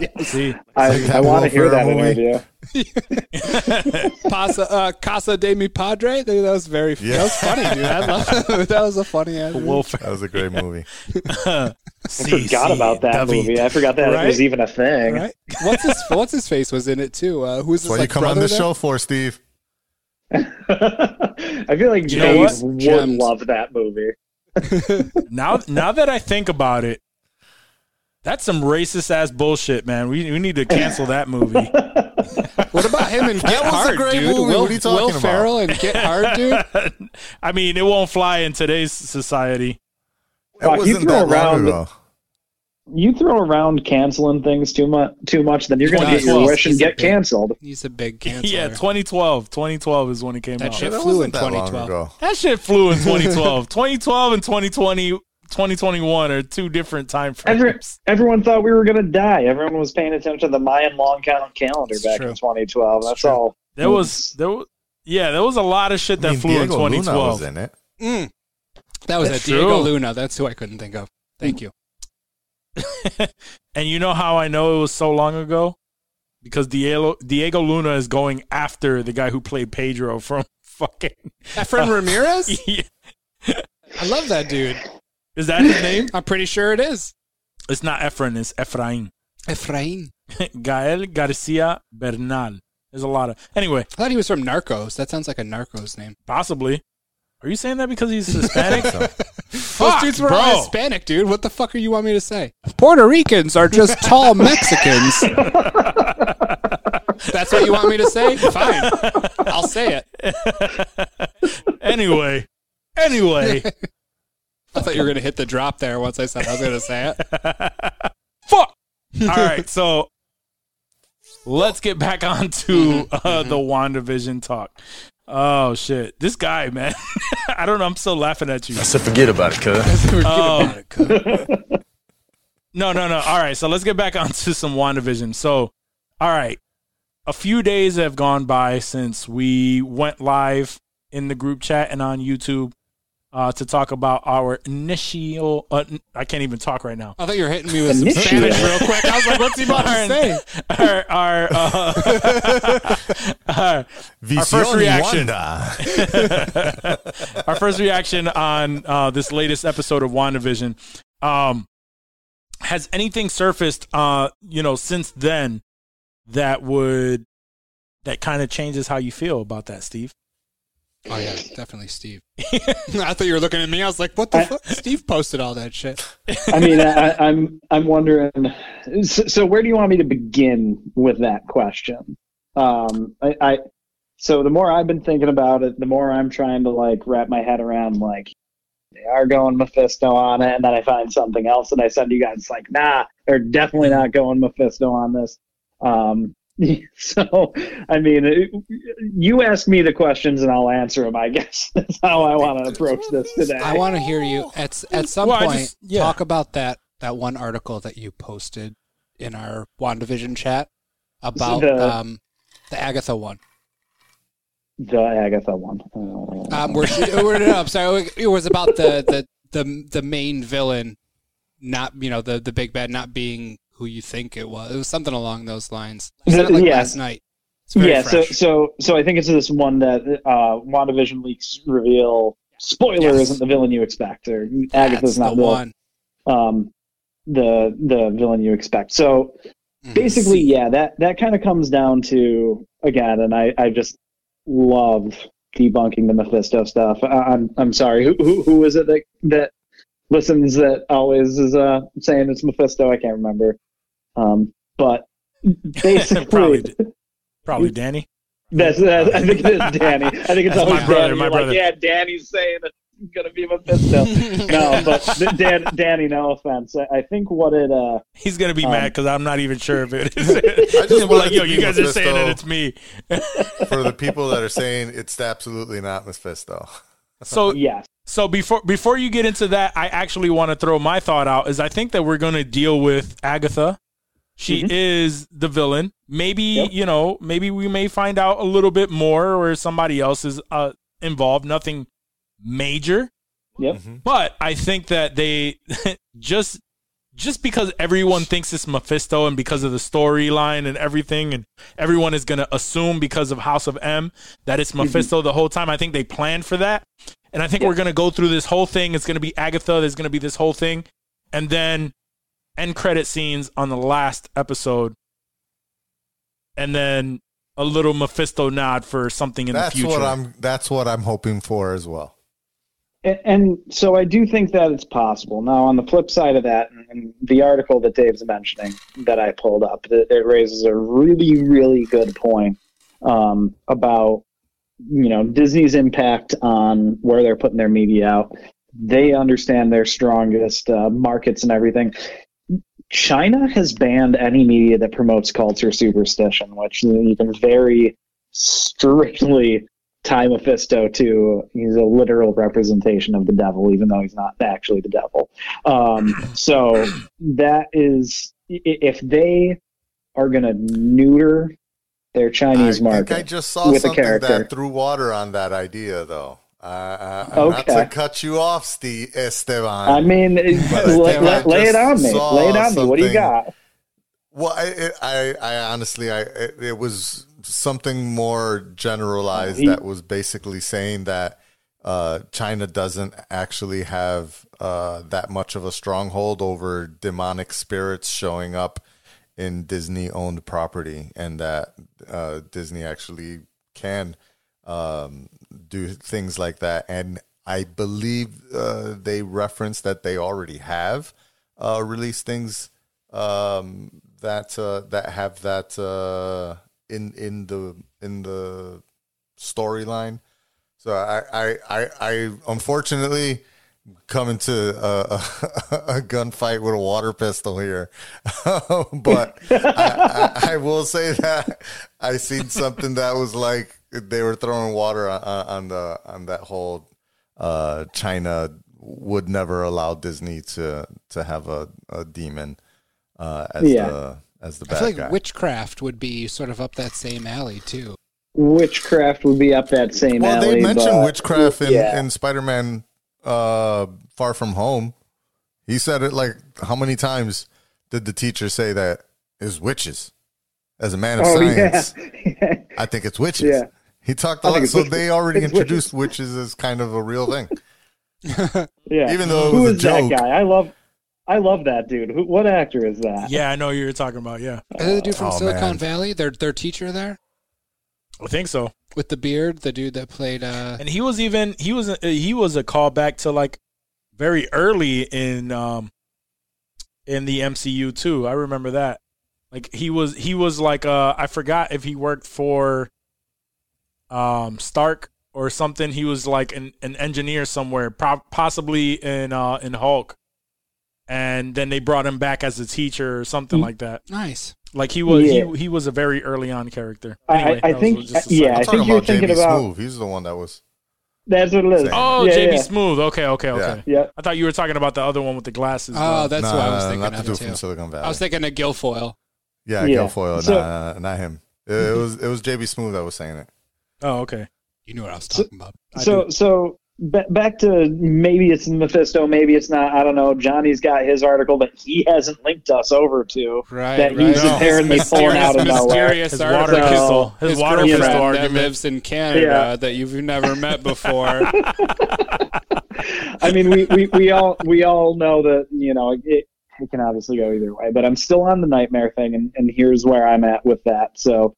S4: yes.
S1: Sí.
S5: It's
S6: I,
S5: like
S6: I
S5: that
S6: want
S5: Will
S6: to hear that
S5: Ferrell movie.
S6: interview.
S4: Pasa, uh, Casa de mi Padre. Dude, that was very. That was funny, dude. I love that. Was a funny ass. movie.
S1: Wolf.
S5: That was a great movie.
S6: I forgot about that movie. I forgot that
S1: Right?
S6: it was even a thing.
S4: Right? What's his What's his face was in it too? Uh,
S5: That's
S4: who's his
S5: what
S4: like
S5: you come on
S4: brother
S5: the
S4: there?
S5: show for, Steve.
S6: I feel like
S1: You know
S6: Dave
S4: what?
S6: would
S4: Gems.
S6: love that movie.
S1: Now, now that I think about it, that's some racist ass bullshit, man. We, we need to cancel that movie.
S4: What about him and Get
S5: was a
S4: Hard,
S5: great
S4: dude?
S5: movie.
S4: Will,
S5: What are you talking
S4: Will
S5: about?
S4: Ferrell and Get Hard, dude.
S1: I mean, it won't fly in today's society.
S5: It
S6: Fuck, you
S5: wasn't
S6: threw
S5: that long
S6: around-
S5: ago.
S6: You throw around canceling things too much, too much, then you're going to get your
S1: 2012.
S6: wish and
S4: He's a
S6: get
S4: big-
S6: canceled.
S4: He's a big cancer.
S1: Yeah, 2012. 2012 is when it came
S4: That
S1: out.
S4: shit
S5: That
S4: flew in
S5: wasn't that long
S4: 2012.
S5: ago.
S1: That shit flew in 2012. 2012 and 2020, 2021 are two different time frames.
S6: Every, everyone thought we were going to die. Everyone was paying attention to the Mayan long count calendar
S4: It's
S6: back
S4: true.
S6: in 2012.
S4: It's
S6: That's
S4: true.
S6: all.
S1: There was there was yeah, there was a lot of shit
S5: I
S1: that
S5: mean,
S1: flew
S5: Diego
S1: in
S5: Luna was
S1: 2012.
S5: in it.
S4: Mm. That was
S1: That's
S4: a Diego
S1: true.
S4: Luna. That's who I couldn't think of. Thank you.
S1: and you know how I know it was so long ago? Because Diego Diego Luna is going after the guy who played Pedro from fucking
S4: Efren Ramirez.
S1: Is
S4: I love that dude.
S1: that his name?
S4: I'm pretty sure it is
S1: It's not Efren, it's Efrain.
S4: Efrain.
S1: Gael Garcia Bernal. There's a lot of anyway,
S4: I thought he was from Narcos. That sounds like a Narcos name.
S1: possibly. Are you saying that because he's Hispanic?
S4: Those
S1: Fuck,
S4: dudes were
S1: bro.
S4: all Hispanic, dude. What the fuck are you want me to say? Puerto Ricans are just tall Mexicans. That's what you want me to say? Fine. I'll say it.
S1: anyway. Anyway.
S4: I thought you were going to hit the drop there once I said I was going to say it.
S1: Fuck. All right, so let's get back on to
S4: Mm-hmm.
S1: uh, the WandaVision talk. Oh shit, this guy, man. I don't know. I'm still laughing at you.
S7: So forget about it, cuz.
S4: Forget
S1: Oh.
S4: about it, cuz.
S1: No, no, no. All right, so let's get back on to some WandaVision. So, all right, a few days have gone by since we went live in the group chat and on YouTube uh, to talk about our initial. Uh, n- I can't even talk right now.
S4: I thought you were hitting me with some
S6: Initiate.
S4: Spanish real quick. I was like, what's he about to say?
S1: our our, uh, our,
S5: Vision
S1: first reaction.
S5: Wanda.
S1: our first reaction on uh, this latest episode of WandaVision. Um, has anything surfaced, uh, you know, since then that would that kind of changes how you feel about that, Steve?
S4: Oh, yeah, definitely Steve. I thought you were looking at me. I was like, what the fuck? Steve posted all that shit.
S6: I mean, I, I- I'm I'm wondering. So, so, where do you want me to begin with that question? Um, I, I so the more I've been thinking about it, the more I'm trying to like wrap my head around like they are going Mephisto on it, and then I find something else, and I send you guys like, nah, they're definitely not going Mephisto on this. Um, so, I mean, it, you ask me the questions, and I'll answer them. I guess that's how I want to approach this today.
S4: I want to hear you at at some
S1: Well, I
S4: point
S1: just- yeah.
S4: talk about that that one article that you posted in our Wandavision chat about
S6: The-
S4: um, the Agatha one.
S6: the Agatha one. Uh,
S4: Um, where she, where no, I'm sorry, it was about the, the the the main villain, not you know the the big bad not being who you think it was. It was something along those lines. I said it like
S6: Yeah.
S4: last night. It's very
S6: yeah,
S4: fresh.
S6: so so so I think it's this one that uh WandaVision leaks reveal spoiler
S4: Yes.
S6: isn't the villain you expect or
S4: That's
S6: Agatha's
S4: the
S6: not
S4: one.
S6: the um the the villain you expect. So
S4: Mhm.
S6: basically yeah that that kind of comes down to again and i i just love debunking the mephisto stuff I, i'm i'm sorry who, who who is it that that listens that always is uh saying it's mephisto i can't remember um but
S1: Probably
S6: basically
S1: d- Probably Danny.
S6: that's, that's i think it's danny i think it's
S1: That's
S6: always
S1: my brother,
S6: danny.
S1: my
S6: You're
S1: brother.
S6: like, yeah danny's saying it's gonna be mephisto no but Dan, danny no offense I, I think what it uh
S1: He's gonna be
S6: Um,
S1: mad because I'm not even sure if it is. I
S5: wanted
S1: like,
S5: to
S1: yo,
S5: be
S1: you guys are saying that
S5: Mephisto.
S1: it's me.
S5: For the people that are saying it's absolutely not Mephisto.
S1: So
S6: yes
S1: So before before you get into that, I actually want to throw my thought out is I think that we're going to deal with Agatha She is the villain. Maybe you know. Maybe we may find out a little bit more, or somebody else is uh, involved. Nothing major,
S6: Yep.
S1: but I think that they just just because everyone thinks it's Mephisto and because of the storyline and everything, and everyone is going to assume because of House of M that it's Mephisto the whole time. I think they planned for that. And I think we're going to go through this whole thing. It's going to be Agatha. There's going to be this whole thing. And then end credit scenes on the last episode. And then a little Mephisto nod for something in
S5: That's
S1: the future.
S5: what I'm. That's what I'm hoping for as well.
S6: A- And so I do think that it's possible. Now, on the flip side of that, and- and the article that Dave's mentioning that I pulled up, it, it raises a really, really good point um, about you know Disney's impact on where they're putting their media out. They understand their strongest uh, markets and everything. China has banned any media that promotes cult or superstition, which you can very strictly Time Mephisto to he's a literal representation of the devil, even though he's not actually the devil. Um, so that is i- if they are going to neuter their Chinese
S5: I
S6: market.
S5: think I just saw
S6: with a
S5: something
S6: character.
S5: that threw water on that idea, though. Uh, uh, Not
S6: Okay.
S5: to cut you off, Steve Esteban.
S6: I mean,
S5: But
S6: lay,
S5: I
S6: lay- lay it
S5: just
S6: on me.
S5: saw
S6: Lay it on me. What do you
S5: something-
S6: got?
S5: Well, I, it, I, I honestly, I it, it was something more generalized
S6: He-
S5: that was basically saying that uh, China doesn't actually have uh, that much of a stronghold over demonic spirits showing up in Disney-owned property, and that uh, Disney actually can um, do things like that. And I believe uh, they reference that they already have uh, released things um, that uh, that have that uh, in in the in the storyline. So I I I, I unfortunately come into a, a, a gunfight with a water pistol here, but I, I, I will say that I seen something that was like they were throwing water on, on the on that whole uh, China would never allow Disney to to have a, a demon uh, as
S6: Yeah.
S5: the as the
S4: I
S5: bad
S4: feel like
S5: guy.
S4: witchcraft would be sort of up that same alley too.
S6: Witchcraft would be up that same
S5: well,
S6: alley.
S5: they mentioned
S6: but-
S5: witchcraft in,
S6: uh, yeah.
S5: in Spider-Man uh, Far From Home. He said it like how many times did the teacher say that is witches? As a man of
S6: Oh,
S5: science,
S6: yeah.
S5: I think it's witches.
S6: Yeah.
S5: He talked a
S6: I think
S5: lot,
S6: it's
S5: so
S6: witches.
S5: they already
S6: It's
S5: introduced witches. as kind of a real thing.
S6: yeah.
S5: Even though it
S6: Who
S5: was a
S6: is that
S5: joke.
S6: guy? I love, I love that dude. Who, what actor is that?
S1: yeah, I know who you're talking about. Yeah,
S4: Is it the dude from
S5: Oh,
S4: Silicon
S5: man.
S4: Valley? Their their teacher there
S1: I think so.
S4: with the beard, the dude that played. Uh,
S1: and he was even he was uh, he was a callback to like very early in um in the MCU too. I remember that. Like he was he was like uh I forgot if he worked for um Stark or something. He was like an, an engineer somewhere, pro- possibly in uh in Hulk. And then they brought him back as a teacher or something like that.
S4: nice.
S1: Like he was
S6: Mm-hmm. Yeah.
S1: he he was a very early on character.
S6: I- I- I
S1: that
S6: think-
S1: just a side-
S6: yeah,
S5: I'm
S6: I
S5: talking
S6: think you're
S5: about
S6: thinking
S5: JB
S6: about-
S5: Smoove. He's the one that was.
S6: That's what it is.
S1: Oh,
S6: yeah,
S1: JB
S6: yeah.
S1: Smooth. Okay, okay, okay.
S5: Yeah.
S6: Yep.
S1: I thought you were talking about the other one with the glasses. though.
S4: Oh, that's what I
S5: Uh, Nah,
S4: was thinking
S5: not the
S4: of
S5: dude
S4: too.
S5: from Silicon Valley.
S4: I was thinking of Guilfoyle.
S5: yeah,
S6: Yeah.
S5: Guilfoyle.
S6: So-
S5: nah, nah, not him. It, it was it was JB Smooth that was saying it.
S1: oh, okay.
S4: You knew what I was talking about.
S1: I
S6: so so ba- back to maybe it's Mephisto, maybe it's not. I don't know. Johnny's got his article that he hasn't linked us us over to.
S4: Right,
S6: that
S4: right.
S6: he's
S1: No.
S6: apparently pulling out of nowhere.
S4: mysterious
S1: His water
S4: article.
S1: pistol. His,
S4: His
S1: water
S4: girlfriend
S1: pistol
S6: Yeah.
S4: that
S1: argument.
S4: lives in Canada
S6: Yeah.
S4: that you've never met before.
S6: I mean, we, we, we all we all know that you know it, it can obviously go either way. But I'm still on the nightmare thing, and, and here's where I'm at with that. So,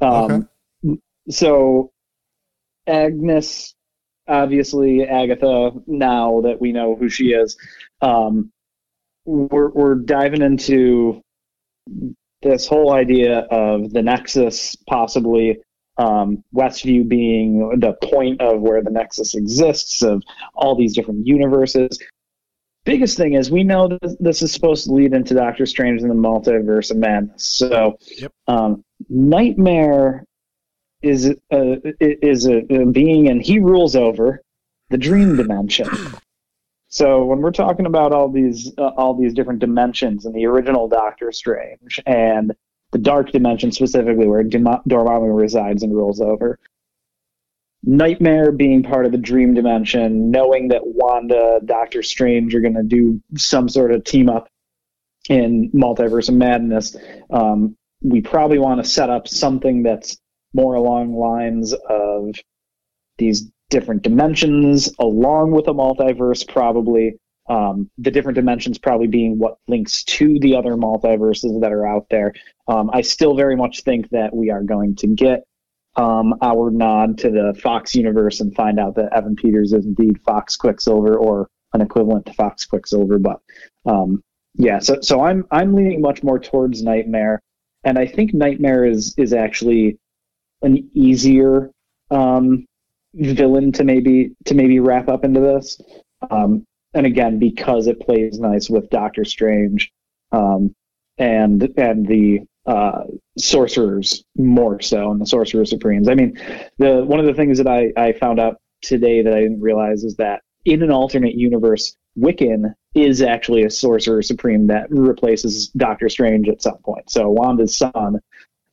S6: um, so Agnes, obviously Agatha. Now that we know who she is, um, we're we're diving into this whole idea of the Nexus possibly. Um, Westview being the point of where the Nexus exists, of all these different universes. Biggest thing is we know that this is supposed to lead into Doctor Strange and the Multiverse of Madness. So,
S1: Yep.
S6: um, Nightmare is uh, a, uh, is a, a being, and he rules over the dream dimension. So when we're talking about all these uh, all these different dimensions in the original Doctor Strange and the dark dimension specifically where Dorm- Dormammu resides and rules over, Nightmare being part of the dream dimension, knowing that Wanda, Doctor Strange are going to do some sort of team up in Multiverse of Madness, um, we probably want to set up something that's more along lines of these different dimensions, along with a multiverse, probably. Um, the different dimensions probably being what links to the other multiverses that are out there. Um, I still very much think that we are going to get um, our nod to the Fox universe and find out that Evan Peters is indeed Fox Quicksilver or an equivalent to Fox Quicksilver. But um, yeah, so so I'm I'm leaning much more towards Nightmare, and I think Nightmare is is actually an easier um, villain to maybe to maybe wrap up into this. Um, and again, because it plays nice with Doctor Strange, um, and and the uh, sorcerers more so, and the sorcerer supremes. I mean, the one of the things that I I found out today that I didn't realize is that in an alternate universe, Wiccan is actually a sorcerer supreme that replaces Doctor Strange at some point. So Wanda's son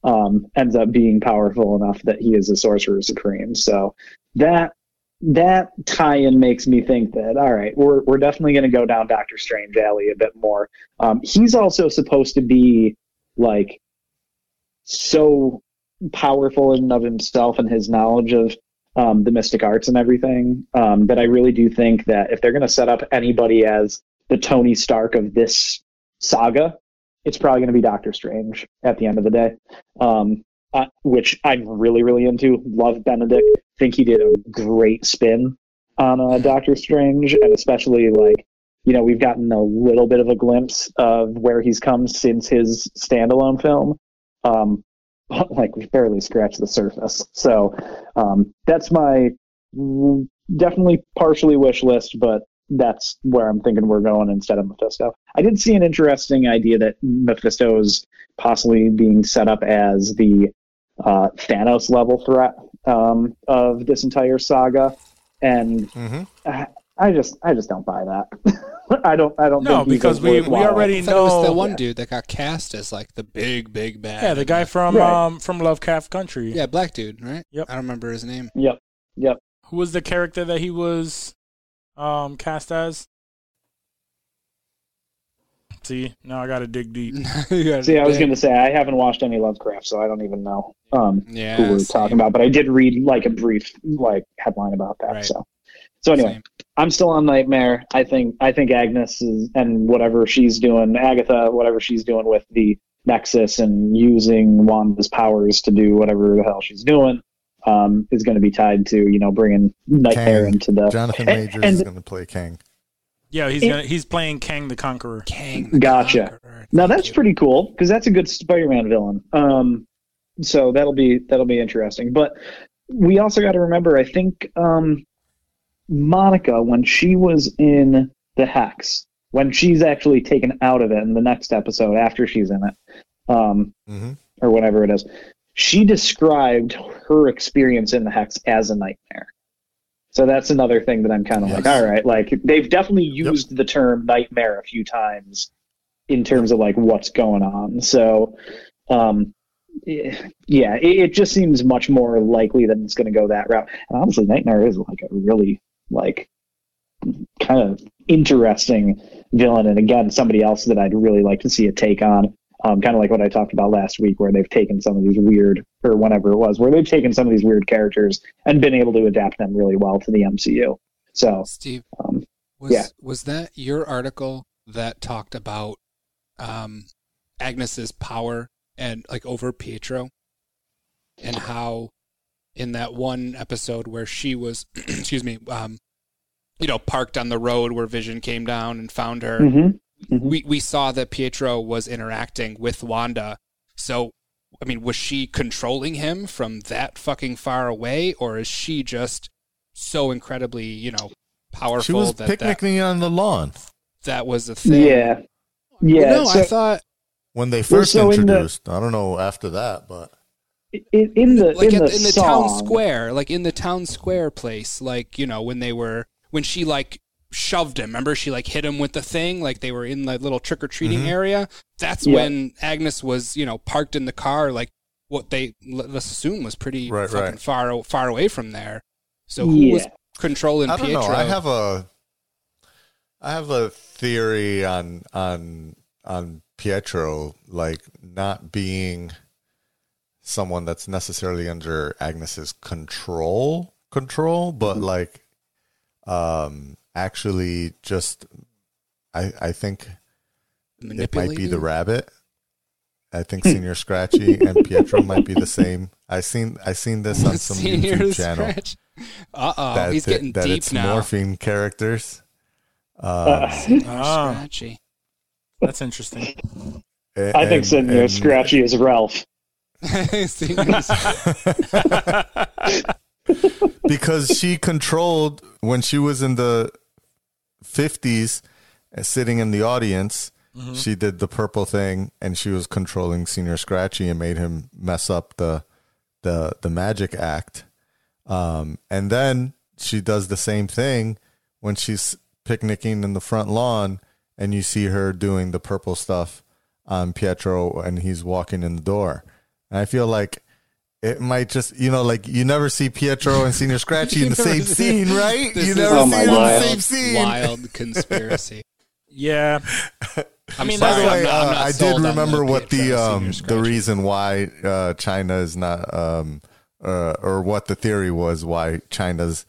S6: um, ends up being powerful enough that he is a sorcerer supreme. So that that tie-in makes me think that all right, we're we're definitely going to go down Doctor Strange alley a bit more. Um, he's also supposed to be like so powerful in and of himself and his knowledge of um, the mystic arts and everything um, that I really do think that if they're going to set up anybody as the Tony Stark of this saga, it's probably going to be Doctor Strange at the end of the day, um, uh, which I'm really, really into. Love Benedict. Think he did a great spin on uh, Doctor Strange, and especially like you know we've gotten a little bit of a glimpse of where he's come since his standalone film. Um, but like we've barely scratched the surface. So um, that's my mm, definitely partially wish list, but that's where I'm thinking we're going instead of Mephisto. I did see an interesting idea that Mephisto is possibly being set up as the uh, Thanos level threat um, of this entire saga, and
S5: Mm-hmm.
S6: I I just I just don't buy that. I don't I don't
S1: No,
S6: think he's
S1: because
S6: as
S1: we we
S6: worthwhile.
S1: already
S4: I thought it was the
S1: know.
S4: one dude that got cast as like the big, big bad.
S1: Yeah, the guy from
S6: Right.
S1: um from Lovecraft Country.
S4: Yeah, black dude, right?
S1: Yep.
S4: I don't remember his name.
S6: yep yep
S1: Who was the character that he was um cast as? See, now I gotta dig deep.
S6: see I was gonna say I haven't watched any Lovecraft so I don't even know um
S4: Yeah.
S6: who we were
S4: same,
S6: talking about, but I did read like a brief like headline about that.
S4: Right.
S6: So, so anyway,
S4: same.
S6: I'm still on Nightmare. I think I think Agnes is and whatever she's doing, Agatha, whatever she's doing with the Nexus and using Wanda's powers to do whatever the hell she's doing, um, is going to be tied to you know bringing Nightmare
S5: Kang.
S6: into the
S5: Jonathan
S6: and-
S5: Majors
S6: and-
S5: is going to play King.
S1: Yeah, he's
S6: It-
S1: gonna, he's playing Kang the Conqueror.
S4: Kang the
S6: Gotcha.
S4: Conqueror.
S6: Now
S4: Thank
S6: that's
S4: you.
S6: pretty cool because that's a good Spider-Man villain. Um, so that'll be that'll be interesting. But we also got to remember, I think um, Monica when she was in the Hex, when she's actually taken out of it in the next episode after she's in it, um,
S5: Mm-hmm.
S6: or whatever it is, she described her experience in the Hex as a nightmare. So that's another thing that I'm kind of
S5: Yes.
S6: like, all right, like they've definitely used the term nightmare a few times in terms of like what's going on. So, um, eh, yeah, it, it just seems much more likely that it's going to go that route. And honestly, nightmare is like a really like kind of interesting villain, and again, somebody else that I'd really like to see a take on um, kind of like what I talked about last week, where they've taken some of these weird, or whenever it was, where they've taken some of these weird characters and been able to adapt them really well to the MCU. So,
S4: Steve,
S6: um,
S4: was
S6: yeah.
S4: was that your article that talked about um, Agnes's power and like over Pietro, and how in that one episode where she was, excuse me, um, you know, parked on the road where Vision came down and found her,
S6: mhm.
S4: we we saw that Pietro was interacting with Wanda. So, I mean, was she controlling him from that fucking far away, or is she just so incredibly, you know, powerful
S5: She was
S4: that, that
S5: picnicking on the lawn
S4: that was the thing?
S6: yeah,
S4: Well,
S6: yeah.
S4: no,
S6: so
S4: I thought
S5: when they first
S6: so in the-
S5: introduced. I don't know after that, but
S6: i- in, the
S4: like
S6: in,
S4: at-
S6: the,
S4: in the
S6: song,
S4: town square, like in the town square place, like you know when they were when she like shoved him. Remember, she like hit him with the thing, like they were in the little trick or treating area. That's
S6: Mm-hmm. Yeah.
S4: when Agnes was, you know, parked in the car, like what they let us assume was pretty
S5: Right,
S4: fucking
S5: right.
S4: far far away from there. So who was
S6: Yeah.
S4: controlling
S5: I don't
S4: Pietro?
S5: know. I have a, I have a theory on on on Pietro like not being someone that's necessarily under Agnes's control control,
S6: Mm-hmm.
S5: but like, um, actually just, I I think it might be the
S4: Manipulating?
S5: rabbit. I think
S4: Hmm.
S5: Senior Scratchy and Pietro might be the same. I seen I seen this on some
S4: Senior
S5: YouTube channel
S4: scratch. Uh oh,
S5: that,
S4: he's
S5: it-
S4: getting
S5: that
S4: deep
S5: it's
S4: now.
S5: morphine characters.
S6: Uh,
S5: Uh,
S1: Ah.
S4: Scratchy.
S1: That's interesting.
S6: I think Senior Scratchy is Ralph.
S4: Senior
S5: because she controlled when she was in the 50s uh, sitting in the audience
S6: Mm-hmm.
S5: she did the purple thing and she was controlling senior scratchy and made him mess up the the the magic act um and then she does the same thing when she's picnicking in the front lawn and you see her doing the purple stuff on pietro and he's walking in the door and i feel like it might just you know like you never see Pietro and Senior Scratchy in the same scene, right?
S4: This
S5: you
S4: is
S5: never
S6: Oh
S5: see
S6: my
S5: them in the
S6: God.
S5: same scene.
S4: Wild conspiracy.
S1: Yeah.
S4: i mean,
S5: By
S4: that's
S5: the
S4: why
S5: way,
S4: I'm not- I'm
S5: uh,
S4: not
S5: I
S4: sold
S5: did
S4: on
S5: remember what
S4: Pietro
S5: the
S4: Senior
S5: um, the
S4: Scratch.
S5: reason why uh, China is not um, uh, or what the theory was why China's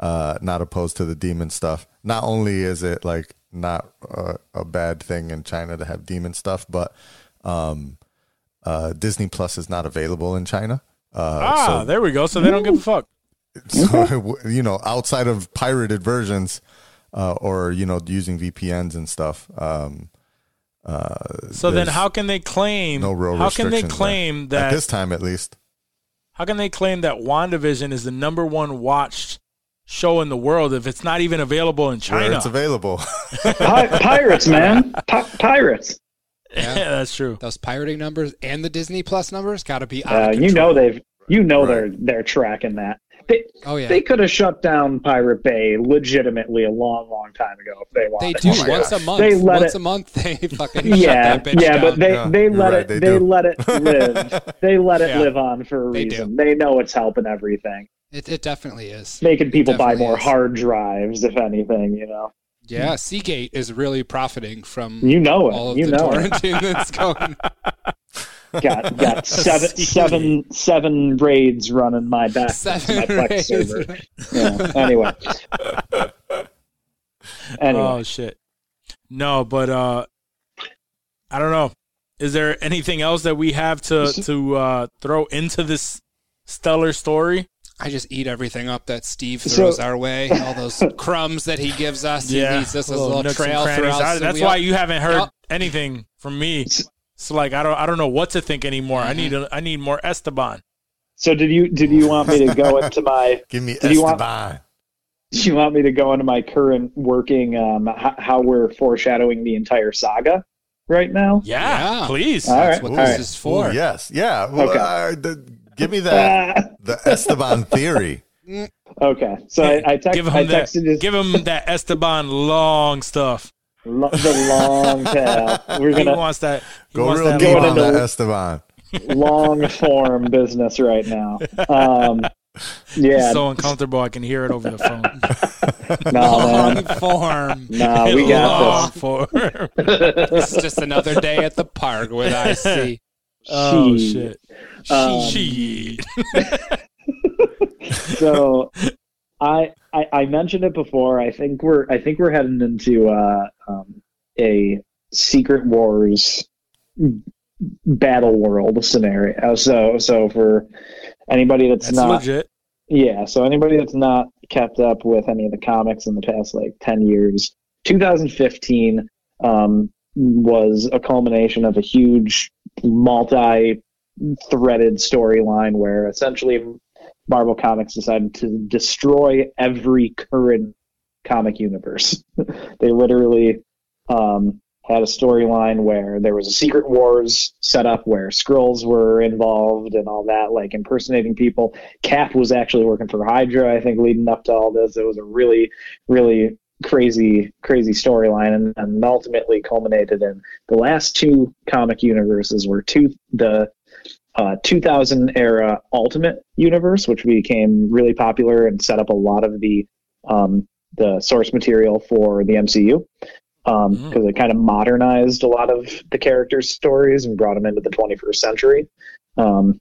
S5: uh, not opposed to the demon stuff. Not only is it like not uh, a bad thing in China to have demon stuff, but um, uh, Disney Plus is not available in China. Uh,
S1: Ah,
S5: so
S1: there Mm-hmm. we go. So they don't give a fuck.
S5: so you know outside of pirated versions uh, or you know using vpns and stuff um uh
S1: So then,
S5: there's
S1: how can they claim?
S5: no real
S1: how can they
S5: restrictions there.
S1: claim
S5: at
S1: that?
S5: this time at least
S1: how can they claim that WandaVision is the number one watched show in the world if it's not even available in
S5: where
S1: China?
S5: it's available
S6: Pi- pirates, man, Pi- pirates.
S1: yeah. that's true.
S4: Those pirating numbers and the Disney Plus numbers got to be out
S6: Uh,
S4: of
S6: you know
S4: Ah, control.
S6: they've, you know
S5: Right.
S6: they're they're tracking that. They,
S4: Oh yeah,
S6: they could have shut down Pirate Bay legitimately a long, long time ago if they
S4: they
S6: wanted.
S4: do
S6: to.
S4: once a month.
S6: They let
S4: once
S6: it-
S4: a month they fucking
S6: yeah,
S4: shut that bitch
S6: yeah,
S4: down.
S6: but they,
S5: Oh, Yeah,
S6: they
S5: you're
S6: let
S5: right,
S6: it
S5: they
S6: they,
S5: do.
S6: let it live. they let it
S4: Yeah.
S6: live on for a
S4: They do.
S6: reason. They know it's helping everything,
S4: it, it definitely is.
S6: making
S4: It
S6: people buy
S4: definitely
S6: more
S4: is.
S6: hard drives, if anything. You know,
S4: Yeah, Seagate is really profiting from
S6: you know
S4: all
S6: it.
S4: of
S6: You
S4: the
S6: know it.
S4: torrenting that's going.
S6: Got got seven
S1: Seriously.
S6: seven seven raids running my back.
S4: Seven
S6: my Plex
S4: raids.
S6: server. Yeah, Anyway. Anyway,
S1: Oh shit. No, but uh, I don't know. Is there anything else that we have to to uh, throw into this stellar story?
S4: I just eat everything up that Steve
S6: So-
S4: throws our way. All those crumbs that he gives us. He leaves us a little,
S1: nooks and
S4: trail
S1: crannies.
S4: throughout.
S1: I-
S4: so
S1: that's
S4: we
S1: why
S4: all-
S1: you haven't heard
S4: Yep.
S1: anything from me.
S6: S-
S1: So like I don't I don't know what to think anymore. I need a, I need more Esteban.
S6: so did you did you want me to go into my
S5: give me
S6: Did you want-
S5: esteban
S6: do you want me to go into my current working um h- how we're foreshadowing the entire saga right now?
S1: Yeah,
S4: Yeah.
S1: please.
S6: All
S4: That's
S6: right.
S4: what
S6: All
S4: this
S6: right.
S4: is for.
S5: Ooh, yes yeah well,
S6: Okay.
S5: uh, the- give me that
S6: Ah,
S5: the esteban theory
S6: okay. So I, I, text,
S1: give him
S6: I
S1: that.
S6: texted his,
S1: Give him that Esteban long stuff.
S6: lo- the long tail. We're
S1: He
S6: gonna
S1: wants that. He
S5: go
S1: wants
S5: real
S1: that
S5: deep
S1: long-
S5: on that
S6: into-
S5: esteban
S6: long form business right now. Um, yeah.
S1: So uncomfortable, I can hear it over the phone.
S6: no,
S4: Long
S6: man.
S4: form.
S6: Nah, Uh, we
S1: Long
S6: got
S1: form.
S4: It's just another day at the park with IC.
S6: this.
S1: oh
S6: Jeez.
S1: shit.
S6: Um,
S1: Shit.
S6: so I, I I mentioned it before. I think we're I think we're heading into uh, um, a Secret Wars battle world scenario. So so for anybody that's,
S1: That's
S6: not
S1: legit.
S6: yeah, so anybody that's not kept up with any of the comics in the past like 10 years, 2015 um, was a culmination of a huge multi threaded storyline where essentially Marvel Comics decided to destroy every current comic universe. they literally um, had a storyline where there was a Secret Wars set up where Skrulls were involved and all that, like impersonating people. Cap was actually working for Hydra, I think, leading up to all this. It was a really, really crazy, crazy storyline, and, and ultimately culminated in the last two comic universes were two the uh, 2000 era Ultimate Universe, which became really popular and set up a lot of the um, the source material for the MCU because
S1: Mhm.
S6: um, it kind of modernized a lot of the characters' stories and brought them into the 21st century. Um,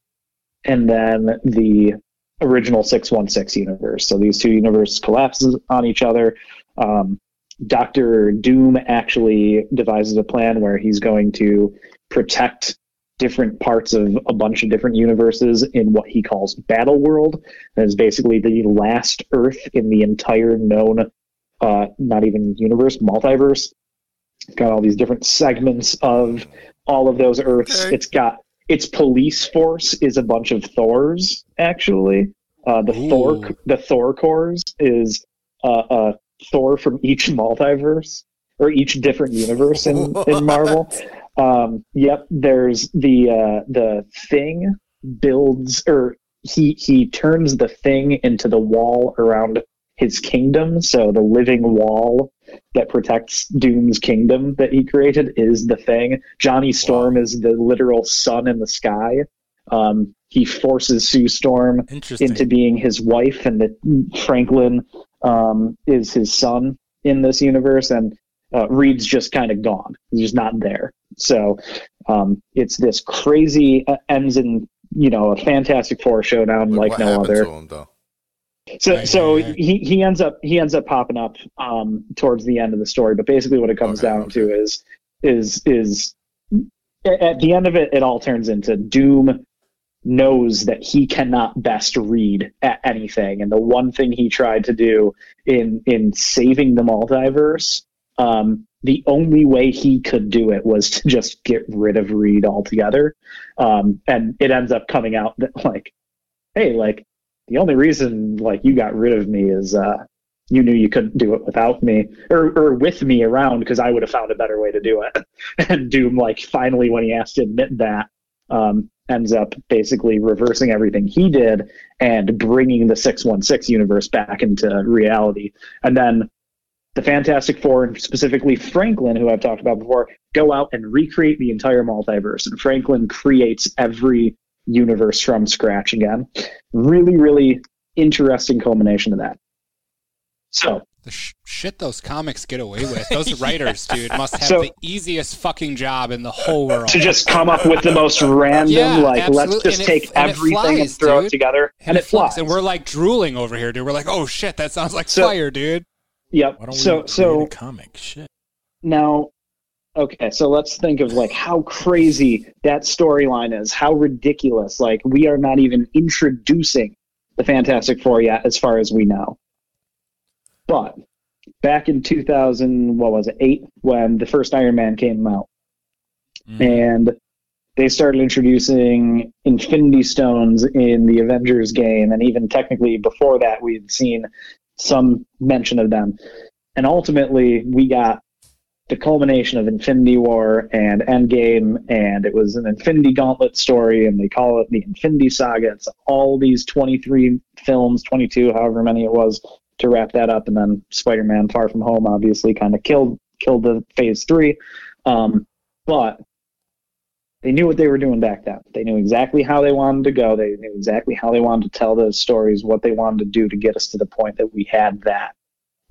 S6: and then the original 616 universe. So these two universes collapses on each other. Um, Doctor Doom actually devises a plan where he's going to protect different parts of a bunch of different universes in what he calls Battle World. That is basically the last Earth in the entire known, uh, not even universe, multiverse. It's got all these different segments of all of those Earths.
S5: Okay.
S6: It's got its police force is a bunch of Thors actually. Uh, the
S4: Ooh.
S6: Thor the Thor cores is uh, uh, Thor from each multiverse or each different universe in, in Marvel. Um, yep, there's the uh, the thing builds or he he turns the thing into the wall around his kingdom. So the living wall that protects Doom's kingdom that he created is the thing. Johnny Storm is the literal sun in the sky. Um, he forces Sue Storm
S1: Interesting.
S6: into being his wife, and that Franklin um, is his son in this universe, and uh, Reed's just kind of gone. He's just not there. So um, it's this crazy uh, ends in you know a Fantastic Four showdown
S5: Like,
S6: like
S5: what
S6: no
S5: happened
S6: other.
S5: to him though?
S6: So
S4: Right,
S6: so
S4: right, right.
S6: he he ends up he ends up popping up um, towards the end of the story. But basically, what it comes
S5: Okay,
S6: down
S5: okay.
S6: to is is is a- at the end of it, it all turns into Doom knows that he cannot best read at anything, and the one thing he tried to do in in saving the multiverse. Um, the only way he could do it was to just get rid of Reed altogether, um, and it ends up coming out that like, hey, like the only reason like you got rid of me is uh, you knew you couldn't do it without me or, or with me around because I would have found a better way to do it. and Doom like finally when he has to admit that um, ends up basically reversing everything he did and bringing the 616 universe back into reality. And then the Fantastic Four, and specifically Franklin, who I've talked about before, go out and recreate the entire multiverse. And Franklin creates every universe from scratch again. Really, really interesting culmination of that. So,
S4: The sh- shit those comics get away with. Those writers, dude, must have
S6: So-
S4: the easiest fucking job in the whole world.
S6: to just come up with the most random,
S4: Yeah,
S6: like,
S4: absolutely.
S6: let's just
S4: And it-
S6: take
S4: and it
S6: everything and
S4: flies,
S6: throw it
S4: dude.
S6: together, and, it flies.
S4: And we're like drooling over here, dude. We're like, oh shit, that sounds like
S6: So-
S4: fire, dude.
S6: yep.
S1: Why don't we
S6: so,
S1: create
S6: so
S1: a comic? Shit.
S6: Now, okay, so let's think of like how crazy that storyline is, how ridiculous. Like we are not even introducing the Fantastic Four yet, as far as we know. But back in 2000, what was it, eight, when the first Iron Man came out,
S1: Mhm.
S6: and they started introducing Infinity Stones in the Avengers game, and even technically before that, we'd seen some mention of them. And ultimately, we got the culmination of Infinity War and Endgame, and it was an Infinity Gauntlet story, and they call it the Infinity Saga. It's all these 23 films, 22, however many it was, to wrap that up, and then Spider-Man: Far From Home obviously kind of killed killed the Phase Three, um, but they knew what they were doing back then. They knew exactly how they wanted to go. They knew exactly how they wanted to tell those stories, what they wanted to do to get us to the point that we had that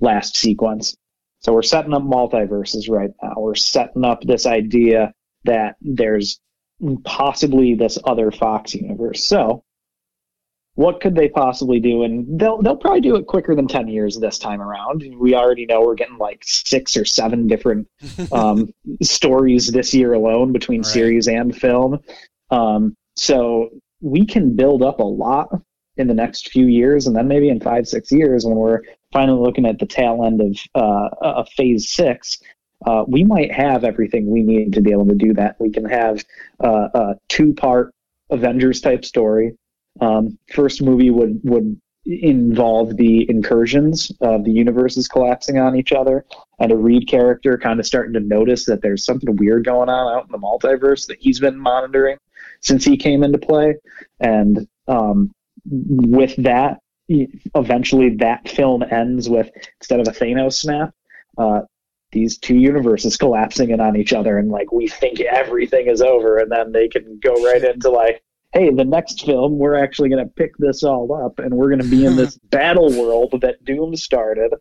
S6: last sequence. So we're setting up multiverses right now. We're setting up this idea that there's possibly this other Fox universe. So what could they possibly do? And they'll they'll probably do it quicker than ten years this time around. We already know we're getting like six or seven different um, stories this year alone between
S4: Right.
S6: series and film. Um, so we can build up a lot in the next few years, and then maybe in five six years when we're finally looking at the tail end of uh, uh, phase six, uh, we might have everything we need to be able to do that. We can have uh, a two part Avengers type story. Um, first movie would would involve the incursions of the universes collapsing on each other and a Reed character kind of starting to notice that there's something weird going on out in the multiverse that he's been monitoring since he came into play. And um, e, with that, eventually that film ends with instead of a Thanos snap, uh, these two universes collapsing in on each other, and like we think everything is over, and then they can go right into like, hey, the next film we're actually going to pick this all up, and we're going to be in this battle world that Doom started,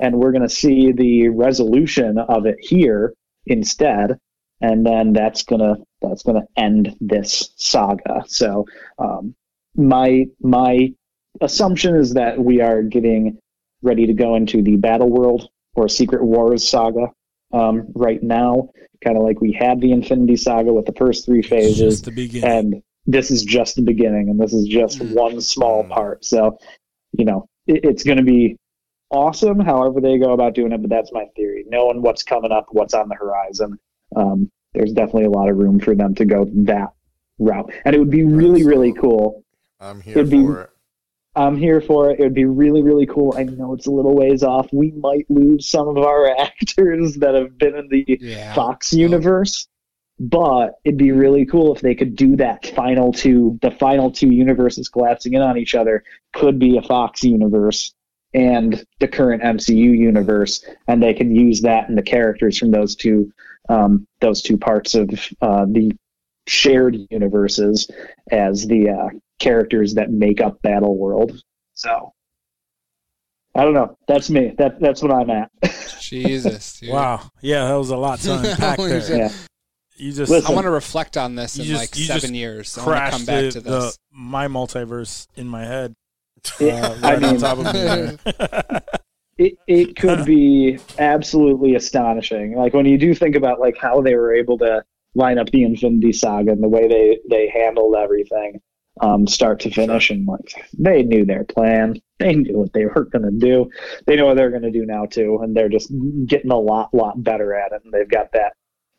S6: and we're going to see the resolution of it here instead, and then that's gonna that's gonna end this saga. So um, my my assumption is that we are getting ready to go into the battle world or secret wars saga um, right now kind of like we had the infinity saga with the first three
S1: It's
S6: phases
S1: just the beginning.
S6: and this is just the beginning and this is just one small part so you know it, it's going to be awesome however they go about doing it but that's my theory knowing what's coming up what's on the horizon um, there's definitely a lot of room for them to go that route and it would be really really cool
S5: I'm here
S6: It'd be-
S5: for it.
S6: I'm here for it. It would be really, really cool. I know it's a little ways off. We might lose some of our actors that have been in the
S4: Yeah.
S6: Fox universe, but it'd be really cool if they could do that final two, the final two universes collapsing in on each other could be a Fox universe and the current MCU universe, and they can use that and the characters from those two, um, those two parts of uh, the shared universes as the uh, characters that make up Battle World. So I don't know. That's me. That that's what I'm at.
S4: Jesus, dude.
S1: Wow. Yeah, that was a lot to unpack
S4: Holy
S1: there.
S4: shit.
S6: Yeah.
S1: You just
S6: Listen,
S4: I want to reflect on this in
S1: You just-
S4: like
S1: you
S4: seven
S1: just
S4: years. I want to
S1: crashed
S4: come back
S1: the-
S4: to
S1: the-
S4: this.
S1: my multiverse in my head.
S6: Yeah,
S1: right
S6: I
S1: on
S6: mean-
S1: top of me. there.
S6: It it could be absolutely astonishing. Like when you do think about like how they were able to line up the Infinity Saga and the way they they handled everything, um, start to finish, and like they knew their plan. They knew what they were going to do. They know what they're going to do now too, and they're just getting a lot lot better at it. And they've got that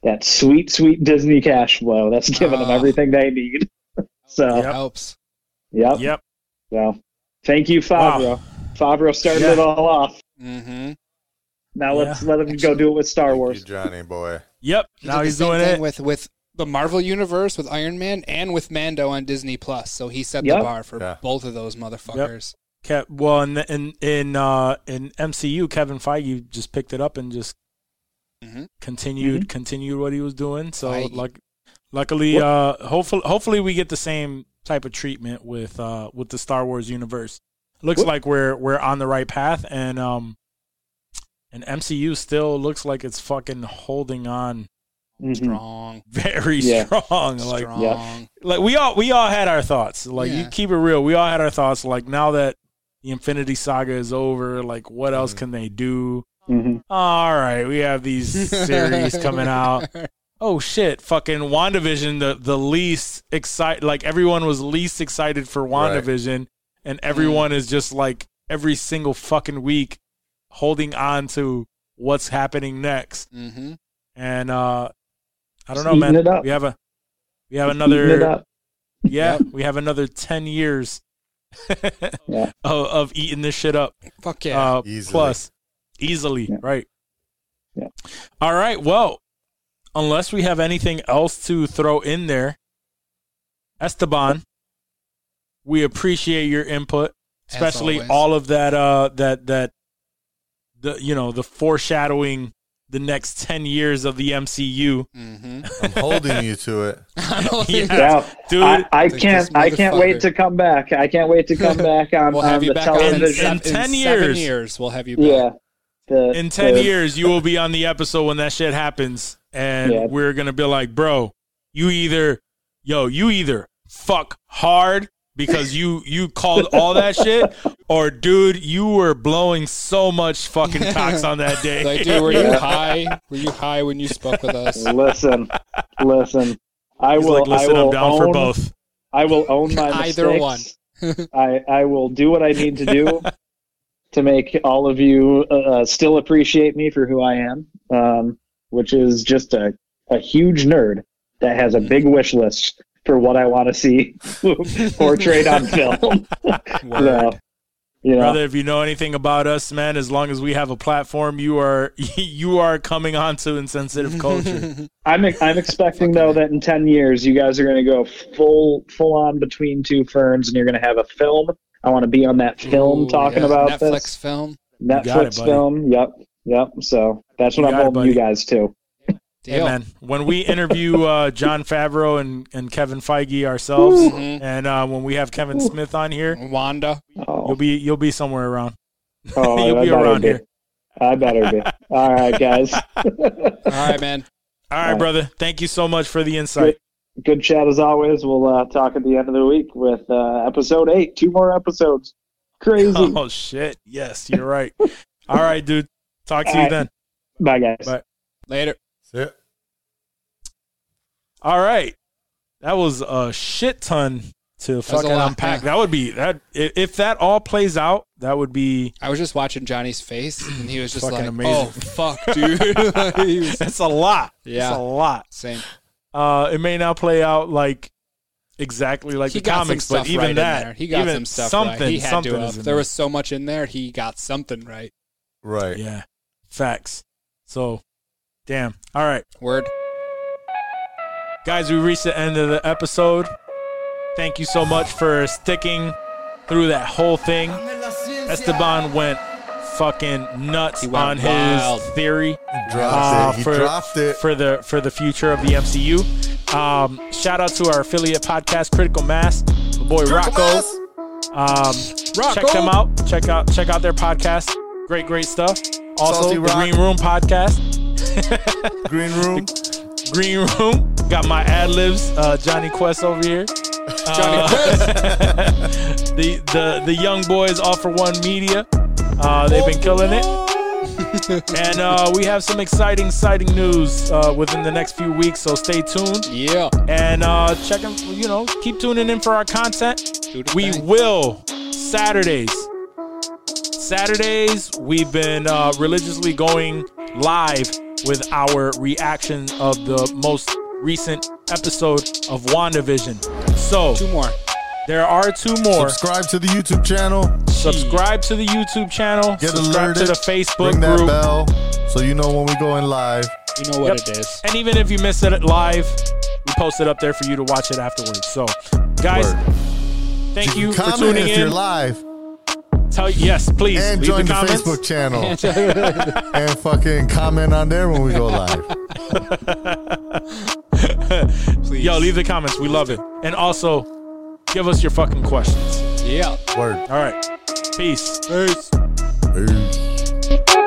S6: that sweet sweet Disney cash flow that's giving them
S4: Ah.
S6: everything they need. So
S1: Yep.
S4: Helps.
S6: yep.
S1: yep.
S6: So thank you, Favreau.
S1: Wow.
S6: Favreau started
S1: Yeah.
S6: it all off.
S4: Mm-hmm.
S6: Now
S1: Yeah.
S6: let's let him go do it with Star
S5: Thank
S6: Wars.
S5: you, Johnny boy.
S1: Yep. Now he's doing it.
S4: with with the Marvel Universe with Iron Man and with Mando on Disney Plus. So he set
S6: Yep.
S4: the bar for
S5: Yeah.
S4: both of those motherfuckers.
S1: Kev, well, in in in, uh, in MCU, Kevin Feige just picked it up and just
S4: Mhm.
S6: Mm-hmm.
S1: continued continued what he was doing. So
S4: Feige.
S1: like, luckily, uh, hopefully, hopefully we get the same type of treatment with uh, with the Star Wars universe. Looks
S6: What-
S1: like we're we're on the right path, and um, and MCU still looks like it's fucking holding on
S6: Mhm.
S4: Strong,
S1: very
S6: Yeah.
S1: strong. Like
S4: strong.
S1: like we all we all had our thoughts. Like you
S4: Yeah.
S1: keep it real. We all had our thoughts. Like now that the Infinity Saga is over, like what else can they do?
S6: Mhm.
S1: All right, we have these series coming out. Oh shit! Fucking WandaVision, the the least excited. Like everyone was least excited for
S5: Right.
S1: WandaVision, and everyone is just like every single fucking week holding on to what's happening next.
S4: hmm
S1: And uh I don't
S6: Just
S1: know,
S6: eating
S1: man.
S6: it up.
S1: We have a we have
S6: Eating it
S1: another
S6: up.
S1: yeah, we have another ten years
S6: Yeah.
S1: of, of eating this shit up.
S4: Fuck yeah.
S1: uh,
S5: Easily.
S1: Plus, easily,
S6: Yeah.
S1: right?
S6: Yeah.
S1: All right. Well, unless we have anything else to throw in there, Esteban, we appreciate your input,
S4: As
S1: especially
S4: always.
S1: all of that. Uh, that that the you know the foreshadowing the next ten years of the MCU,
S4: mm-hmm.
S5: I'm holding you to it.
S1: Yeah.
S6: Yeah,
S1: dude.
S6: I, I
S4: Like
S6: can't.
S4: this
S6: I can't wait
S4: motherfucker.
S6: to come back. I can't wait to come back on,
S4: We'll
S6: on
S4: have you
S6: the
S4: back on in,
S6: television.
S1: In
S4: seven, in
S1: 10
S4: seven
S1: years.
S4: years. We'll have you back.
S6: yeah. The-
S1: in 10
S6: the-
S1: years you will be on the episode when that shit happens and
S6: Yeah.
S1: we're gonna be like bro you either yo you either fuck hard because you you called all that shit or dude you were blowing so much fucking cocks on that day
S4: Like, dude, were you high? Were you high when you spoke with us?
S6: Listen, listen. I
S1: He's
S6: will.
S1: like listen
S6: I will
S1: i'm down
S6: own-
S1: for both
S6: I will own my mistakes.
S4: Either
S6: I I will do what I need to do to make all of you uh, still appreciate me for who I am, um, which is just a a huge nerd that has a big wish list for what I want to see portrayed on film. so, you know,
S1: brother if you know anything about us man as long as we have a platform you are you are coming onto insensitive culture
S6: I'm I'm expecting though that in ten years you guys are going to go full full on between two ferns, and you're going to have a film. I want to be on that film
S4: Ooh,
S6: talking
S4: yeah.
S6: about
S4: Netflix
S6: this
S4: film.
S1: got it,
S6: Netflix
S1: buddy.
S6: film. Yep, Yep. So that's what
S1: You
S6: I'm
S1: got it,
S6: holding you
S1: buddy.
S6: guys to.
S1: Hey, man, when we interview uh, John Favreau and, and Kevin Feige ourselves,
S4: Mhm.
S1: and uh, when we have Kevin Smith on here,
S4: Mm-hmm. Wanda.
S1: you'll
S6: Oh,
S1: be you'll be somewhere around.
S6: oh
S1: you'll
S6: I
S1: be
S6: better
S1: around
S6: be.
S1: here.
S6: I better be. All right, guys.
S4: All right, man.
S1: All right, brother. Thank you so much for the insight.
S6: Good chat as always. We'll uh, talk at the end of the week with uh, episode eight. Two more episodes. Crazy.
S1: Oh shit! Yes, you're right. All right, dude. Talk to
S6: All
S1: you
S6: right.
S1: then.
S6: Bye, guys.
S1: Bye.
S4: Later.
S5: That's it.
S1: All right, that was a shit ton to
S4: was a
S1: fucking
S4: lot,
S1: unpack.
S4: yeah.
S1: That would be that i- if that all plays out, that would be
S4: I was just watching Johnny's face, and he was just
S1: Fucking
S4: like,
S1: amazing.
S4: "Oh fuck, dude!" Like, he was-
S1: that's a lot.
S4: Yeah.
S1: That's a lot.
S4: same.
S1: Uh, it may not play out like exactly like
S4: he
S1: the
S4: got
S1: comics,
S4: some stuff
S1: but even
S4: right
S1: that,
S4: in there. He got
S1: even
S4: some stuff
S1: something,
S4: right. He had
S1: something
S4: to
S1: is
S4: have.
S1: in
S4: There was so much in there. He got something right.
S5: Right.
S1: yeah, facts. So, damn. All right.
S4: Word.
S1: Guys, we reached the end of the episode. Thank you so much for sticking through that whole thing. Esteban went fucking nuts
S4: He went
S1: on
S4: wild.
S1: his theory
S5: Dropped
S1: uh,
S5: it. He dropped it.
S1: for the for the future of the MCU. Um, shout out to our affiliate podcast, Critical Mass, my boy Rocco. Um, Check them out. Check out check out their podcast. Great, great stuff. Also,
S5: Salty
S1: the
S5: Rock.
S1: Green Room podcast.
S5: Green room.
S1: Green Room got my ad libs. Uh, Johnny Quest over here. Uh,
S4: Johnny Quest.
S1: the the the young boys all for one media uh, they've been killing it and uh, we have some exciting exciting news uh, within the next few weeks so stay tuned
S4: Yeah.
S1: and uh, check 'em- you know keep tuning in for our content
S4: Do the
S1: we
S4: thing.
S1: will saturdays saturdays we've been uh, religiously going live with our reaction of the most recent episode of wandavision so
S4: two more.
S1: there are two more
S5: Subscribe to the YouTube channel.
S1: subscribe to the YouTube channel,
S5: Get
S1: subscribe
S5: alerted.
S1: to the Facebook
S5: Ring that
S1: group,
S5: bell so you know when we go in live.
S4: You know what
S1: Yep.
S4: it is.
S1: and even if you miss it live, we post it up there for you to watch it afterwards. So, guys,
S5: Word.
S1: thank you, for
S5: comment
S1: tuning
S5: if you're
S1: in.
S5: live
S1: Tell yes, please
S5: and
S1: leave
S5: join
S1: the
S5: the,
S1: comments.
S5: Facebook channel and fucking comment on there when we go live.
S4: Please.
S1: Yo, leave the comments. We love it, and also give us your fucking questions.
S4: Yeah.
S5: Word.
S1: All right, peace.
S4: Peace.
S5: Peace.